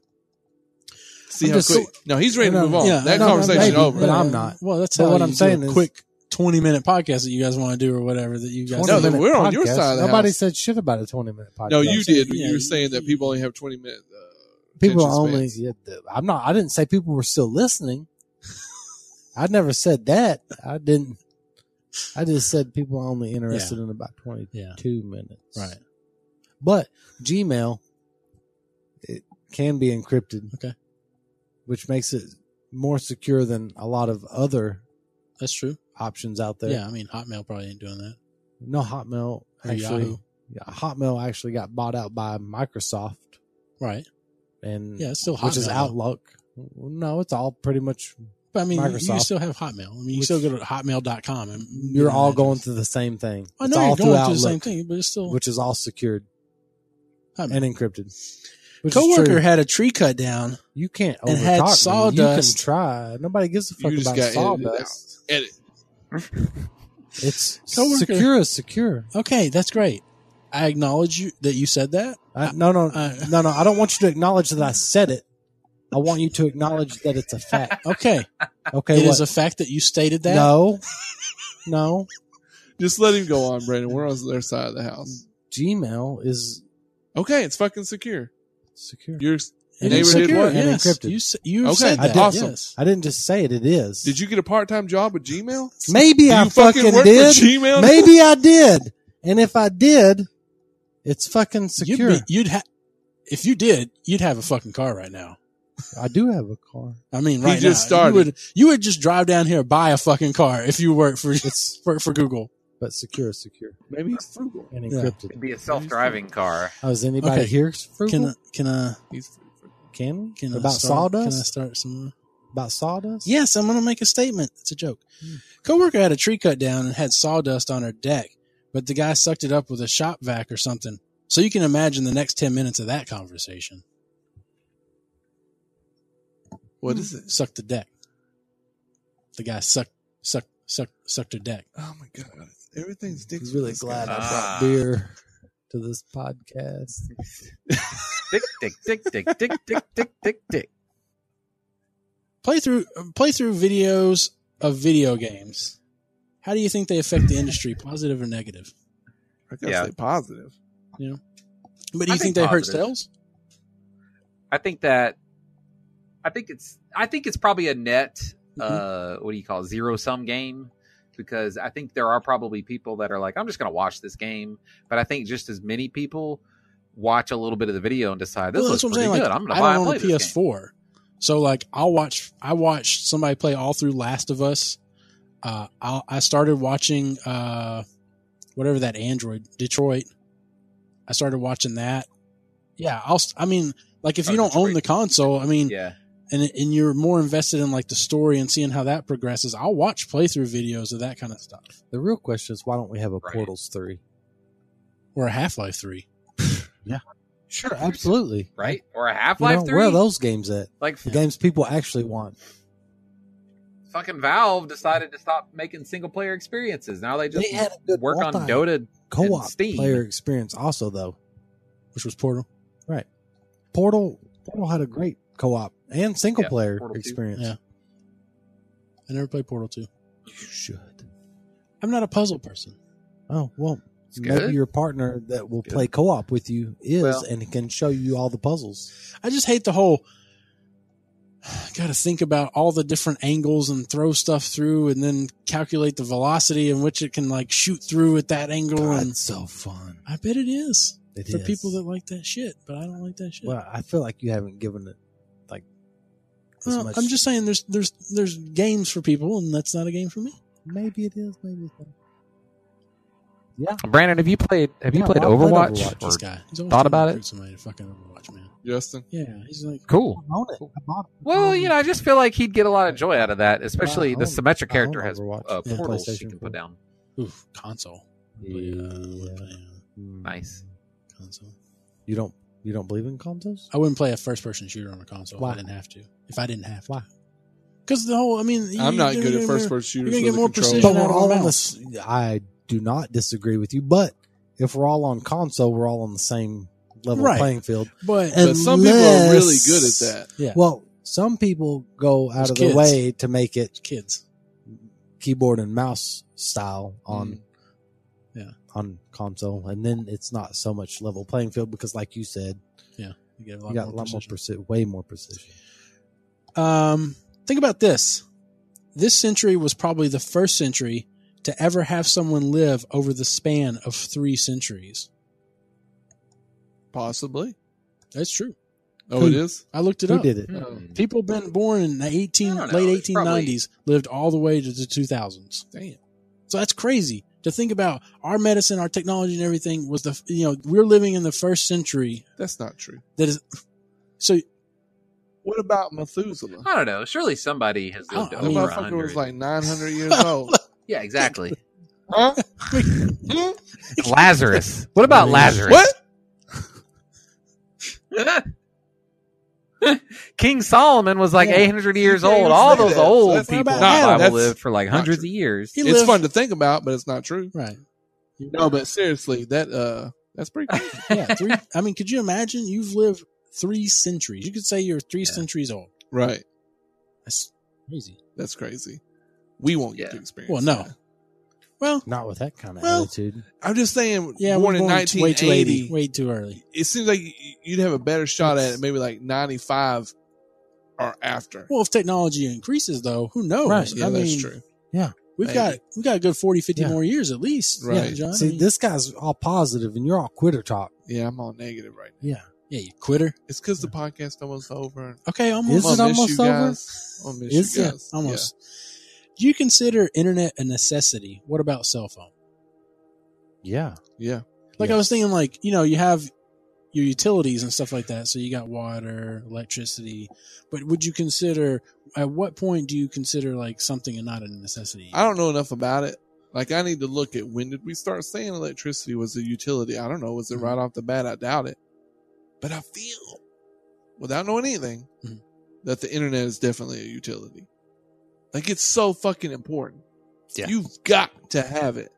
Speaker 3: See
Speaker 4: I'm
Speaker 3: how
Speaker 4: just-
Speaker 3: quick. No, he's ready to
Speaker 4: No,
Speaker 3: move on.
Speaker 1: yeah,
Speaker 3: that
Speaker 1: no, no,
Speaker 3: conversation
Speaker 4: maybe,
Speaker 3: over.
Speaker 4: but I'm not.
Speaker 1: Well, that's
Speaker 4: But
Speaker 1: how
Speaker 4: what
Speaker 1: you
Speaker 4: I'm
Speaker 1: do
Speaker 4: saying
Speaker 1: a
Speaker 4: is-
Speaker 1: quick twenty minute podcast that you guys want to do or whatever that you guys.
Speaker 3: No,
Speaker 4: 20
Speaker 3: then
Speaker 4: minute
Speaker 3: we're on your
Speaker 4: podcast.
Speaker 3: side of the
Speaker 4: Nobody
Speaker 3: house.
Speaker 4: said shit about a 20 minute podcast.
Speaker 3: no, you
Speaker 1: saying,
Speaker 3: did.
Speaker 1: yeah,
Speaker 3: you were
Speaker 1: you-
Speaker 3: saying that people only have 20 minutes. Uh,
Speaker 4: people
Speaker 3: attention
Speaker 4: only.
Speaker 3: spans.
Speaker 4: yeah, the- I'm not. I didn't say people were still listening. I never said that. I didn't. I just said people are only interested in about 22
Speaker 1: yeah,
Speaker 4: minutes.
Speaker 1: right.
Speaker 4: But Gmail, it can be encrypted.
Speaker 1: Okay.
Speaker 4: Which makes it more secure than a lot of other
Speaker 1: That's true.
Speaker 4: options out there.
Speaker 1: Yeah, I mean Hotmail probably ain't doing that.
Speaker 4: No Hotmail
Speaker 1: Or Yahoo.
Speaker 4: actually. Yeah, Hotmail actually got bought out by Microsoft
Speaker 1: Right.
Speaker 3: Mm.
Speaker 4: and
Speaker 1: Yeah, it's still Hotmail.
Speaker 4: which is Outlook. No, it's all pretty much
Speaker 1: But I mean, you- you
Speaker 4: Microsoft.
Speaker 1: still have Hotmail. I mean, you
Speaker 4: Which-
Speaker 1: still go to hotmail.com and
Speaker 4: you're all going through the same thing.
Speaker 1: I
Speaker 4: it's
Speaker 1: know
Speaker 4: all
Speaker 1: you're
Speaker 4: through
Speaker 1: going through
Speaker 4: Outlook,
Speaker 1: the same thing, but it's still
Speaker 4: which is all secured
Speaker 1: Hotmail.
Speaker 4: and encrypted. Which is true.
Speaker 1: Coworker had a tree cut down.
Speaker 4: you can't
Speaker 1: and
Speaker 4: overtalk
Speaker 1: had
Speaker 4: me. You
Speaker 1: sawdust.
Speaker 4: can try. Nobody gives a fuck
Speaker 3: You just
Speaker 4: about
Speaker 3: got edited out.
Speaker 4: sawdust.
Speaker 3: Edit.
Speaker 4: It's
Speaker 1: Coworker.
Speaker 4: secure is secure.
Speaker 1: Okay, that's great. I acknowledge you that you said that. Uh,
Speaker 4: I, no, no,
Speaker 1: I-
Speaker 4: no, no. I don't want you to acknowledge that I said it. I want you to acknowledge that it's a fact.
Speaker 1: Okay,
Speaker 4: Okay,
Speaker 1: it is
Speaker 4: what?
Speaker 1: a fact that you stated that.
Speaker 4: no, no.
Speaker 3: Just let him go on, Brandon. We're on their side of the house.
Speaker 1: Mm.
Speaker 4: Gmail is
Speaker 3: Okay, it's fucking secure.
Speaker 4: secure.
Speaker 3: You're.
Speaker 1: It
Speaker 3: Neighbor
Speaker 1: is
Speaker 3: did
Speaker 1: secure,
Speaker 3: what?
Speaker 4: And
Speaker 1: yes.
Speaker 4: encrypted.
Speaker 1: You, s- you
Speaker 3: Okay,
Speaker 1: said
Speaker 4: I
Speaker 1: that.
Speaker 4: did.
Speaker 1: Awesome.
Speaker 4: Awesome.
Speaker 1: Yes.
Speaker 4: I didn't just say it. It is.
Speaker 3: Did you get a part-time job with Gmail?
Speaker 4: Maybe
Speaker 3: Do
Speaker 4: I
Speaker 3: you
Speaker 4: fucking,
Speaker 3: work
Speaker 4: did.
Speaker 3: for Gmail?
Speaker 4: Maybe I did. And if I did, It's fucking
Speaker 1: You'd,
Speaker 4: secure.
Speaker 1: be, you'd ha- if you did, you'd have a fucking car right now.
Speaker 4: I do have a car.
Speaker 1: I mean, right
Speaker 3: just
Speaker 1: now,
Speaker 3: started.
Speaker 1: you would you would just drive down here buy a fucking car if you work for for, for Google.
Speaker 4: But secure is secure
Speaker 3: Maybe he's frugal.
Speaker 4: and
Speaker 1: Yeah.
Speaker 4: encrypted.
Speaker 2: It'd be a self-driving car.
Speaker 4: Oh, is anybody
Speaker 1: Okay.
Speaker 4: here frugal?
Speaker 1: Can can I
Speaker 3: He's frugal.
Speaker 4: Can,
Speaker 1: can I
Speaker 4: about
Speaker 1: start, Can I
Speaker 4: sawdust?
Speaker 1: start some? More?
Speaker 4: About sawdust?
Speaker 1: Yes, I'm going to make a statement. It's a joke.
Speaker 4: Hmm.
Speaker 1: Coworker had a tree cut down and had sawdust on her deck, but the guy sucked it up with a shop vac or something. So you can imagine the next 10 minutes of that conversation.
Speaker 3: What is it?
Speaker 1: Sucked the deck. The guy sucked, sucked, sucked, sucked her deck.
Speaker 3: Oh my god, everything's
Speaker 4: I'm
Speaker 3: dick.
Speaker 4: really glad I
Speaker 2: Ah.
Speaker 4: brought beer to this podcast.
Speaker 2: Dick, dick, dick, dick, dick, dick, dick, dick, dick.
Speaker 1: Playthrough, playthrough videos of video games. How do you think they affect the industry, positive or negative?
Speaker 3: I gotta
Speaker 2: Yeah.
Speaker 3: say positive.
Speaker 1: But do
Speaker 2: I
Speaker 1: you think,
Speaker 2: think
Speaker 1: they hurt
Speaker 2: positive.
Speaker 1: sales?
Speaker 2: I think that I think it's I think it's probably a net uh
Speaker 1: Mm-hmm.
Speaker 2: what do you call zero sum game because I think there are probably people that are like I'm just going to watch this game but I think just as many people watch a little bit of the video and decide this
Speaker 1: Well,
Speaker 2: looks
Speaker 1: that's what I'm
Speaker 2: pretty
Speaker 1: saying. Like,
Speaker 2: good I'm going
Speaker 1: I
Speaker 2: to buy and
Speaker 1: don't
Speaker 2: play
Speaker 1: own a
Speaker 2: this game.
Speaker 1: PS4, so like I'll watch. I watched somebody play all through Last of Us. Uh, I'll, I started watching uh, whatever that Android Detroit. I started watching that. Yeah, I'll. st- I mean, like if
Speaker 2: Oh,
Speaker 1: you don't own
Speaker 2: Detroit.
Speaker 1: the console, I mean,
Speaker 2: Yeah.
Speaker 1: and and you're more invested in like the story and seeing how that progresses. I'll watch playthrough videos of that kind of stuff
Speaker 4: The real question is why don't we have a
Speaker 2: Right.
Speaker 4: Portals 3?
Speaker 1: or Half Life Three.
Speaker 4: Sure, absolutely.
Speaker 2: Right? Or a Half-Life
Speaker 4: You know,
Speaker 2: 3?
Speaker 4: where are those games at?
Speaker 2: Like
Speaker 4: The games people actually want.
Speaker 2: fucking Valve decided to stop making single player experiences. Now they just
Speaker 4: They had a good
Speaker 2: work on
Speaker 4: multi-
Speaker 2: Dota.
Speaker 4: co-op
Speaker 2: and Steam.
Speaker 4: player experience also though.
Speaker 1: Which was Portal.
Speaker 4: Portal Portal had a great co-op and single
Speaker 2: Yeah,
Speaker 4: player
Speaker 2: Portal two.
Speaker 4: experience.
Speaker 1: Yeah. I never played Portal Two.
Speaker 4: You should.
Speaker 1: I'm not a puzzle person.
Speaker 4: Oh well,
Speaker 2: It's
Speaker 4: maybe
Speaker 2: good.
Speaker 4: your partner that will
Speaker 2: Good.
Speaker 4: play co-op with you is
Speaker 2: Well-
Speaker 4: and can show you all the puzzles.
Speaker 1: I just hate the whole got to think about all the different angles and throw stuff through and then calculate the velocity in which it can like shoot through at that angle
Speaker 4: God,
Speaker 1: and
Speaker 4: it's so fun.
Speaker 1: I bet it is
Speaker 4: It
Speaker 1: for
Speaker 4: is.
Speaker 1: people that like that shit, but I don't like that shit.
Speaker 4: Well, I feel like you haven't given it like as
Speaker 1: Well,
Speaker 4: much.
Speaker 1: I'm just saying there's there's there's games for people and that's not a game for me.
Speaker 4: maybe it is. Maybe it's not.
Speaker 2: Brandon, have you played have you
Speaker 4: Yeah,
Speaker 2: played
Speaker 4: I've played
Speaker 2: Overwatch?
Speaker 4: Overwatch.
Speaker 2: Or-
Speaker 1: This guy. He's always
Speaker 2: thought
Speaker 1: trying to
Speaker 2: about
Speaker 1: recruit Somebody to fucking Overwatch, man.
Speaker 3: Justin,
Speaker 1: Yeah, he's like
Speaker 2: Cool.
Speaker 4: I own it. I bought it.
Speaker 2: Well, you know, I just feel like he'd get a lot of joy out of that, especially
Speaker 4: Well, I
Speaker 2: the
Speaker 4: own-
Speaker 2: Symmetra
Speaker 4: I
Speaker 2: character
Speaker 4: own
Speaker 2: has
Speaker 4: Overwatch
Speaker 2: uh,
Speaker 4: and
Speaker 2: portals
Speaker 4: PlayStation
Speaker 2: she can put
Speaker 4: 4.
Speaker 2: down.
Speaker 1: oof, console.
Speaker 4: Yeah.
Speaker 1: Yeah.
Speaker 4: Hmm.
Speaker 2: Nice.
Speaker 1: Console.
Speaker 4: You don't you don't believe in consoles?
Speaker 1: I wouldn't play a first person shooter on a console
Speaker 4: Why?
Speaker 1: if I didn't have to. If I didn't have to.
Speaker 4: Why?
Speaker 1: Because the whole, I mean,
Speaker 3: I'm
Speaker 1: you-
Speaker 3: not
Speaker 1: you-
Speaker 3: good at
Speaker 1: you-
Speaker 3: first person shooters.
Speaker 1: gonna
Speaker 3: with
Speaker 1: get
Speaker 3: a
Speaker 1: more
Speaker 3: controller.
Speaker 1: precision
Speaker 4: But
Speaker 1: Vision out
Speaker 4: we're
Speaker 1: of
Speaker 4: all
Speaker 1: our
Speaker 4: on
Speaker 1: mouth.
Speaker 4: this. I do not disagree with you, but if we're all on console, we're all on the same level
Speaker 1: Right.
Speaker 4: playing field.
Speaker 1: But
Speaker 3: But some people are really
Speaker 4: Unless-
Speaker 3: good at that.
Speaker 1: yeah,
Speaker 4: Well, some people go out
Speaker 1: Those
Speaker 4: of
Speaker 1: kids.
Speaker 4: their way to make it
Speaker 1: kids.
Speaker 4: keyboard and mouse style on
Speaker 3: Mm.
Speaker 1: Yeah.
Speaker 4: on console, and then it's not so much level playing field because, like you said,
Speaker 1: You get a
Speaker 4: you got a lot more precision, way more precision.
Speaker 1: Um, think about this. This century was probably the first century to ever have someone live over the span of three centuries.
Speaker 3: Possibly.
Speaker 1: That's true.
Speaker 3: Oh,
Speaker 4: Who-
Speaker 3: it is.
Speaker 1: I looked it
Speaker 4: Who
Speaker 1: up.
Speaker 4: did it?
Speaker 2: Hmm.
Speaker 1: People been born in the eighteen
Speaker 2: I don't know.
Speaker 1: late
Speaker 2: It's probably-
Speaker 1: 1890s lived all the way to the 2000s.
Speaker 3: Damn.
Speaker 1: So that's crazy to think about. Our medicine, our technology, and everything was the you know we're living in the first century
Speaker 3: That's not true.
Speaker 1: that is. So
Speaker 3: What about Methuselah?
Speaker 2: I don't know. Surely somebody has lived
Speaker 1: I
Speaker 3: That
Speaker 1: mean-
Speaker 2: over a
Speaker 3: motherfucker was
Speaker 2: hundred.
Speaker 3: like 900 years old.
Speaker 2: yeah, exactly.
Speaker 3: Huh?
Speaker 2: Lazarus. What about Lazarus?
Speaker 3: What?
Speaker 2: King Solomon was like
Speaker 1: Yeah.
Speaker 2: 800 years
Speaker 3: can't
Speaker 2: old.
Speaker 3: even
Speaker 2: All
Speaker 3: say
Speaker 2: those
Speaker 3: that.
Speaker 2: old
Speaker 3: That's not
Speaker 2: people in
Speaker 1: about Adam.
Speaker 2: the Bible
Speaker 3: That's
Speaker 2: lived for like
Speaker 3: not
Speaker 2: hundreds
Speaker 3: true.
Speaker 2: of years.
Speaker 1: he
Speaker 3: It's
Speaker 1: lived-
Speaker 3: fun to think about, but it's not true.
Speaker 1: right.
Speaker 3: No, but seriously, that uh, that's pretty cool.
Speaker 1: yeah, three. I mean, could you imagine? You've lived three centuries. You could say you're three
Speaker 2: Yeah.
Speaker 1: centuries old.
Speaker 3: right.
Speaker 1: That's crazy.
Speaker 3: That's crazy. We won't get
Speaker 2: Yeah.
Speaker 3: to experience.
Speaker 1: Well, no.
Speaker 3: that.
Speaker 1: Well,
Speaker 4: Not with that kind of
Speaker 1: Well,
Speaker 4: attitude.
Speaker 3: I'm just saying.
Speaker 1: yeah, we're
Speaker 3: born in
Speaker 1: born way too
Speaker 3: 1980.
Speaker 1: early. Way too early.
Speaker 3: it seems like y- you'd have a better shot at it maybe like 95 or after.
Speaker 1: Well, if technology increases, though, who knows?
Speaker 4: Right.
Speaker 3: yeah,
Speaker 1: I
Speaker 3: that's
Speaker 1: mean,
Speaker 3: true.
Speaker 1: We've
Speaker 3: Maybe.
Speaker 1: got we've got a good 40, 50
Speaker 4: Yeah.
Speaker 1: more years at least.
Speaker 3: Right.
Speaker 1: Yeah, John.
Speaker 4: See, this guy's all positive, and you're all quitter talk.
Speaker 3: Yeah, I'm all negative right now.
Speaker 1: yeah, you quitter.
Speaker 3: It's because the podcast almost over.
Speaker 1: Okay, almost.
Speaker 4: Is
Speaker 3: I'm
Speaker 4: it
Speaker 3: gonna miss
Speaker 4: almost
Speaker 3: you
Speaker 4: over?
Speaker 3: guys. I'm gonna miss
Speaker 1: Is
Speaker 3: you
Speaker 1: it
Speaker 3: guys.
Speaker 1: almost? Do you consider internet a necessity? What about cell phone?
Speaker 4: Yeah.
Speaker 3: Yeah. yeah.
Speaker 1: Like I was thinking, like you know, you have your utilities and stuff like that. So you got water, electricity. But would you consider? At what point do you consider like something and not a necessity?
Speaker 3: I don't know enough about it. Like I need to look at when did we start saying electricity was a utility? I don't know. Was it
Speaker 1: Mhm.
Speaker 3: right off the bat? I doubt it. But I feel, without knowing anything,
Speaker 1: Mhm.
Speaker 3: that the internet is definitely a utility. Like it's so fucking important.
Speaker 2: Yeah.
Speaker 3: You've got to have it.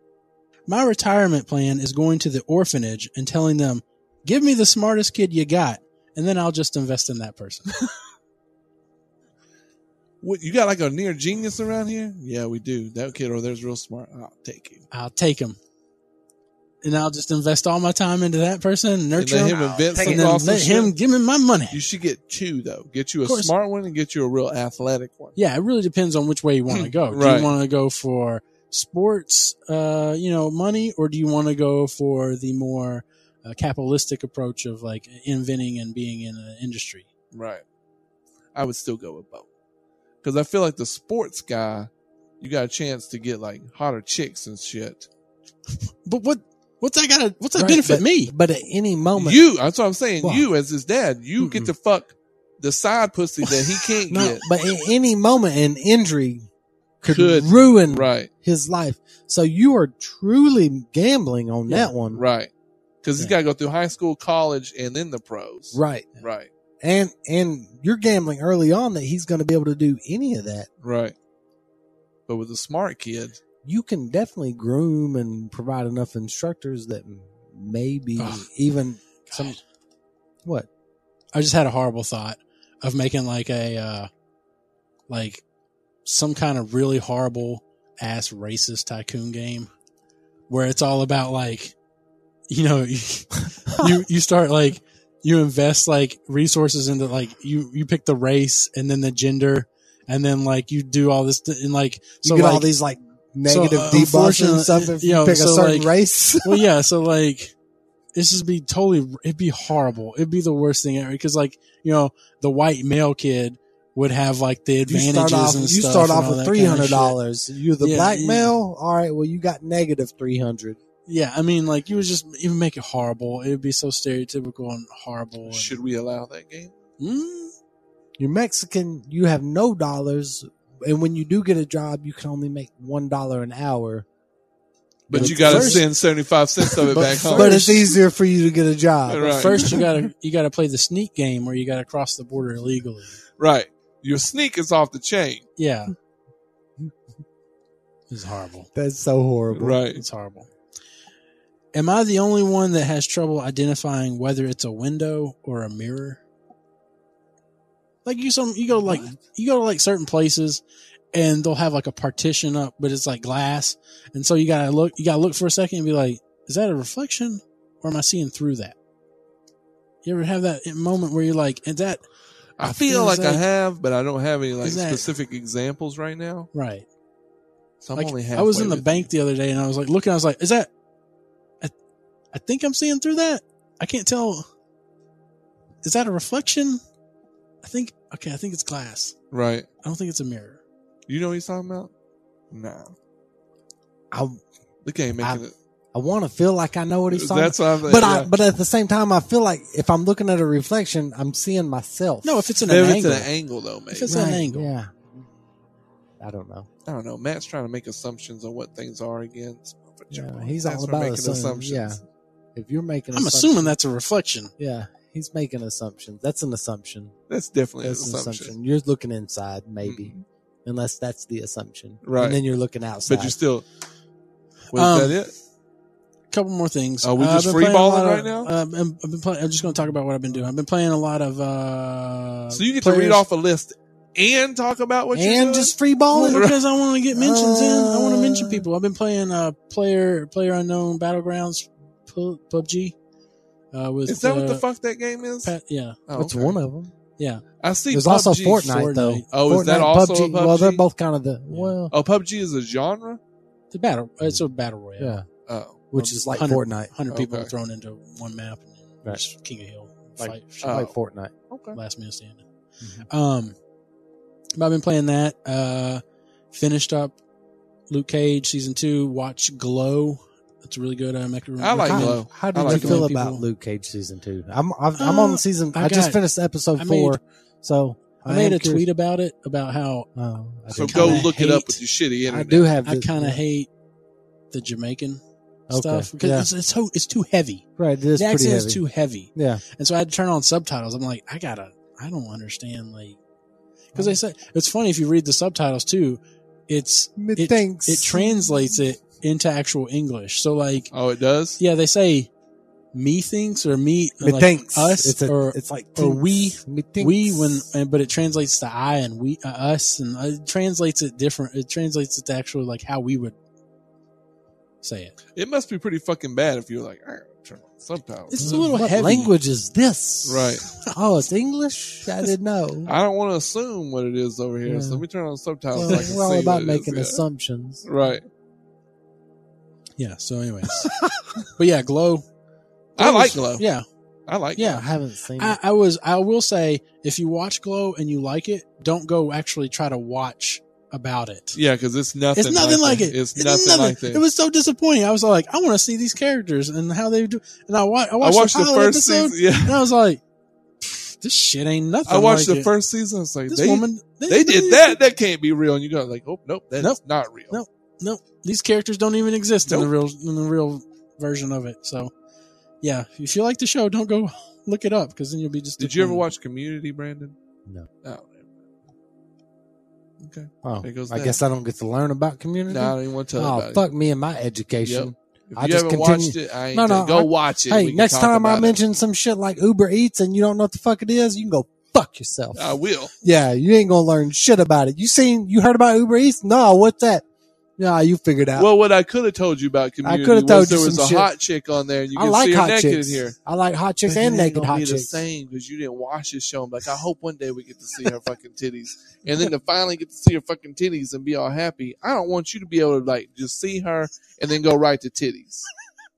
Speaker 1: My retirement plan is going to the orphanage and telling them, "Give me the smartest kid you got, and then I'll just invest in that person."
Speaker 3: What you got like a near genius around here? Yeah, we do. That kid over there's real smart. I'll take him.
Speaker 1: I'll take him, and I'll just invest all my time into that person, and
Speaker 3: And
Speaker 1: nurture
Speaker 3: let
Speaker 1: him,
Speaker 3: him
Speaker 2: I'll
Speaker 3: invent
Speaker 2: take
Speaker 3: some
Speaker 1: and
Speaker 2: it.
Speaker 1: then
Speaker 3: awesome
Speaker 1: let him
Speaker 3: shit.
Speaker 1: give me my money.
Speaker 3: You should get two though. Get you a
Speaker 1: Of course.
Speaker 3: smart one and get you a real athletic one.
Speaker 1: yeah, it really depends on which way you want to go. Do
Speaker 3: Right.
Speaker 1: you want to go for sports, uh, you know, money, or do you want to go for the more uh, capitalistic approach of like inventing and being in an industry?
Speaker 3: Right. I would still go with both. Because I feel like the sports guy, you got a chance to get like hotter chicks and shit.
Speaker 1: But what what's that got? to What's that
Speaker 4: Right,
Speaker 1: benefit
Speaker 4: but-
Speaker 1: me?
Speaker 4: But at any moment,
Speaker 3: You, that's what I'm saying.
Speaker 4: Well-
Speaker 3: you, as his dad, you get to fuck the side pussy that he can't
Speaker 4: no,
Speaker 3: get.
Speaker 4: but at any moment, an injury could,
Speaker 3: Could.
Speaker 4: ruin
Speaker 3: Right,
Speaker 4: his life. So you are truly gambling on
Speaker 1: Yeah.
Speaker 4: that one,
Speaker 3: right. Because he's
Speaker 1: Yeah.
Speaker 3: got to go through high school, college, and then the pros.
Speaker 4: Right.
Speaker 3: right,
Speaker 4: And and you're gambling early on that he's going to be able to do any of that.
Speaker 3: right. But with a smart kid,
Speaker 4: You can definitely groom and provide enough instructors that maybe
Speaker 1: Ugh.
Speaker 4: even some what
Speaker 1: I just had a horrible thought of making like a uh, like some kind of really horrible ass racist tycoon game where it's all about like you know you you, you start like you invest like resources into like you you pick the race and then the gender and then like you do all this th- and like
Speaker 4: you
Speaker 1: so
Speaker 4: get
Speaker 1: like
Speaker 4: all these like negative
Speaker 1: uh,
Speaker 4: debuffs and
Speaker 1: unfortunately,
Speaker 4: stuff if you,
Speaker 1: you know,
Speaker 4: pick a
Speaker 1: so,
Speaker 4: certain
Speaker 1: like-
Speaker 4: race.
Speaker 1: well, yeah. So like, this just be totally. It'd be horrible. It'd be the worst thing ever. Because like, you know, the white male kid would have like the
Speaker 4: You
Speaker 1: advantages
Speaker 4: start off.
Speaker 1: and
Speaker 4: You
Speaker 1: stuff
Speaker 4: start
Speaker 1: and
Speaker 4: off
Speaker 1: all
Speaker 4: with
Speaker 1: that kind
Speaker 4: three
Speaker 1: of
Speaker 4: hundred
Speaker 1: shit.
Speaker 4: dollars. You're the
Speaker 1: Yeah,
Speaker 4: black
Speaker 1: you-
Speaker 4: male. All right. Well, you got negative three hundred.
Speaker 1: Yeah, I mean, like you would just even make it horrible. It would be so stereotypical and horrible. and-
Speaker 3: should we allow that game?
Speaker 1: Mm,
Speaker 4: You're Mexican. You have no dollars. And when you do get a job, you can only make one dollar an hour.
Speaker 3: But,
Speaker 1: But
Speaker 3: you got to
Speaker 1: first-
Speaker 3: send 75 cents of it
Speaker 1: But
Speaker 3: back home.
Speaker 4: But it's easier for you to get a job.
Speaker 3: Right.
Speaker 1: First, you gotta you gotta play the sneak game where you gotta cross the border illegally.
Speaker 3: right. Your sneak is off the chain.
Speaker 1: Yeah, it's horrible.
Speaker 4: That's so horrible.
Speaker 3: Right.
Speaker 1: It's horrible. Am I the only one that has trouble identifying whether it's a window or a mirror? Like you some you go like you go to like certain places and they'll have like a partition up, but it's like glass. And so you gotta look you gotta look for a second and be like, is that a reflection? Or am I seeing through that? You ever have that moment where you're like, is that
Speaker 3: I
Speaker 1: I
Speaker 3: feel
Speaker 1: feel
Speaker 3: like I
Speaker 1: like-
Speaker 3: have, but I don't have any like
Speaker 1: Is that-
Speaker 3: specific examples right now.
Speaker 1: right?
Speaker 3: So I'm
Speaker 1: Like,
Speaker 3: only
Speaker 1: I was
Speaker 3: halfway
Speaker 1: in the
Speaker 3: with
Speaker 1: bank the other day and I was like looking, I was like, is that I, I think I'm seeing through that. I can't tell. Is that a reflection? I think okay, I think it's glass.
Speaker 3: you. right.
Speaker 1: I don't think it's a mirror.
Speaker 3: You know what he's talking about? Nah,
Speaker 4: I
Speaker 3: look at him making
Speaker 4: I-
Speaker 3: it.
Speaker 4: I want to feel like I know what he's talking.
Speaker 3: That's what I'm.
Speaker 4: about. But
Speaker 3: yeah.
Speaker 4: I, but at the same time, I feel like if I'm looking at a reflection, I'm seeing myself.
Speaker 1: No, if it's an
Speaker 3: maybe it's
Speaker 1: angle.
Speaker 3: an angle though. Maybe
Speaker 1: If it's an angle.
Speaker 4: Yeah. I don't know.
Speaker 3: I don't know. Matt's trying to make assumptions on what things are again. But
Speaker 4: Yeah,
Speaker 3: you're-
Speaker 4: he's
Speaker 3: that's
Speaker 4: all
Speaker 3: for
Speaker 4: about
Speaker 3: making
Speaker 4: assumptions. If you're making,
Speaker 1: I'm
Speaker 4: assumptions-
Speaker 1: assuming that's a reflection.
Speaker 4: Yeah, he's making assumptions. That's an assumption.
Speaker 3: That's definitely
Speaker 4: That's
Speaker 3: an assumption.
Speaker 4: You're looking inside, maybe,
Speaker 3: Mhm.
Speaker 4: unless that's the assumption.
Speaker 3: Right.
Speaker 4: And then you're looking outside.
Speaker 3: But you're still. Was
Speaker 1: Um,
Speaker 3: that it?
Speaker 1: A couple more things. Uh,
Speaker 3: Are we
Speaker 1: I've
Speaker 3: just
Speaker 1: been playing a
Speaker 3: freeballing
Speaker 1: lot
Speaker 3: right
Speaker 1: of-
Speaker 3: now?
Speaker 1: Uh, I've been, I've been play, I'm just going to talk about what I've been doing. I've been playing a lot of. uh
Speaker 3: So you get to
Speaker 1: players-
Speaker 3: read off a list and talk about what you're doing?
Speaker 4: and just free
Speaker 1: Only
Speaker 4: balling.
Speaker 1: because I want to get mentions in. I want to mention
Speaker 4: Uh,
Speaker 1: people. I've been playing uh, player player unknown battlegrounds Pu- PUBG. Uh, with
Speaker 3: Is that what
Speaker 1: uh,
Speaker 3: the fuck that game is?
Speaker 1: Pat, yeah,
Speaker 3: Oh,
Speaker 4: That's
Speaker 3: okay.
Speaker 4: one of them.
Speaker 1: Yeah.
Speaker 3: I see.
Speaker 4: There's also
Speaker 3: PUBG.
Speaker 4: Fortnite, though.
Speaker 3: Oh,
Speaker 4: Fortnite,
Speaker 3: is that also
Speaker 4: PUBG,
Speaker 3: a PUBG?
Speaker 4: Well, they're both kind of the well,
Speaker 3: Oh, PUBG is a genre.
Speaker 1: The battle. It's a battle royale.
Speaker 4: yeah,
Speaker 3: Oh,
Speaker 4: which is like
Speaker 1: 100
Speaker 4: Fortnite,
Speaker 1: hundred people
Speaker 3: Okay.
Speaker 1: thrown into one map and then
Speaker 4: Right.
Speaker 1: just King of Hill
Speaker 4: Like-
Speaker 1: fight shit,
Speaker 3: Oh.
Speaker 4: like Fortnite.
Speaker 3: okay.
Speaker 1: last man standing.
Speaker 3: mm-hmm.
Speaker 1: Um, but I've been playing that. Uh, finished up Luke Cage season two. Watch Glow. That's really good. I make
Speaker 3: I like
Speaker 4: how,
Speaker 3: Glow.
Speaker 4: How
Speaker 3: I
Speaker 4: did
Speaker 3: like
Speaker 4: you feel
Speaker 1: Glow.
Speaker 4: about
Speaker 1: People-
Speaker 4: Luke Cage season two? I'm I've, I'm on
Speaker 1: Uh,
Speaker 4: season.
Speaker 1: I
Speaker 4: I, just
Speaker 1: got-
Speaker 4: finished episode
Speaker 1: I made-
Speaker 4: four, so
Speaker 1: I made
Speaker 4: am
Speaker 1: a
Speaker 4: curious-
Speaker 1: tweet about it about how
Speaker 4: Oh, I
Speaker 3: So
Speaker 4: do.
Speaker 3: go
Speaker 1: kinda
Speaker 3: look it up
Speaker 1: hate-
Speaker 3: with your shitty
Speaker 4: I
Speaker 3: internet.
Speaker 4: do have.
Speaker 1: I
Speaker 4: this-
Speaker 1: kind of hate the Jamaican
Speaker 4: Okay.
Speaker 1: stuff because
Speaker 4: Yeah.
Speaker 1: it's, it's so it's too heavy.
Speaker 4: Right, it is
Speaker 1: the
Speaker 4: pretty
Speaker 1: accent
Speaker 4: heavy.
Speaker 1: is too heavy.
Speaker 4: yeah,
Speaker 1: And so I had to turn on subtitles. I'm like, I gotta, I don't understand, like, because
Speaker 4: Mm.
Speaker 1: they said it's funny if you read the subtitles too. It's it,
Speaker 4: thinks
Speaker 1: it translates it into actual English. So like,
Speaker 3: Oh, it does.
Speaker 1: yeah, they say me thinks or me or, like,
Speaker 4: Methinks.
Speaker 1: us
Speaker 4: it's a,
Speaker 1: or
Speaker 4: it's like
Speaker 1: or we-
Speaker 4: thinks. Methinks.
Speaker 1: we when, and, but it translates to I and we uh, us and uh, it translates it different. It translates it to actually like how we would say it.
Speaker 3: It must be pretty fucking bad if you're like "Ah, turn on subtitles.
Speaker 1: It's a little
Speaker 4: what
Speaker 1: heavy.
Speaker 4: language is this?
Speaker 3: Right.
Speaker 4: Oh, it's English. I didn't know.
Speaker 3: I don't want to assume what it is over here, so
Speaker 4: Yeah.
Speaker 3: let me turn on subtitles.
Speaker 4: Well,
Speaker 3: so I can
Speaker 4: we're all
Speaker 3: see
Speaker 4: about
Speaker 3: what it is,
Speaker 4: making
Speaker 3: yeah.
Speaker 4: assumptions.
Speaker 3: Right.
Speaker 1: Yeah. So, anyways, but yeah, glow.
Speaker 3: I like Glow.
Speaker 1: Yeah.
Speaker 3: I like.
Speaker 1: Yeah.
Speaker 4: I haven't seen
Speaker 1: I,
Speaker 4: it.
Speaker 1: I was I will say if you watch Glow and you like it, don't go actually try to watch about it.
Speaker 3: Yeah, because it's nothing.
Speaker 1: It's nothing like it.
Speaker 3: It's nothing, like that.
Speaker 1: It was so disappointing. I was like, I want to see these characters and how they do. And I, wa- I
Speaker 3: I
Speaker 1: watched,
Speaker 3: watched the
Speaker 1: pilot
Speaker 3: first
Speaker 1: episode,
Speaker 3: season. Yeah,
Speaker 1: and I was like, "Pfft, this shit ain't nothing.
Speaker 3: I watched
Speaker 1: like
Speaker 3: the
Speaker 1: it.
Speaker 3: first season. I was like,
Speaker 1: This
Speaker 3: they,
Speaker 1: woman,
Speaker 3: they did that. That can't be real. And you go like, oh nope, that's
Speaker 1: Nope.
Speaker 3: not real.
Speaker 1: Nope. These characters don't even exist in the
Speaker 3: Nope.
Speaker 1: real in the real version of it. So, yeah, if you like the show, don't go look it up because then you'll be just.
Speaker 3: Did you ever
Speaker 1: disappointed.
Speaker 3: watch Community, Brandon?
Speaker 4: No.
Speaker 3: Oh, okay.
Speaker 4: Oh,
Speaker 3: There goes
Speaker 4: I
Speaker 3: that.
Speaker 4: guess I don't get to learn about community.
Speaker 3: No, I don't even want to tell you
Speaker 4: oh,
Speaker 3: about
Speaker 4: fuck me and my
Speaker 3: it. Yep.
Speaker 4: education.
Speaker 3: If
Speaker 4: I
Speaker 3: you
Speaker 4: just
Speaker 3: haven't
Speaker 4: continue-
Speaker 3: watched it, I ain't
Speaker 4: No, no,
Speaker 3: tell- go
Speaker 4: I-
Speaker 3: watch it. We
Speaker 4: Hey,
Speaker 3: can
Speaker 4: next
Speaker 3: talk
Speaker 4: time I
Speaker 3: about it.
Speaker 4: mention some shit like Uber Eats and you don't know what the fuck it is, you can go fuck yourself.
Speaker 3: I will.
Speaker 4: yeah, you ain't gonna learn shit about it. You seen, you heard about Uber Eats? No, what's that? Nah, you figured out.
Speaker 3: Well, what I could have told you about community
Speaker 4: coulda
Speaker 3: was
Speaker 4: told
Speaker 3: there
Speaker 4: you
Speaker 3: was
Speaker 4: some
Speaker 3: a
Speaker 4: shit.
Speaker 3: hot chick on there, and you
Speaker 4: I
Speaker 3: can
Speaker 4: like
Speaker 3: see her
Speaker 4: hot
Speaker 3: naked
Speaker 4: chicks.
Speaker 3: in here.
Speaker 4: I like hot chicks
Speaker 3: But
Speaker 4: and
Speaker 3: it ain't
Speaker 4: naked
Speaker 3: gonna
Speaker 4: hot
Speaker 3: be the
Speaker 4: chicks.
Speaker 3: same because you didn't watch this show. I'm like, I hope one day we get to see her fucking titties, and then to finally get to see her fucking titties and be all happy. I don't want you to be able to like just see her and then go right to titties,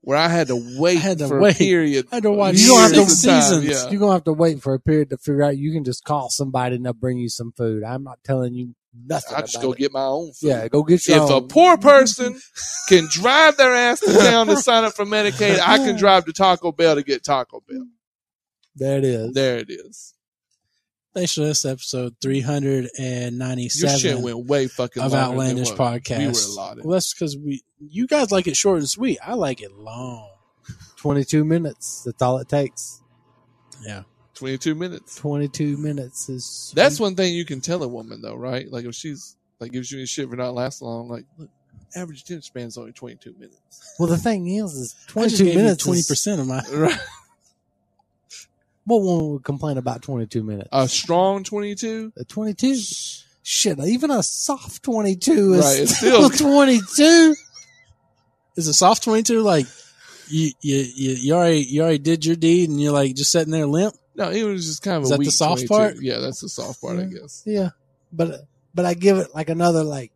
Speaker 3: where I had to wait
Speaker 1: had to
Speaker 3: for
Speaker 1: wait.
Speaker 3: a period.
Speaker 1: I had to watch
Speaker 4: You don't have to-
Speaker 1: six
Speaker 3: Time,
Speaker 1: seasons.
Speaker 3: yeah.
Speaker 4: You're gonna have to wait for a period to figure out. You can just call somebody and they'll bring you some food. I'm not telling you nothing.
Speaker 3: I just
Speaker 4: about
Speaker 3: go
Speaker 4: it.
Speaker 3: get my own food.
Speaker 4: Yeah, go get your
Speaker 3: If a
Speaker 4: own.
Speaker 3: poor person can drive their ass to town to sign up for Medicaid, I can drive to Taco Bell to get Taco Bell.
Speaker 4: there it is.
Speaker 3: There it is.
Speaker 1: Thanks for this episode
Speaker 3: Your shit
Speaker 1: 397
Speaker 3: went way fucking
Speaker 1: of
Speaker 3: longer than
Speaker 1: Outlandish
Speaker 3: what We
Speaker 1: Podcast.
Speaker 3: were allotted.
Speaker 1: well, that's because we you guys like it short and sweet. I like it long.
Speaker 4: 22 minutes. That's all it takes.
Speaker 1: Yeah.
Speaker 3: 22 minutes.
Speaker 4: 22 minutes is
Speaker 3: That's one thing you can tell a woman though, right? Like if she's like gives you any shit for not lasting long, like look, average attention span's only 22 minutes.
Speaker 4: well. The thing is, is
Speaker 1: I just
Speaker 4: 22
Speaker 1: gave
Speaker 4: minutes.
Speaker 1: you 20%
Speaker 4: Is,
Speaker 1: of my
Speaker 3: Right.
Speaker 4: what woman would complain about 22 minutes?
Speaker 3: A strong 22.
Speaker 4: A 22. Shit, even a soft 22 is
Speaker 3: Right, it's
Speaker 4: still
Speaker 3: still-
Speaker 4: 22.
Speaker 1: Is a soft 22 like you you you, you already you already did your deed and you're like just sitting there limp?
Speaker 3: No, it was just kind of
Speaker 1: Is
Speaker 3: a
Speaker 1: that the
Speaker 3: weak
Speaker 1: soft
Speaker 3: 22.
Speaker 1: part?
Speaker 3: Yeah, that's the soft part, I
Speaker 4: Yeah.
Speaker 3: guess.
Speaker 4: Yeah, but but I give it like another like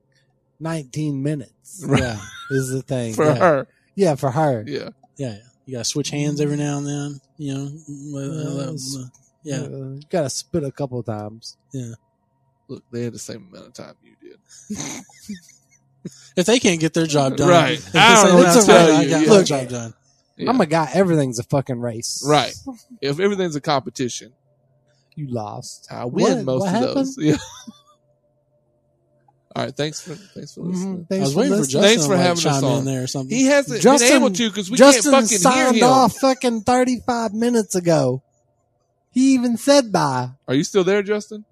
Speaker 4: 19 minutes
Speaker 3: Right.
Speaker 1: Yeah.
Speaker 4: is the thing
Speaker 3: For
Speaker 4: yeah.
Speaker 3: her,
Speaker 4: Yeah, for her.
Speaker 3: yeah.
Speaker 1: Yeah. You got to switch hands every now and then, you know. uh,
Speaker 4: Yes.
Speaker 1: Yeah.
Speaker 4: Uh, you gotta spit a couple times.
Speaker 3: Look, they had the same amount of time you did.
Speaker 1: If they can't get their job done.
Speaker 3: Right.
Speaker 1: if
Speaker 3: I
Speaker 1: they say,
Speaker 3: don't know
Speaker 1: "That's
Speaker 3: what to
Speaker 1: all
Speaker 3: tell
Speaker 1: right,
Speaker 3: you."
Speaker 1: I got
Speaker 3: Yeah.
Speaker 1: my
Speaker 4: Look,
Speaker 1: job done.
Speaker 3: Yeah.
Speaker 4: I'm a guy. Everything's a fucking race.
Speaker 3: Right. if everything's a competition,
Speaker 4: You lost.
Speaker 3: I win
Speaker 4: What?
Speaker 3: most
Speaker 4: What
Speaker 3: of those. Yeah. All right. Thanks for thanks for listening.
Speaker 4: Mhm.
Speaker 1: I
Speaker 4: Thanks
Speaker 1: was waiting for Justin
Speaker 4: listening.
Speaker 3: Thanks
Speaker 1: to
Speaker 3: for
Speaker 1: like,
Speaker 3: having us
Speaker 1: chime in
Speaker 3: on.
Speaker 1: there or something.
Speaker 3: He hasn't
Speaker 4: Justin-
Speaker 3: been able to because we
Speaker 4: Justin
Speaker 3: can't fucking hear
Speaker 4: signed
Speaker 3: him.
Speaker 4: off fucking 35 minutes ago. He even said bye.
Speaker 3: Are you still there, Justin?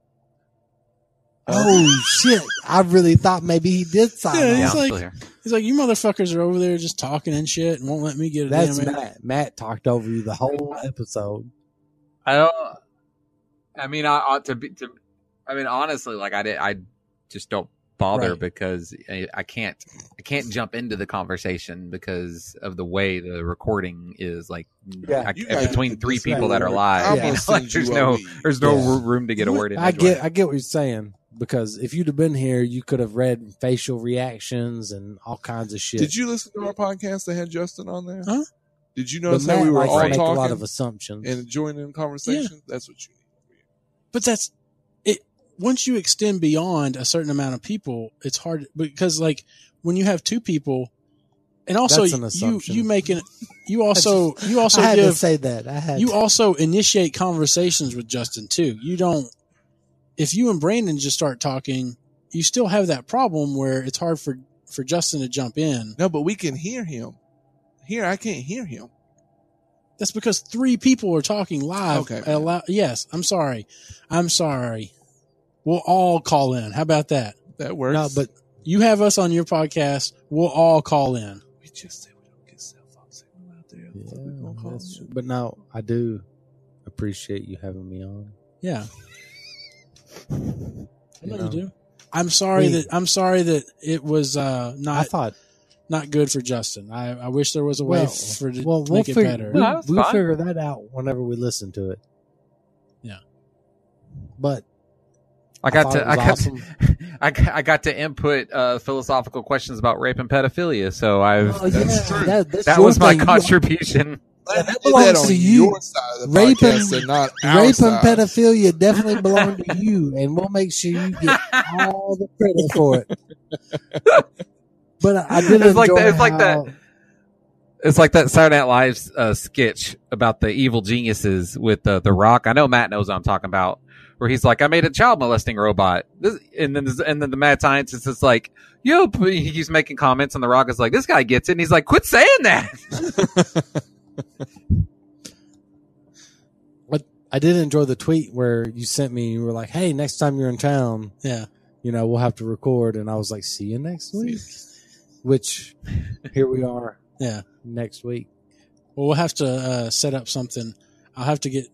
Speaker 4: Oh shit! I really thought maybe he did sign
Speaker 1: Yeah,
Speaker 2: Yeah,
Speaker 1: he's
Speaker 4: off.
Speaker 2: I'm
Speaker 1: like-
Speaker 2: still here.
Speaker 1: He's like, you motherfuckers are over there just talking and shit and won't let me get a
Speaker 4: That's
Speaker 1: damn air."
Speaker 4: Matt. Matt talked over you the whole episode.
Speaker 2: I don't. I mean, I ought to be. To, I mean, honestly, like I did. I just don't bother
Speaker 4: Right.
Speaker 2: because I, I can't I can't jump into the conversation because of the way the recording is like
Speaker 4: Yeah.
Speaker 2: I-
Speaker 3: You guys
Speaker 2: between
Speaker 3: did
Speaker 2: three
Speaker 3: this
Speaker 2: people that are
Speaker 3: word.
Speaker 2: live.
Speaker 3: I'm
Speaker 4: Yeah.
Speaker 2: you
Speaker 3: gonna
Speaker 2: know, like,
Speaker 3: send
Speaker 2: there's
Speaker 3: you
Speaker 2: no
Speaker 3: a lead.
Speaker 2: there's no
Speaker 4: Yeah.
Speaker 2: room to get a word in.
Speaker 4: I
Speaker 2: edgewise.
Speaker 4: get I get what you're saying because if you'd have been here, you could have read facial reactions and all kinds of shit.
Speaker 3: Did you listen to our podcast that had Justin on there?
Speaker 1: Huh?
Speaker 3: Did you
Speaker 4: But
Speaker 3: notice how
Speaker 4: Matt
Speaker 3: we were
Speaker 4: likes to
Speaker 3: all
Speaker 4: make a lot of
Speaker 3: talking
Speaker 4: assumptions.
Speaker 3: and joining in conversation? That's what you need.
Speaker 1: but that's it once you extend beyond a certain amount of people it's hard because like when you have two people and also
Speaker 4: That's an
Speaker 1: you
Speaker 4: assumption.
Speaker 1: you make an you also you also
Speaker 4: I had to
Speaker 1: give
Speaker 4: say that. I had
Speaker 1: you
Speaker 4: to.
Speaker 1: also initiate conversations with Justin too you don't if you and Brandon just start talking you still have that problem where it's hard for for Justin to jump in
Speaker 3: No, but we can hear him. Here, I can't hear him.
Speaker 1: that's because three people are talking live
Speaker 3: Okay.
Speaker 1: at a lou- yes I'm sorry I'm sorry we'll all call in how about that
Speaker 3: That works.
Speaker 4: no, but
Speaker 1: you have us on your podcast, we'll all call in.
Speaker 3: we just say we don't get cell phone signal out there.
Speaker 4: Yeah,
Speaker 3: so we gonna call
Speaker 4: that's
Speaker 3: it.
Speaker 4: true. but no, I do appreciate you having me on.
Speaker 1: Yeah. I know
Speaker 4: Yeah.
Speaker 1: you do. I'm sorry
Speaker 4: We-
Speaker 1: that I'm sorry that it was uh,
Speaker 4: I
Speaker 1: not
Speaker 4: thought
Speaker 1: not good for Justin. I, I wish there was a way
Speaker 4: well,
Speaker 1: for to
Speaker 4: well, we'll
Speaker 1: make
Speaker 4: figure
Speaker 1: it better.
Speaker 4: we-
Speaker 2: No, that's
Speaker 4: we'll
Speaker 2: fine.
Speaker 4: figure that out whenever we listen to it.
Speaker 1: Yeah.
Speaker 4: but
Speaker 2: I got
Speaker 4: thought it
Speaker 2: to I
Speaker 4: was
Speaker 2: got
Speaker 4: awesome.
Speaker 2: to, I got, I got to input uh, philosophical questions about rape and pedophilia. So I've
Speaker 4: Oh,
Speaker 3: that's
Speaker 4: yeah,
Speaker 3: true.
Speaker 4: That, that's
Speaker 2: that
Speaker 4: your
Speaker 2: was my
Speaker 4: thing. You-
Speaker 2: contribution.
Speaker 4: that
Speaker 3: Glad you did that
Speaker 4: belongs
Speaker 3: on
Speaker 4: to you.
Speaker 3: your side of the
Speaker 4: Rape and-
Speaker 3: podcast and not our
Speaker 4: Rape and
Speaker 3: side.
Speaker 4: pedophilia definitely belong to you, and we'll make sure you get all the credit for it. But I, I did
Speaker 2: It's like
Speaker 4: enjoy
Speaker 2: that- it's like
Speaker 4: how-
Speaker 2: It's like that Saturday Night Live uh, sketch about the evil geniuses with uh, the Rock. I know Matt knows what I'm talking about, where he's like, "I made a child molesting robot," this, and then this- and then the mad scientist is like, "Yo," he's making comments, and the Rock is like, "This guy gets it," and he's like, "Quit saying that."
Speaker 4: I did enjoy the tweet where you sent me. You were like, "Hey, next time you're in town,
Speaker 1: Yeah.
Speaker 4: you know, we'll have to record." And I was like, "See you next week." Which here we are.
Speaker 1: Yeah.
Speaker 4: next week.
Speaker 1: Well, we'll have to uh, set up something. I'll have to get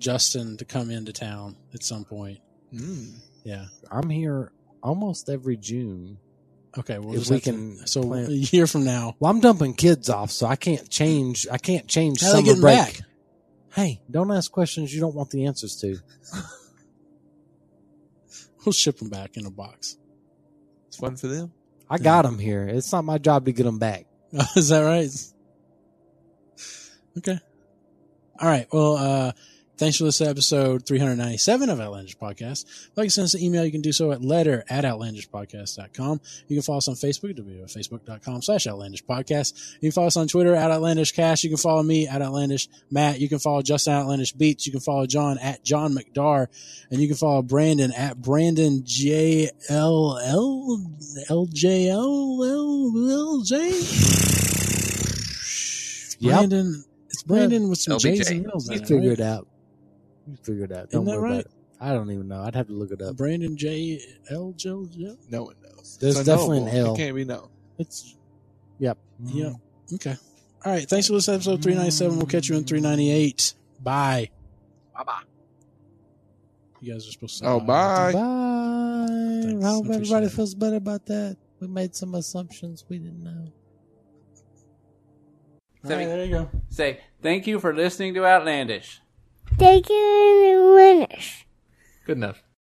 Speaker 1: Justin to come into town at some point.
Speaker 4: Hmm.
Speaker 3: Mm.
Speaker 1: Yeah.
Speaker 4: I'm here almost every June.
Speaker 1: Okay. We'll
Speaker 4: If
Speaker 1: just
Speaker 4: we
Speaker 1: have to-
Speaker 4: can
Speaker 1: so
Speaker 4: plan-
Speaker 1: a year from now.
Speaker 4: Well, I'm dumping kids off, so I can't change. I can't change
Speaker 1: How are they
Speaker 4: summer
Speaker 1: getting
Speaker 4: break.
Speaker 1: back?
Speaker 4: Hey, don't ask questions you don't want the answers to.
Speaker 1: We'll ship them back in a box.
Speaker 3: It's fun for them.
Speaker 4: I got them here. It's not my job to get them back.
Speaker 1: Is that right? Okay. All right. Well, uh, thanks for listening to episode 397 of Outlandish Podcast. If you'd like to send us an email, you can do so at letter at outlandishpodcast.com. You can follow us on Facebook, www.facebook.com slash outlandish podcast. You can follow us on Twitter at outlandish cash. You can follow me at outlandish Matt. You can follow Justin at outlandish beats. You can follow John at John McDar. And you can follow Brandon at Brandon J L L L J L L L J.
Speaker 4: Yep.
Speaker 1: Brandon. It's Brandon with some
Speaker 2: LBJ.
Speaker 1: J's and L's in
Speaker 4: You
Speaker 1: it,
Speaker 4: figure
Speaker 1: right?
Speaker 4: it out. You figure it out.
Speaker 1: Isn't
Speaker 4: Don't
Speaker 1: that
Speaker 4: worry
Speaker 1: right?
Speaker 4: about it. I don't even know. I'd have to look it up.
Speaker 1: Brandon J L J L. J-
Speaker 3: No one knows.
Speaker 4: There's
Speaker 3: It's
Speaker 4: definitely an
Speaker 3: unknowable.
Speaker 4: L.
Speaker 3: It can't be known.
Speaker 4: It's yep.
Speaker 1: Yep. Okay. All right. Thanks for listening to episode 397. We'll catch you in 398. Bye.
Speaker 2: Bye-bye.
Speaker 1: You guys are supposed to say
Speaker 3: Oh, bye.
Speaker 4: Bye.
Speaker 1: Thanks.
Speaker 4: I hope
Speaker 1: Appreciate
Speaker 4: everybody
Speaker 1: it.
Speaker 4: feels better about that. We made some assumptions we didn't know.
Speaker 1: All right, there you go.
Speaker 5: Say, thank you for listening to Outlandish.
Speaker 6: Take it in the winners.
Speaker 2: Good enough.